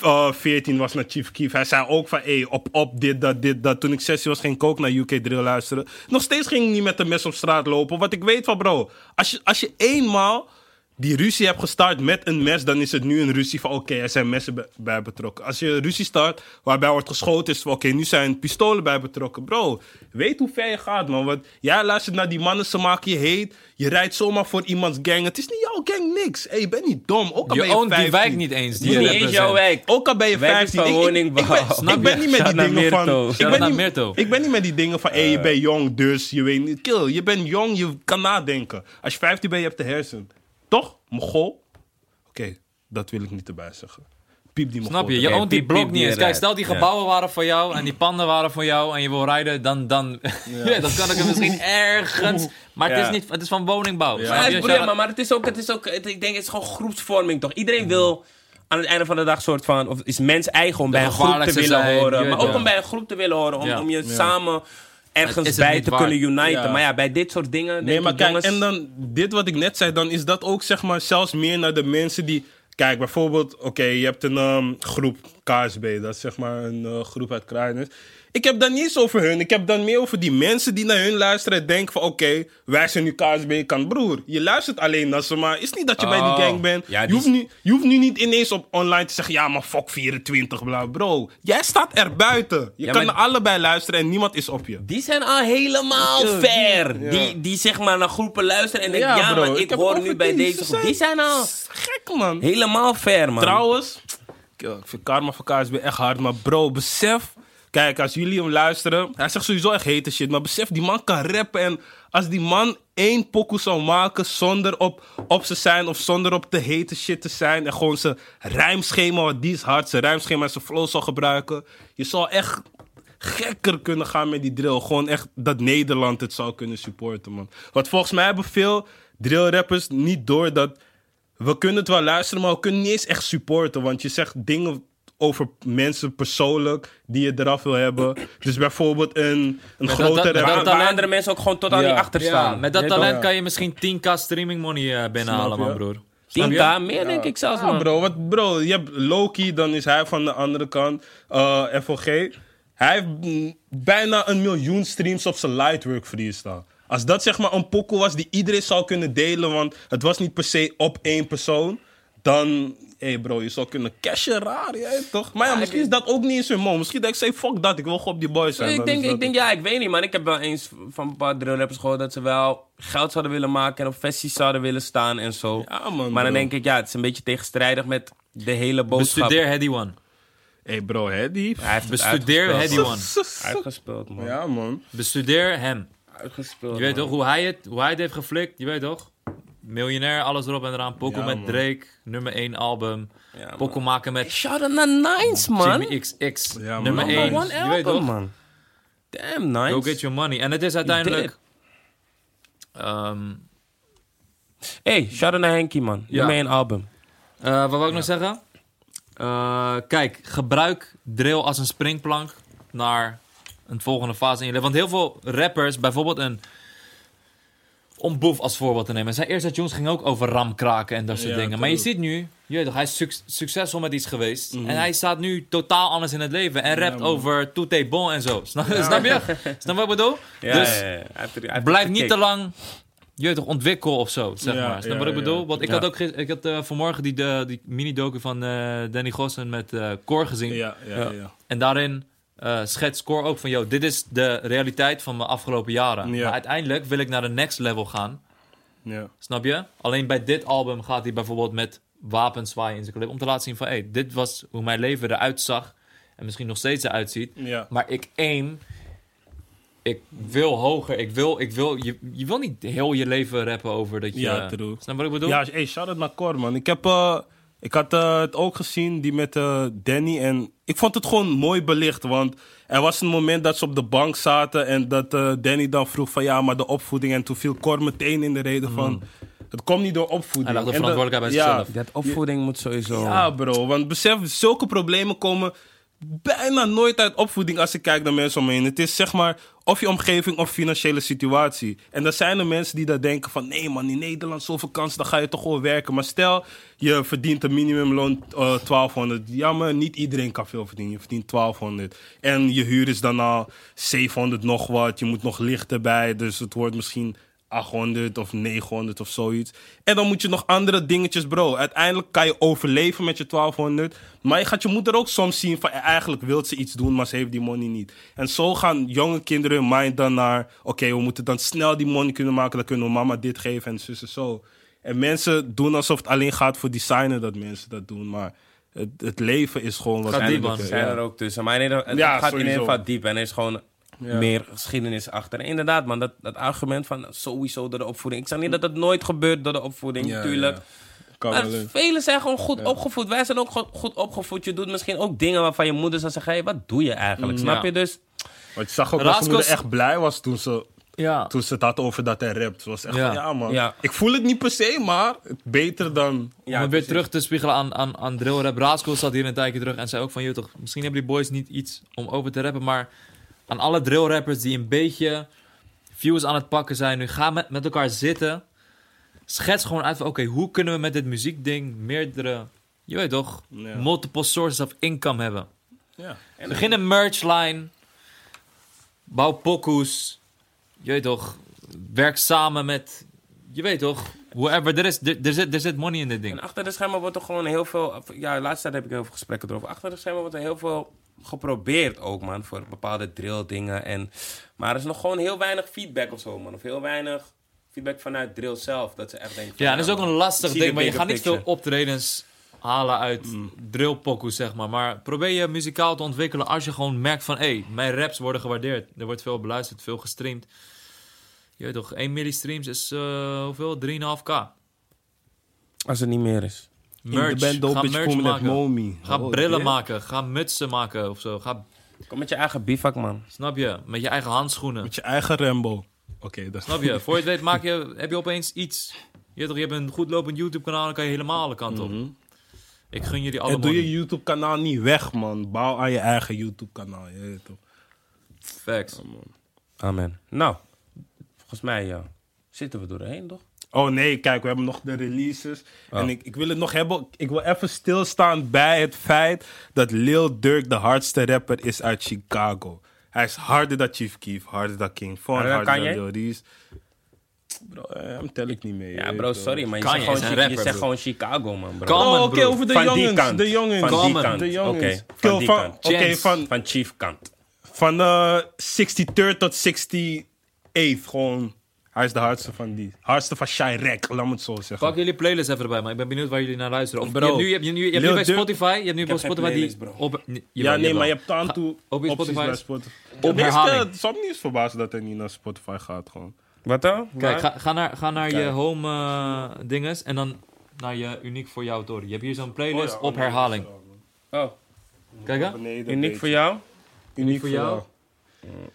eh 14 was naar Chief Keef. Hij zei ook van, hey, op, op, dit, dat, dit, dat. Toen ik 16 was, ging ik ook naar UK Drill luisteren. Nog steeds ging ik niet met een mes op straat lopen. Want ik weet van, bro, als je, als je eenmaal die ruzie hebt gestart met een mes, dan is het nu een ruzie van oké, er zijn messen bij- bij betrokken. Als je een ruzie start waarbij wordt geschoten, is van oké, nu zijn pistolen bij betrokken. Bro, weet hoe ver je gaat, man. Want jij luistert naar die mannen, ze maken je heet. Je rijdt zomaar voor iemands gang. Het is niet jouw gang, niks. Hé, je bent niet dom. Ook al ben
Je oont die
15.
wijk niet eens. Die
Niet
je
eens jouw
represent.
wijk.
Ook al ben je
Wijk is
15.
van
Ik, ik, ik,
woningbouw.
ben,
Snap
ik ben
je?
niet met die
Shout naar
dingen
Mirto. Eh.
van...
Shout
Ik ben,
naar
niet,
Mirto.
ik ben niet met die dingen van, hé, je bent jong, dus je weet niet. Kill, je bent jong, je kan nadenken. Als je 15 bent, je hebt de hersen. Toch? Mogol? Oké, dat wil ik niet erbij zeggen. Piep die mogol.
Snap je? Je
Oké,
oont die
piep,
blok
piep,
niet
die
eens. Kijk,
rijdt.
stel die
Ja.
gebouwen waren voor jou en die panden waren voor jou en je wil rijden, dan, dan, ja, dan kan ik hem misschien ergens. Maar het,
Ja.
is niet, het is van woningbouw. Snap
Maar,
je?
het is broer, maar, maar het is ook, het is ook het- ik denk, het is gewoon groepsvorming toch? Iedereen
Mm.
wil aan het einde van de dag soort van, of is mens eigen om bij een groep te
gevaarlijkste
willen
zijn, je
horen.
weet
Maar ook
wel.
om bij een groep te willen horen, om,
Ja.
om je samen ergens
is het
bij
niet
te
waard.
kunnen uniten.
Ja.
Maar ja, bij dit soort dingen.
Nee,
denk
maar
ik,
kijk,
jongens,
en dan dit wat ik net zei, dan is dat ook zeg maar zelfs meer naar de mensen die. Kijk, bijvoorbeeld, oké, je hebt een ehm, groep KSB, dat is zeg maar een eh, groep uit Kraaieners. Ik heb dan niet eens over hun, ik heb dan meer over die mensen die naar hun luisteren en denken van, oké, wij zijn nu KSB, kan broer. Je luistert alleen naar ze, maar is niet dat je bij die
Oh,
gang bent.
ja,
je,
die-
hoeft nu, je hoeft nu niet ineens op online te zeggen, ja, maar fuck 24, bla, bro. Jij staat er buiten. Je
Ja,
kan
maar-
naar allebei luisteren en niemand is op je.
Die zijn al helemaal ver.
ja.
Die, die zeg maar naar groepen luisteren en denken:
Ja,
ja,
bro,
maar
ik
ik,
heb
hoor
het
nu
over
bij
die.
deze.
Ze
groep.
zijn-
Die zijn al
Gek, man.
helemaal ver, man.
Trouwens, ik eh, ik vind Karma voor KSB echt hard, maar bro, besef. Kijk, als jullie hem luisteren, hij zegt sowieso echt hete shit, maar besef, die man kan rappen. En als die man één pokoe zou maken zonder op, op ze zijn of zonder op de hete shit te zijn en gewoon zijn rijmschema, want die is hard, zijn rijmschema en zijn flow zou gebruiken, je zou echt gekker kunnen gaan met die drill. Gewoon echt dat Nederland het zou kunnen supporten, man. Want volgens mij hebben veel drillrappers niet door dat we kunnen het wel luisteren, maar we kunnen niet eens echt supporten. Want je zegt dingen over mensen persoonlijk die je eraf wil hebben. Dus bijvoorbeeld een, een
dat-
grote
Waar,
met dat talent-
rapper.
waar andere mensen ook gewoon tot aan
Ja.
die achter
Ja,
staan.
met dat
Weet je
talent
wel.
kan je misschien 10k streaming money eh, binnenhalen,
Snap je?
man, broer.
10k, meer denk ik zelfs,
Ja,
man.
bro, wat, bro, je hebt Loki, dan is hij van de andere kant. eh, FOG. Hij heeft mm, bijna een miljoen streams op zijn Lightwork freestyle. Als dat zeg maar een pokoe was die iedereen zou kunnen delen, want het was niet per se op één persoon, dan. Hé hey bro, je zou kunnen cashen raar, jij toch? Maar ja, misschien is dat ook niet eens hun mond. Misschien dat ik zei, fuck dat, ik wil gewoon op die boys zijn.
ik
Dan
denk,
is dat
ik denk, ja, ik weet niet, man. Ik heb wel eens van bepaalde drillrappers gehoord dat ze wel geld zouden willen maken en op festies zouden willen staan en zo.
Ja, man,
maar dan
bro.
denk ik, ja, het is een beetje tegenstrijdig met de hele boodschap.
Bestudeer Heady One.
Hé hey bro, hè, die.
Hij heeft het
Bestudeer
uitgespeeld,
Heady
man.
One.
Uitgespeeld, man.
Ja, man.
Bestudeer hem.
Uitgespeeld,
Je weet
man.
toch hoe hij het, hoe hij het heeft geflikt? Je weet toch? Miljonair, alles erop en eraan. Poco
Ja,
met
man.
Drake, nummer 1 album.
Ja, man.
Poco maken met
Shout-out naar Nines, man.
Jimmy XX,
Ja, man.
nummer
Number
1.
one
Je weet
album,
toch?
man. Damn, Nines.
Go get your money. En het is uiteindelijk... Ehm,
Hey, shout-out naar Henky, man.
Ja.
Nummer één album.
Eh, wat wil ik nog zeggen? Eh, kijk, gebruik drill als een springplank naar een volgende fase in je leven. Want heel veel rappers, bijvoorbeeld een... Om Boef als voorbeeld te nemen. Zijn eerste tunes ging ook over ramkraken en dat soort
Ja,
dingen. Maar je
tuurlijk.
ziet nu, je weet toch, hij is suc- succesvol met iets geweest. En hij staat nu totaal anders in het leven. En rapt over tout est bon en zo. Snap, snap je? Snap je wat ik bedoel? dus Blijf niet te lang je weet toch, ontwikkel of zo, zeg
Ja,
maar. Snap
ja,
wat ik
ja.
bedoel? Want ik
Ja.
had ook gis- ik had, eh, vanmorgen die, eh, die mini-docu van eh, Danny Gossen met eh Cor gezien.
Ja, ja, ja. ja.
En daarin eh schetst Cor ook van... Yo, dit is de realiteit van mijn afgelopen jaren.
Ja.
Maar uiteindelijk wil ik naar de next level gaan.
ja.
Snap je? Alleen bij dit album gaat hij bijvoorbeeld met wapens zwaaien in zijn clip... om te laten zien van... Hey, dit was hoe mijn leven eruit zag. En misschien nog steeds eruit ziet.
ja.
Maar ik aim. Ik wil hoger. Ik wil, ik wil, je, je wil niet heel je leven rappen over dat je...
Ja, true.
Snap wat ik bedoel?
Ja, hey, shout-out naar Cor, man. Ik, heb, eh, ik had eh, het ook gezien, die met eh, Danny. En ik vond het gewoon mooi belicht. Want er was een moment dat ze op de bank zaten... en dat eh, Danny dan vroeg van ja, maar de opvoeding. En toen viel Cor meteen in de reden van... het komt niet door opvoeding.
Mm. Hij lag de
En dat-
verantwoordelijkheid bij
ja,
zichzelf.
Dat opvoeding moet sowieso...
ja, bro. Want besef, zulke problemen komen bijna nooit uit opvoeding als ik kijk naar mensen om me heen. Het is zeg maar of je omgeving of financiële situatie. En dan zijn er mensen die daar denken van... nee man, in Nederland zoveel kans, dan ga je toch gewoon werken. Maar stel, je verdient een minimumloon eh, 1200. Jammer, niet iedereen kan veel verdienen. Je verdient 1200. En je huur is dan al 700 nog wat. Je moet nog licht erbij, dus het wordt misschien 800 of 900 of zoiets. En dan moet je nog andere dingetjes, bro. Uiteindelijk kan je overleven met je 1200. Maar je gaat je moeder ook soms zien van... eh, eigenlijk wil ze iets doen, maar ze heeft die money niet. En zo gaan jonge kinderen hun mind dan naar... oké, we moeten dan snel die money kunnen maken. Dan kunnen we mama dit geven en zussen zo. En mensen doen alsof het alleen gaat voor designen dat mensen dat doen. Maar het, het leven is gewoon wat
Gaat diep, man.
Er
moeilijker,
zijn
eh, ja.
er ook tussen. Maar in ieder- het
Ja,
gaat in
sowieso.
ieder geval diep en er is gewoon meer geschiedenis achter. En inderdaad, man, dat, dat argument van sowieso door de opvoeding. Ik zeg niet dat dat nooit gebeurt door de opvoeding,
Ja,
tuurlijk.
ja. Kan
Maar
wel, hè.
velen zijn gewoon goed opgevoed. Wij zijn ook go- goed opgevoed. Je doet misschien ook dingen waarvan je moeder zou zeggen: hé, wat doe je
Mm,
eigenlijk? Snap
Ja.
je dus?
Want je zag ook dat
Raskos-
zijn moeder echt blij was toen ze,
Ja.
toen ze het had over dat hij rapt. Ze was echt
Ja.
van, ja man,
Ja.
ik voel het niet per se, maar het beter dan...
Om het weer terug te spiegelen aan, aan, aan drill rap. Raaskool zat hier een tijdje terug en zei ook van... Joh, toch, misschien hebben die boys niet iets om over te rappen, maar... aan alle drill rappers die een beetje views aan het pakken zijn. Nu ga met, met elkaar zitten. Schets gewoon uit van oké, hoe kunnen we met dit muziekding meerdere, je weet toch,
Ja.
multiple sources of income hebben.
Ja.
Begin een merchlijn. Bouw pokoes. Je weet toch. Werk samen met. Je weet toch. Whoever. Er, is, er, er zit, er zit money in dit
En
ding.
achter de schermen wordt er gewoon heel veel... Ja, laatst tijd heb ik heel veel gesprekken erover. Achter de schermen wordt er heel veel geprobeerd ook, man. Voor bepaalde drilldingen. En, maar er is nog gewoon heel weinig feedback of zo, man. Of heel weinig feedback vanuit drill zelf. Dat ze echt denken... van,
Ja, dat is ook
man,
een lastig
ik zie de Mm.
ding. Maar
bigger
je gaat niet veel
picture.
optredens halen uit drillpokoes, zeg maar. Maar probeer je muzikaal te ontwikkelen als je gewoon merkt van... hé, mijn raps worden gewaardeerd. Er wordt veel beluisterd, veel gestreamd. Je weet toch, 1 milli streams is eh, hoeveel? 3,5k.
Als het niet meer is.
Merch.
Ik ben
Ga
dope bitch
merch
komen met
maken.
momie.
Ga
Oh,
brillen
yeah.
maken, ga mutsen maken of zo. Ga,
Kom met je eigen bivak, man.
snap je? Met je eigen handschoenen.
Met je eigen Rambo. Oké, dat
Snap je? Voor je het weet maak je, heb je opeens iets. Je, hebt toch, je hebt een goed lopend YouTube-kanaal, dan kan je helemaal alle kanten op. Ik gun jullie
Mhm. En
allemaal
doe je YouTube-kanaal niet weg, man. Bouw aan je eigen YouTube-kanaal. Je weet toch? Oh,
facts.
Amen. Nou, volgens mij ja, zitten we doorheen, toch?
Oh nee, kijk, we hebben nog de releases. En ik, ik wil het nog hebben. Ik wil even stilstaan bij het feit dat Lil Durk de hardste rapper is uit Chicago. Hij is harder dan Chief Keef, harder dan King Von,
Harder dan
harder dan
Kanye?
Lil Reese. Bro, eh, hem tel ik niet mee. je
Ja,
weet
bro,
toch.
sorry, maar je
Kanye
zegt gewoon,
is
Chi-
een
je
rapper,
zegt
bro.
gewoon Chicago, man, bro.
Kan-
Oh,
Common,
oké,
broer.
over de
van die
jongens.
kant.
De jongens.
Van die
Common.
kant.
De jongens.
Oké,
Kill
van die
van,
kant.
oké,
Chance.
van,
Van Chief kant.
van eh 63rd tot 68th gewoon. Hij is de hardste van die. Hardste van Shirek, laat me het zo zeggen.
Pak jullie playlist even erbij, maar ik ben benieuwd waar jullie naar luisteren. Of je
Bro,
hebt nu, je hebt nu, je hebt nu
Lil
bij
Durk-
Spotify, je hebt nu bij
heb geen
Spotify die...
playlist, bro.
Op, nee,
Ja,
jawel,
nee, maar je
jawel.
hebt aan toe
op je
opties
Spotify
bij
is-
Spotify.
op
Meeste-
herhaling.
Soms is verbaasd dat hij niet naar Spotify gaat gewoon.
Wat dan?
Kijk, ga, ga naar, ga naar je
Kijk.
home eh, dinges en dan naar je uniek voor jou, Tori. Je hebt hier zo'n playlist
Oh ja,
op herhaling.
Oh,
Kijk hè?
Beneden
uniek voor jou?
Uniek
voor jou?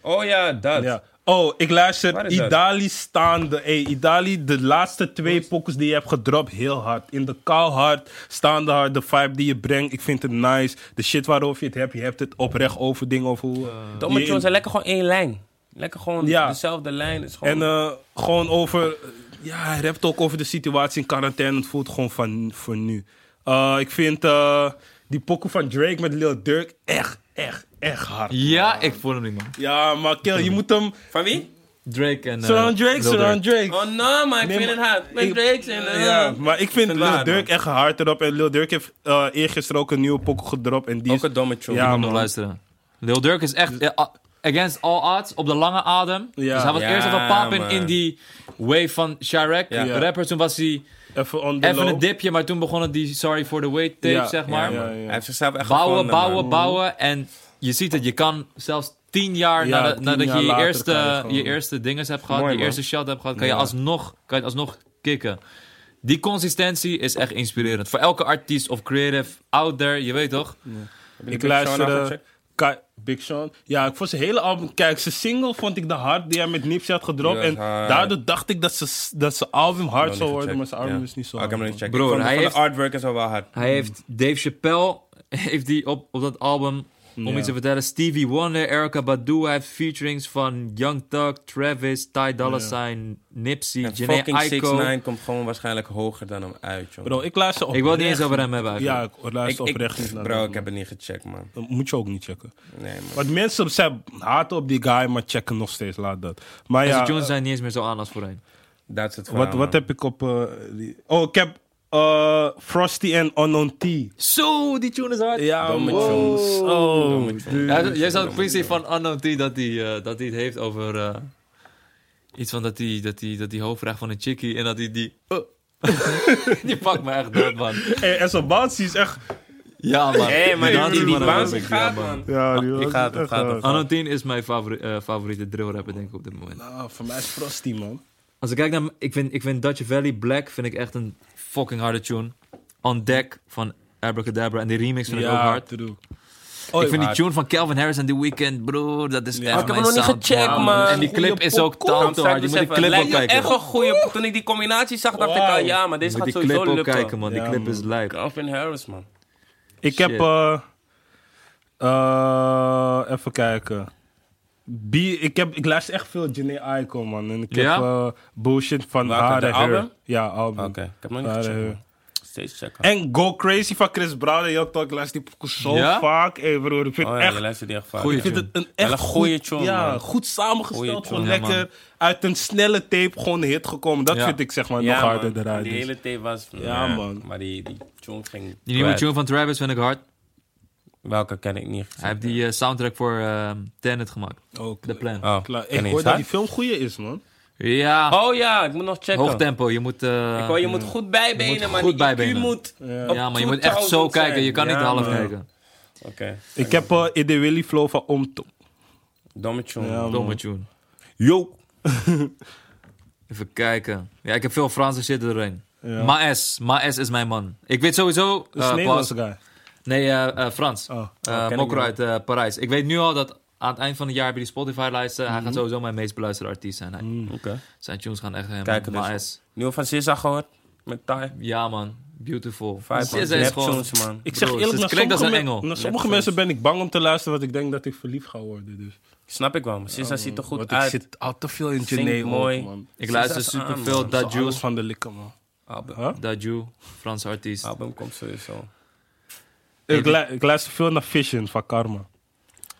Oh ja, dat.
Ja. Oh, ik
Waar
luister
is dat?
Idali staande. Hey, Idali, de laatste twee pokkers die je hebt gedropt, heel hard. In de kou hard, staande hard, de vibe die je brengt, ik vind het nice. De shit waarover je het hebt, je hebt het oprecht over dingen over hoe... eh,
Tom en
je
John
in-
zijn lekker gewoon één lijn. Lekker gewoon
Ja.
dezelfde lijn. Is gewoon...
En eh, gewoon over. Ja, hij rapt ook over de situatie in quarantaine. Het voelt gewoon van voor nu. Eh, ik vind eh, die pokken van Drake met Lil Durk echt, echt, echt hard.
Ja, ik voel hem niet man.
Ja, maar kill, je moet hem.
Van wie?
Drake en... eh,
Surround Drake,
Lil
surround Drake.
Oh no, maar ik
Nee,
vind
maar-
het hard. Met
ik-
Drake's en... eh,
Ja, maar ik vind
het
Lil
waar,
Durk echt hard erop. En Lil Durk heeft eh eergisteren ook een nieuwe pokken gedropt. En die
Ook
is,
een domme tune.
Ja,
Moet nog
man.
luisteren. Lil Durk is echt eh, a- against all odds op de lange adem.
Ja.
Dus hij was
Ja,
eerst even papen
man.
in die wave van Sharek,
Ja.
de rapper. Toen was hij
Even on the
even
low.
een dipje, maar toen begonnen die Sorry for the Wait tape,
Ja,
zeg
Ja,
maar.
man.
Ja, ja.
Hij heeft zichzelf echt eh,
Bouwen,
gevonden,
bouwen,
Mhm.
man.
bouwen. En je ziet het, je kan zelfs tien jaar
Ja,
nadat,
tien
nadat
jaar
je je
later
eerste,
kan je
je,
gewoon-
eerste dinges hebt gehad,
Mooi,
je
man.
eerste shot hebt gehad, kan,
Ja.
je alsnog, kan je het alsnog kicken. Die consistentie is echt inspirerend. Voor elke artiest of creative out there, je weet toch?
Heb je
Ik
Big Sean
luisterde.
afgecheckt?
Ka- Big Sean. Ja, ik vond zijn hele album. Kijk, zijn single vond ik de hard die hij met Nipsey had gedropt.
Die was
En
hard.
daardoor dacht ik dat, ze, dat zijn album
Ik heb hem
hard
niet
zou worden,
gecheckt.
maar zijn album
Ja.
is niet zo.
Oh, ik heb hem
hard,
niet gecheckt.
Broer,
Broer,
hij
hij heeft...
heeft-
de artwork is al wel hard.
Hij heeft Dave Chappelle heeft die op, op dat album, om
Ja.
iets te vertellen, Stevie Wonder, Erica Badu. Hij heeft featurings van Young Thug, Travis, Ty Dolla Sign, Nipsey,
En
Jhené
fucking 6
Aiko.
9 komt gewoon waarschijnlijk hoger dan hem uit, joh.
man. Bro, ik luister op.
Ik wil het niet eens over hem hebben
Ja,
eigenlijk.
ik luister oprecht niet naar
bro,
dat,
ik
man.
heb het niet gecheckt, man.
Dat moet je ook niet checken.
Nee, man.
Want mensen zijn haat op die guy, maar checken nog steeds. Laat dat. Maar
En
ja,
zijn tunes zijn niet eens meer zo aan als voorheen.
Dat is het verhaal,
wat, wat
man.
heb ik op. eh, die- oh, ik heb eh, Frosty en Unknown T.
Zo, die tune is hard.
Ja,
Domme
man.
tunes.
Oh,
Domme tunes.
dude.
Ja, jij zou het principe van Unknown T dat hij dat die het heeft over eh, iets van dat hij dat die, dat die hoofdvraag van een chickie en dat hij die... oh. die pakt me echt dood, man.
Hey, en zo'n bouncy is echt.
Ja, man.
Hé, maar die, die, die
man,
bounce
dat was ik, ja,
gaat, man.
Ja, die
Die
was
gaat, die
echt
gaat.
hard.
Anantien is mijn favori- eh, favoriete drillrapper, denk ik, op dit moment.
Ah, voor mij is Frosty, man.
Als ik kijk naar... m- Ik vind, ik vind Dutch Valley Black vind ik echt een fucking harde tune. On Deck van Abracadabra. En die remix vind ik ook hard. Oh,
true.
ik vind die tune van Calvin Harris en The Weeknd, broer, dat is echt
ik heb
mijn
hem nog niet
sound,
gecheckt, man.
En die clip
Goeie
is ook
popcorn.
tanto hard. Je moet die clip ook
Lijkt me
kijken.
echt een goeie. Toen ik die combinatie zag, dacht ik
Wauw.
al, ja, maar
Je
deze
moet
gaat
die clip
sowieso
ook
lukken.
kijken, man. Die
Ja,
clip
man.
is lijp.
Calvin Harris, man.
Ik heb...
Shit.
eh, eh, even kijken. B, ik, heb, ik luister echt veel Janae Aiko, man. En ik
Ja?
heb eh, bullshit van
Waar
haar
komt
en
het
haar.
album?
Ja, album.
Oké, ik heb nog niet
Haar en
gecheckt.
haar.
man. Steeds checken.
En Go Crazy van Chris Brown en Young Talk. Ik luister die pokoe zo
Ja?
vaak. Hey broer, ik vind
Oh ja, je
echt...
luistert die echt vaak.
Goeie
ja.
Ik vind het een
Wel
echt
een goeie
goed,
tune,
ja,
man.
goed samengesteld,
Goeie
gewoon
tune.
Ja, man.
lekker uit een snelle tape gewoon een hit gekomen. Dat
Ja.
vind ik zeg maar
Ja,
nog harder
man.
eruit.
Die
dus.
hele tape was...
Ja, man.
Maar die, die tune ging
Die nieuwe
kwijt.
tune van Travis vind ik hard.
Welke ken ik niet.
Hij heeft die eh, soundtrack voor ehm Tenet gemaakt.
Ook.
The Plan.
Oh,
Klaar. Ik
ken
hoor
eens,
dat
hè?
die film goeie is, man.
Ja,
Oh ja, ik moet nog checken.
hoog tempo. Je moet... eh,
Ik hoor, je moet goed
Je moet
bijbenen, maar
goed
die
bijbenen.
IQ moet
Ja.
op
ja, maar je moet echt zo
2000
kijken. Je
zijn.
kan niet
Ja,
half
man.
kijken.
Oké,
Ik heb eh Ide Willy Flow van Omto.
domme tune.
Ja, man.
Domme tune.
Yo!
Even kijken. Ja, ik heb veel Franse shit erin.
Ja.
Maes. Maes is mijn man. Ik weet sowieso...
Dat is
Ah,
eh,
een Nederlandse
Bas-
guy.
Nee, eh, eh, Frans.
Oh, oh,
Eh,
ik
Mokro
wel.
uit eh, Parijs. Ik weet nu al dat aan het eind van het jaar bij die Spotify-lijst... eh,
Mhm.
hij gaat sowieso mijn meest beluisterde artiest zijn. Hij-
Mm.
Oké.
Zijn tunes gaan echt eh, helemaal...
Kijken dus.
Maes.
Nieuwe van SZA gehoord? Met Thai?
Ja, man. Beautiful.
Vijf,
Ze is
man.
gewoon-
Neptunes, man.
Ik zeg
Bro,
eerlijk,
ze
naar
klinkt als
sommige,
een
me-
engel.
naar sommige mensen ben ik bang om te luisteren, want ik denk dat ik verliefd ga worden. Dus.
Snap Oh, ik wel, maar SZA ziet er goed
want
uit.
ik zit al te veel in
Zingt
Genee
mooi.
mooi. man.
Ik luister
Zes aan,
superveel
man.
Da
Jules
Juice.
van de likken, man.
Album.
Huh?
Da Ju, Franse artiest.
Album komt sowieso.
Ik, lu- ik luister veel naar Vision van Karma.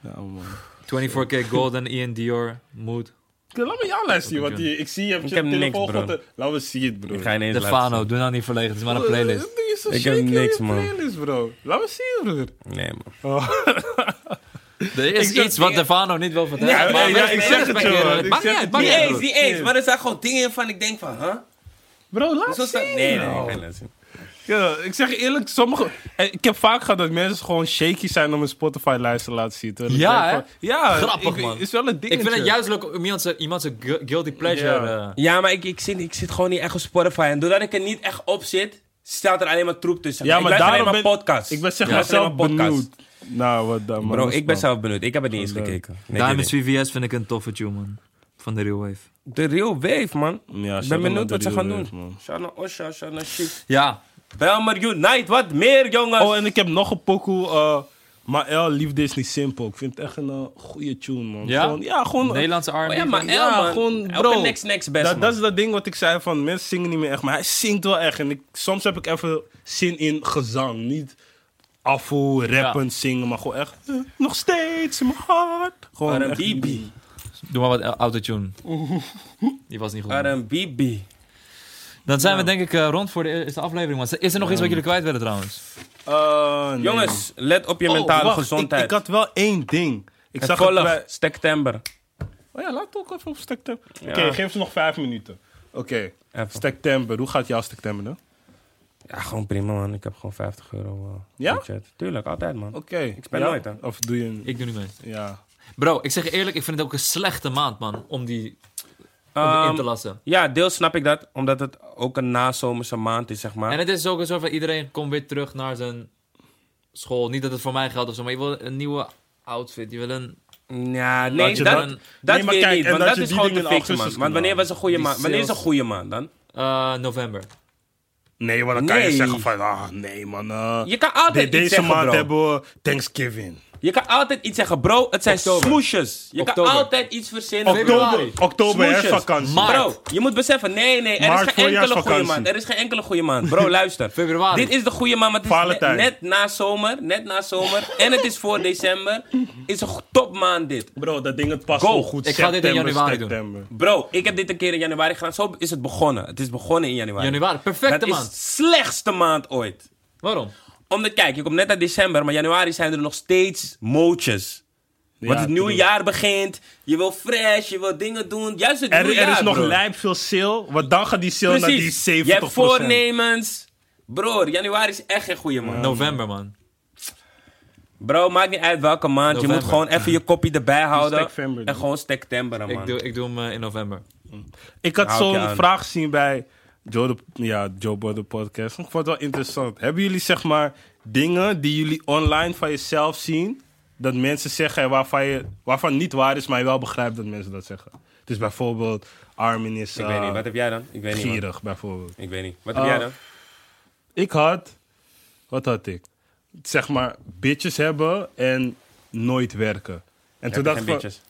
Ja, man.
24K Golden, Ian Dior, Mood.
Oké, Laat me jou luisteren, want die- ik zie je hebt
Ik
je
heb niks,
telefoon
bro.
gewoon te- Laat me zien het, bro.
Ik ga ineens
De
laten
Fano, doe nou niet verlegen, het is maar een
Eh,
playlist.
doe je zo
Ik heb
shaky in je
niks, man.
playlist, bro. Laat me zien, broer.
zien. Nee, man.
Er is
zeg
iets wat
dingen-
De Fano niet wil vertellen.
Ja, nee,
maar
ja, ik zeg het, joh.
respecteren.
Ik
Maakt
zeg
niet uit,
het
maakt
Niet
niet
niet.
eens,
uit.
niet eens. Maar er zijn gewoon dingen van ik denk van, huh?
Bro, laat
Zo
zien.
staat... Nee, nee, ik ga niet laten zien.
Ja, ik zeg je eerlijk, sommige... eh, Ik heb vaak gehad dat mensen gewoon shaky zijn om een Spotify-lijst te laten zien. terwijl ik
Ja, hè?
denk van- Ja,
Grappig,
ik-
man.
Is wel een dingetje.
Ik vind het juist leuk om iemand zijn, iemand zijn gu- guilty pleasure...
Ja.
eh,
Ja, maar ik, ik, zit, ik zit gewoon niet echt op Spotify. En doordat ik er niet echt op zit, staat er alleen maar troep tussen.
Ja,
ik
maar
luister
daarom
alleen
ben-
maar podcasts.
Ik ben zeg
Ik
maar
luister
zelf
alleen maar podcasts.
benieuwd. Nou, wat dan, man.
Bro,
Dat is
ik ben
dan-
zelf benieuwd. Ik heb het niet eens
Leuk.
gekeken. Nee,
Diamonds
nee, nee.
VVS vind ik een toffe tune, man. Van de Real Wave.
De Real Wave, man.
Ja,
ik
shout-out
ben benieuwd
naar
wat
de
ze
Real
gaan
Wave,
doen.
man.
Shout naar Osha, shout naar Chic.
Ja.
Belmer Unite, wat meer, jongens.
Oh, en ik heb nog een pokoe. eh Mael, Liefde is niet simpel. Ik vind het echt een eh, goede tune, man.
Ja?
Gewoon, ja, gewoon...
Nederlandse R&B.
Oh ja, maar
Ja,
El, man.
gewoon,
Elke
bro.
next, next best,
dat,
man.
dat is dat ding wat ik zei van mensen zingen niet meer echt, maar hij zingt wel echt. En ik, soms heb ik even zin in gezang. Niet afvoer, rappen,
Ja.
zingen, maar gewoon echt. eh, nog steeds in mijn hart. Gewoon echt-
R&B.
Doe maar wat eh, autotune. Die was niet goed.
eh,
man.
R&B.
Dan zijn we denk ik eh, rond voor de eerste aflevering, man. Is er nog iets wat jullie kwijt willen trouwens?
Eh, nee.
Jongens, let op je
Oh,
mentale
wacht,
gezondheid.
Ik, ik had wel één ding. Ik
En
zag het
volg
bij-
September.
Oh ja, laat het ook even op September. Oké,
Ja.
geef ze nog vijf minuten. Oké,
Even.
September. Hoe gaat jouw September dan?
Ja, gewoon prima, man. Ik heb gewoon 50 euro. eh,
Ja?
budget. Tuurlijk, altijd, man.
Oké. Ik
speel nooit, hè.
Of doe je... een-
Ik doe niet mee.
Ja.
Bro, ik zeg je eerlijk, ik vind het ook een slechte maand, man. Om die om die in
Ehm,
te lassen.
ja, deels snap ik dat. Omdat het ook een nazomerse maand is, zeg maar.
En het is ook een soort van iedereen komt weer terug naar zijn school. Niet dat het voor mij geldt of zo, maar je wil een nieuwe outfit. Je wil een.
Ja,
Dat
nee,
je
dat, dat,
dan-
Nee, maar
weet ik
kijk,
niet.
en
Want
dat
dat,
je
is
die
gewoon
dingen
te
in
fixen, man.
augustus
Want
kan
wanneer was een goede
Die
maand? Wanneer is een
sales.
goede maand dan?
eh, november.
Nee, want dan kan
Nee.
je zeggen van... Ah, nee, man. eh,
Je kan altijd
de-
iets
Deze
zeggen,
maand
bro.
hebben we Thanksgiving.
Je kan altijd iets zeggen, bro, het zijn
Oktober.
smoesjes. Je
Oktober.
kan altijd iets verzinnen.
Februari.
Oktober, oktober
Smoesjes.
herfvakantie.
Maart.
Bro, je moet beseffen, nee, nee, er
Maart,
is geen enkele goede
voorjaarsvakantie.
maand. Er is geen enkele goede maand. Bro, luister.
Februari.
Dit is de goede maand, maar het is
Valentijn.
ne- net na zomer. Net na zomer. en het is voor december. Is een topmaand dit.
Bro, dat ding het past
Go.
wel goed.
Ik ga dit in
September,
januari doen.
september. doen.
Bro, ik heb dit een keer in januari gedaan. Zo is het begonnen. Het is begonnen in januari.
Januari, perfecte
Dat
maand.
is de slechtste maand ooit.
Waarom?
Omdat, kijk, je komt net uit december, maar januari zijn er nog steeds mootjes. Want het nieuwe jaar begint, je wil fresh, je wil dingen doen. Juist het
Er,
nieuwe
er
jaar,
is nog
broer.
lijp veel sale, want dan gaat die sale naar die
Precies,
70%.
je hebt voornemens. Broer, januari is echt geen goede maand.
November, man.
Bro, maakt niet uit welke maand. Je moet
November.
gewoon even je kopie erbij houden.
Stekvember
En
dan.
gewoon stektember, man.
Ik doe, ik doe hem eh, in november.
Ik had
Hou ik je
zo'n
aan.
vraag gezien bij Joe, de, ja, Joe Bro de podcast. Ik vond het wel interessant. Hebben jullie zeg maar dingen die jullie online van jezelf zien... dat mensen zeggen waarvan, je, waarvan niet waar is, maar je wel begrijpt dat mensen dat zeggen? Dus bijvoorbeeld Armin is
Ik weet niet,
eh,
wat heb jij dan? Ik weet niet, man.
gierig, bijvoorbeeld.
Ik weet niet. Wat heb jij
Ah.
dan?
Ik had... Wat had ik? Zeg maar, bitches hebben en nooit werken. En
Heb je
toen dacht
geen
ik van-
bitches?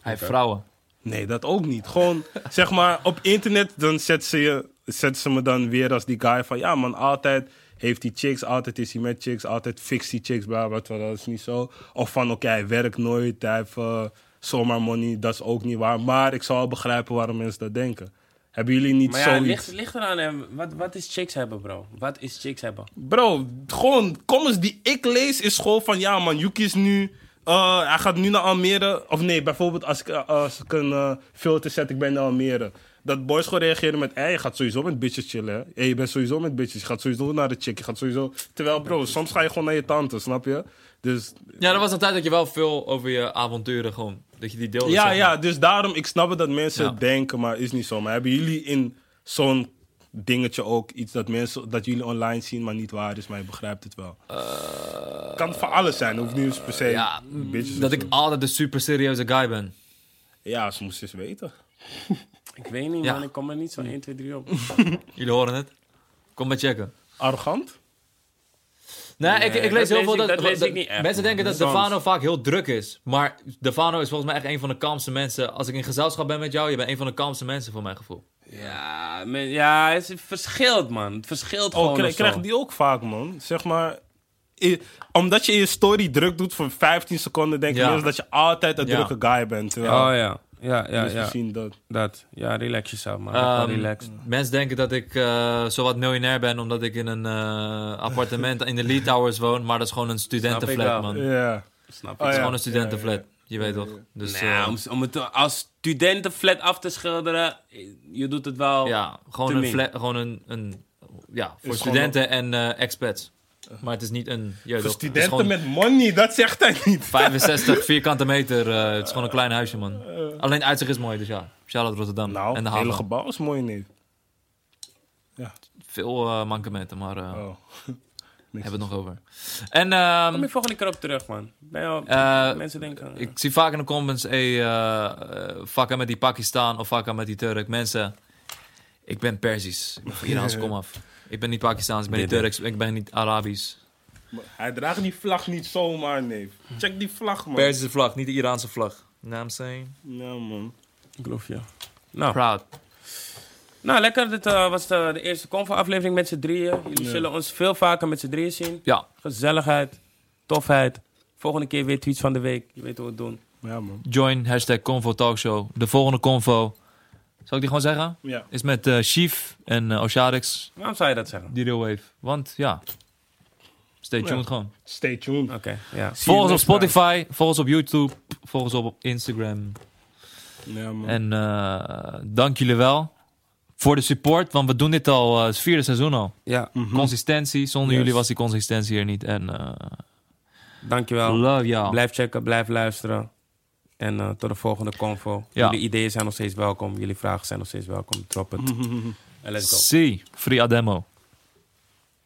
Hij heeft vrouwen.
Nee, dat ook niet. Gewoon, zeg maar, op internet dan zet ze, je, zet ze me dan weer als die guy van... Ja man, altijd heeft hij chicks, altijd is hij met chicks, altijd fixt hij chicks, bla bla, terwijl dat is niet zo. Of van, oké, hij werkt nooit, hij heeft eh, zomaar money, dat is ook niet waar. Maar ik zal wel begrijpen waarom mensen dat denken. Hebben jullie niet
Maar ja, het
zoiets?
ligt, ligt eraan hem. Wat, wat is chicks hebben, bro? Wat is chicks hebben?
Bro, gewoon comments die ik lees is gewoon van ja man, Yuki is nu. eh, hij gaat nu naar Almere. Of nee, bijvoorbeeld als ik, eh, als ik een eh, filter zet, ik ben naar Almere. Dat boys gewoon reageren met, hé, je gaat sowieso met bitches chillen, hè? Hé, je bent sowieso met bitches, je gaat sowieso naar de chick, je gaat sowieso... Terwijl, bro, soms ga je gewoon naar je tante, snap je? Dus,
Ja, er was een tijd dat je wel veel over je avonturen gewoon... Dat je die deelde, Oh, zeg
ja,
maar.
ja, dus daarom, ik snap het dat mensen
Ja.
het denken, maar is niet zo. Maar hebben jullie in zo'n dingetje ook iets dat, mensen, dat jullie online zien, maar niet waar is, maar je begrijpt het wel? kan voor alles zijn, hoeft niet eens per se.
Eh, Ja,
bitches
dat
of
ik
zo.
altijd de super serieuze guy ben.
Ja, ze moesten eens weten.
Ik weet niet,
Ja.
man. Ik kom er
Mm.
niet zo 1, 2, 3 op.
Jullie horen het. Kom maar checken.
Arrogant?
Nee, ik,
Nee,
ik lees
dat
heel
lees
veel
ik-
dat,
dat lees
dat-
ik niet echt,
mensen
man.
denken dat
Soms.
Stefano vaak heel druk is. Maar Stefano is volgens mij echt een van de kalmste mensen. Als ik in gezelschap ben met jou, je bent een van de kalmste mensen voor mijn gevoel.
Ja, men- ja het is- het verschilt, man. Het verschilt
Oh,
gewoon.
krijg,
of zo.
krijg die ook vaak, man. Zeg maar. i- omdat je in je story druk doet voor 15 seconden, denk
Ja.
je dat je altijd een
Ja.
drukke guy bent. Terwijl,
Oh ja, ja, ja.
dus
ja.
misschien dat.
Dat. Ja, relax jezelf, man.
Ehm,
Gewoon relaxed.
Mensen denken dat ik eh zowat miljonair ben omdat ik in een eh, appartement in de Lee Towers woon. Maar dat is gewoon een
Snap ik wel.
studentenflat, man.
Ja.
Het
Snap je?
Oh,
is
ja.
gewoon een studentenflat. Je weet toch? Dus, eh,
Nou, om, om het als studentenflat af te schilderen, eh, je doet het wel.
Ja,
te
gewoon een
min.
flat, gewoon een, een ja, voor
Oh, Is
studenten en eh, expats. Maar het is niet een, je weet
Voor
toch, het is
studenten
gewoon
met money, dat zegt hij niet.
65 vierkante meter, eh, het is gewoon een klein huisje man. Alleen het uitzicht is mooi, dus ja, Charlotte Rotterdam
Eh. Nou,
en de
het
haven.
hele gebouw is mooi, nee.
Veel eh, mankementen, maar eh
Oh.
hebben we het nog over. En ehm,
Kom je volgende keer op terug, man. Ben je wel-
Eh,
mensen denken.
ik zie vaak in de comments, hey, eh, eh, fuck hem met die Pakistan of fuck hem met die Turk. Mensen, ik ben Perzisch, ik ben van Iraans kom af. Ik ben niet Pakistaans, ik ben niet
Dit,
Turks, ik ben niet Arabisch.
Hij draagt die vlag niet zomaar, neef. Check die vlag, man.
Perzische vlag, niet de Iraanse vlag. Naam zijn.
Ja, man.
Ik geloof je. Nou,
Proud.
nou lekker. Dit eh, was de, de eerste Convo-aflevering met z'n drieën. Jullie zullen ons veel vaker met z'n drieën zien.
Ja.
Gezelligheid, tofheid. Volgende keer weer tweets van de week. Je weet hoe we het doen.
Ja, man.
Join hashtag Convo Talkshow. De volgende Convo, zal ik die gewoon zeggen?
Ja.
Is met eh Chief en eh Osharix,
Waarom zou je dat zeggen?
die real wave. Want ja, stay tuned gewoon.
Stay tuned.
Ah.
Oké, ja.
Zie je
Volg ons op
next time.
Spotify, volg ons op YouTube, volg ons op op Instagram.
Ja, man.
En eh, dank jullie wel voor de support, want we doen dit al eh, het vierde seizoen al.
dus, Ja,
Consistentie, zonder
Mhm. Yes.
jullie was die consistentie er niet. En eh,
dankjewel.
love y'all.
Blijf checken, blijf luisteren. En eh, tot de volgende convo.
Ja.
Jullie ideeën zijn nog steeds welkom. Jullie vragen zijn nog steeds welkom. Drop het. En let's go.
See, free Ademo.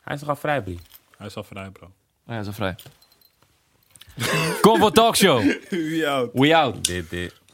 Hij is nogal vrij, Brie.
Hij is al vrij, bro.
Oh ja, zo vrij. Combo Talk Show.
ja,
We out.
Dit, dit.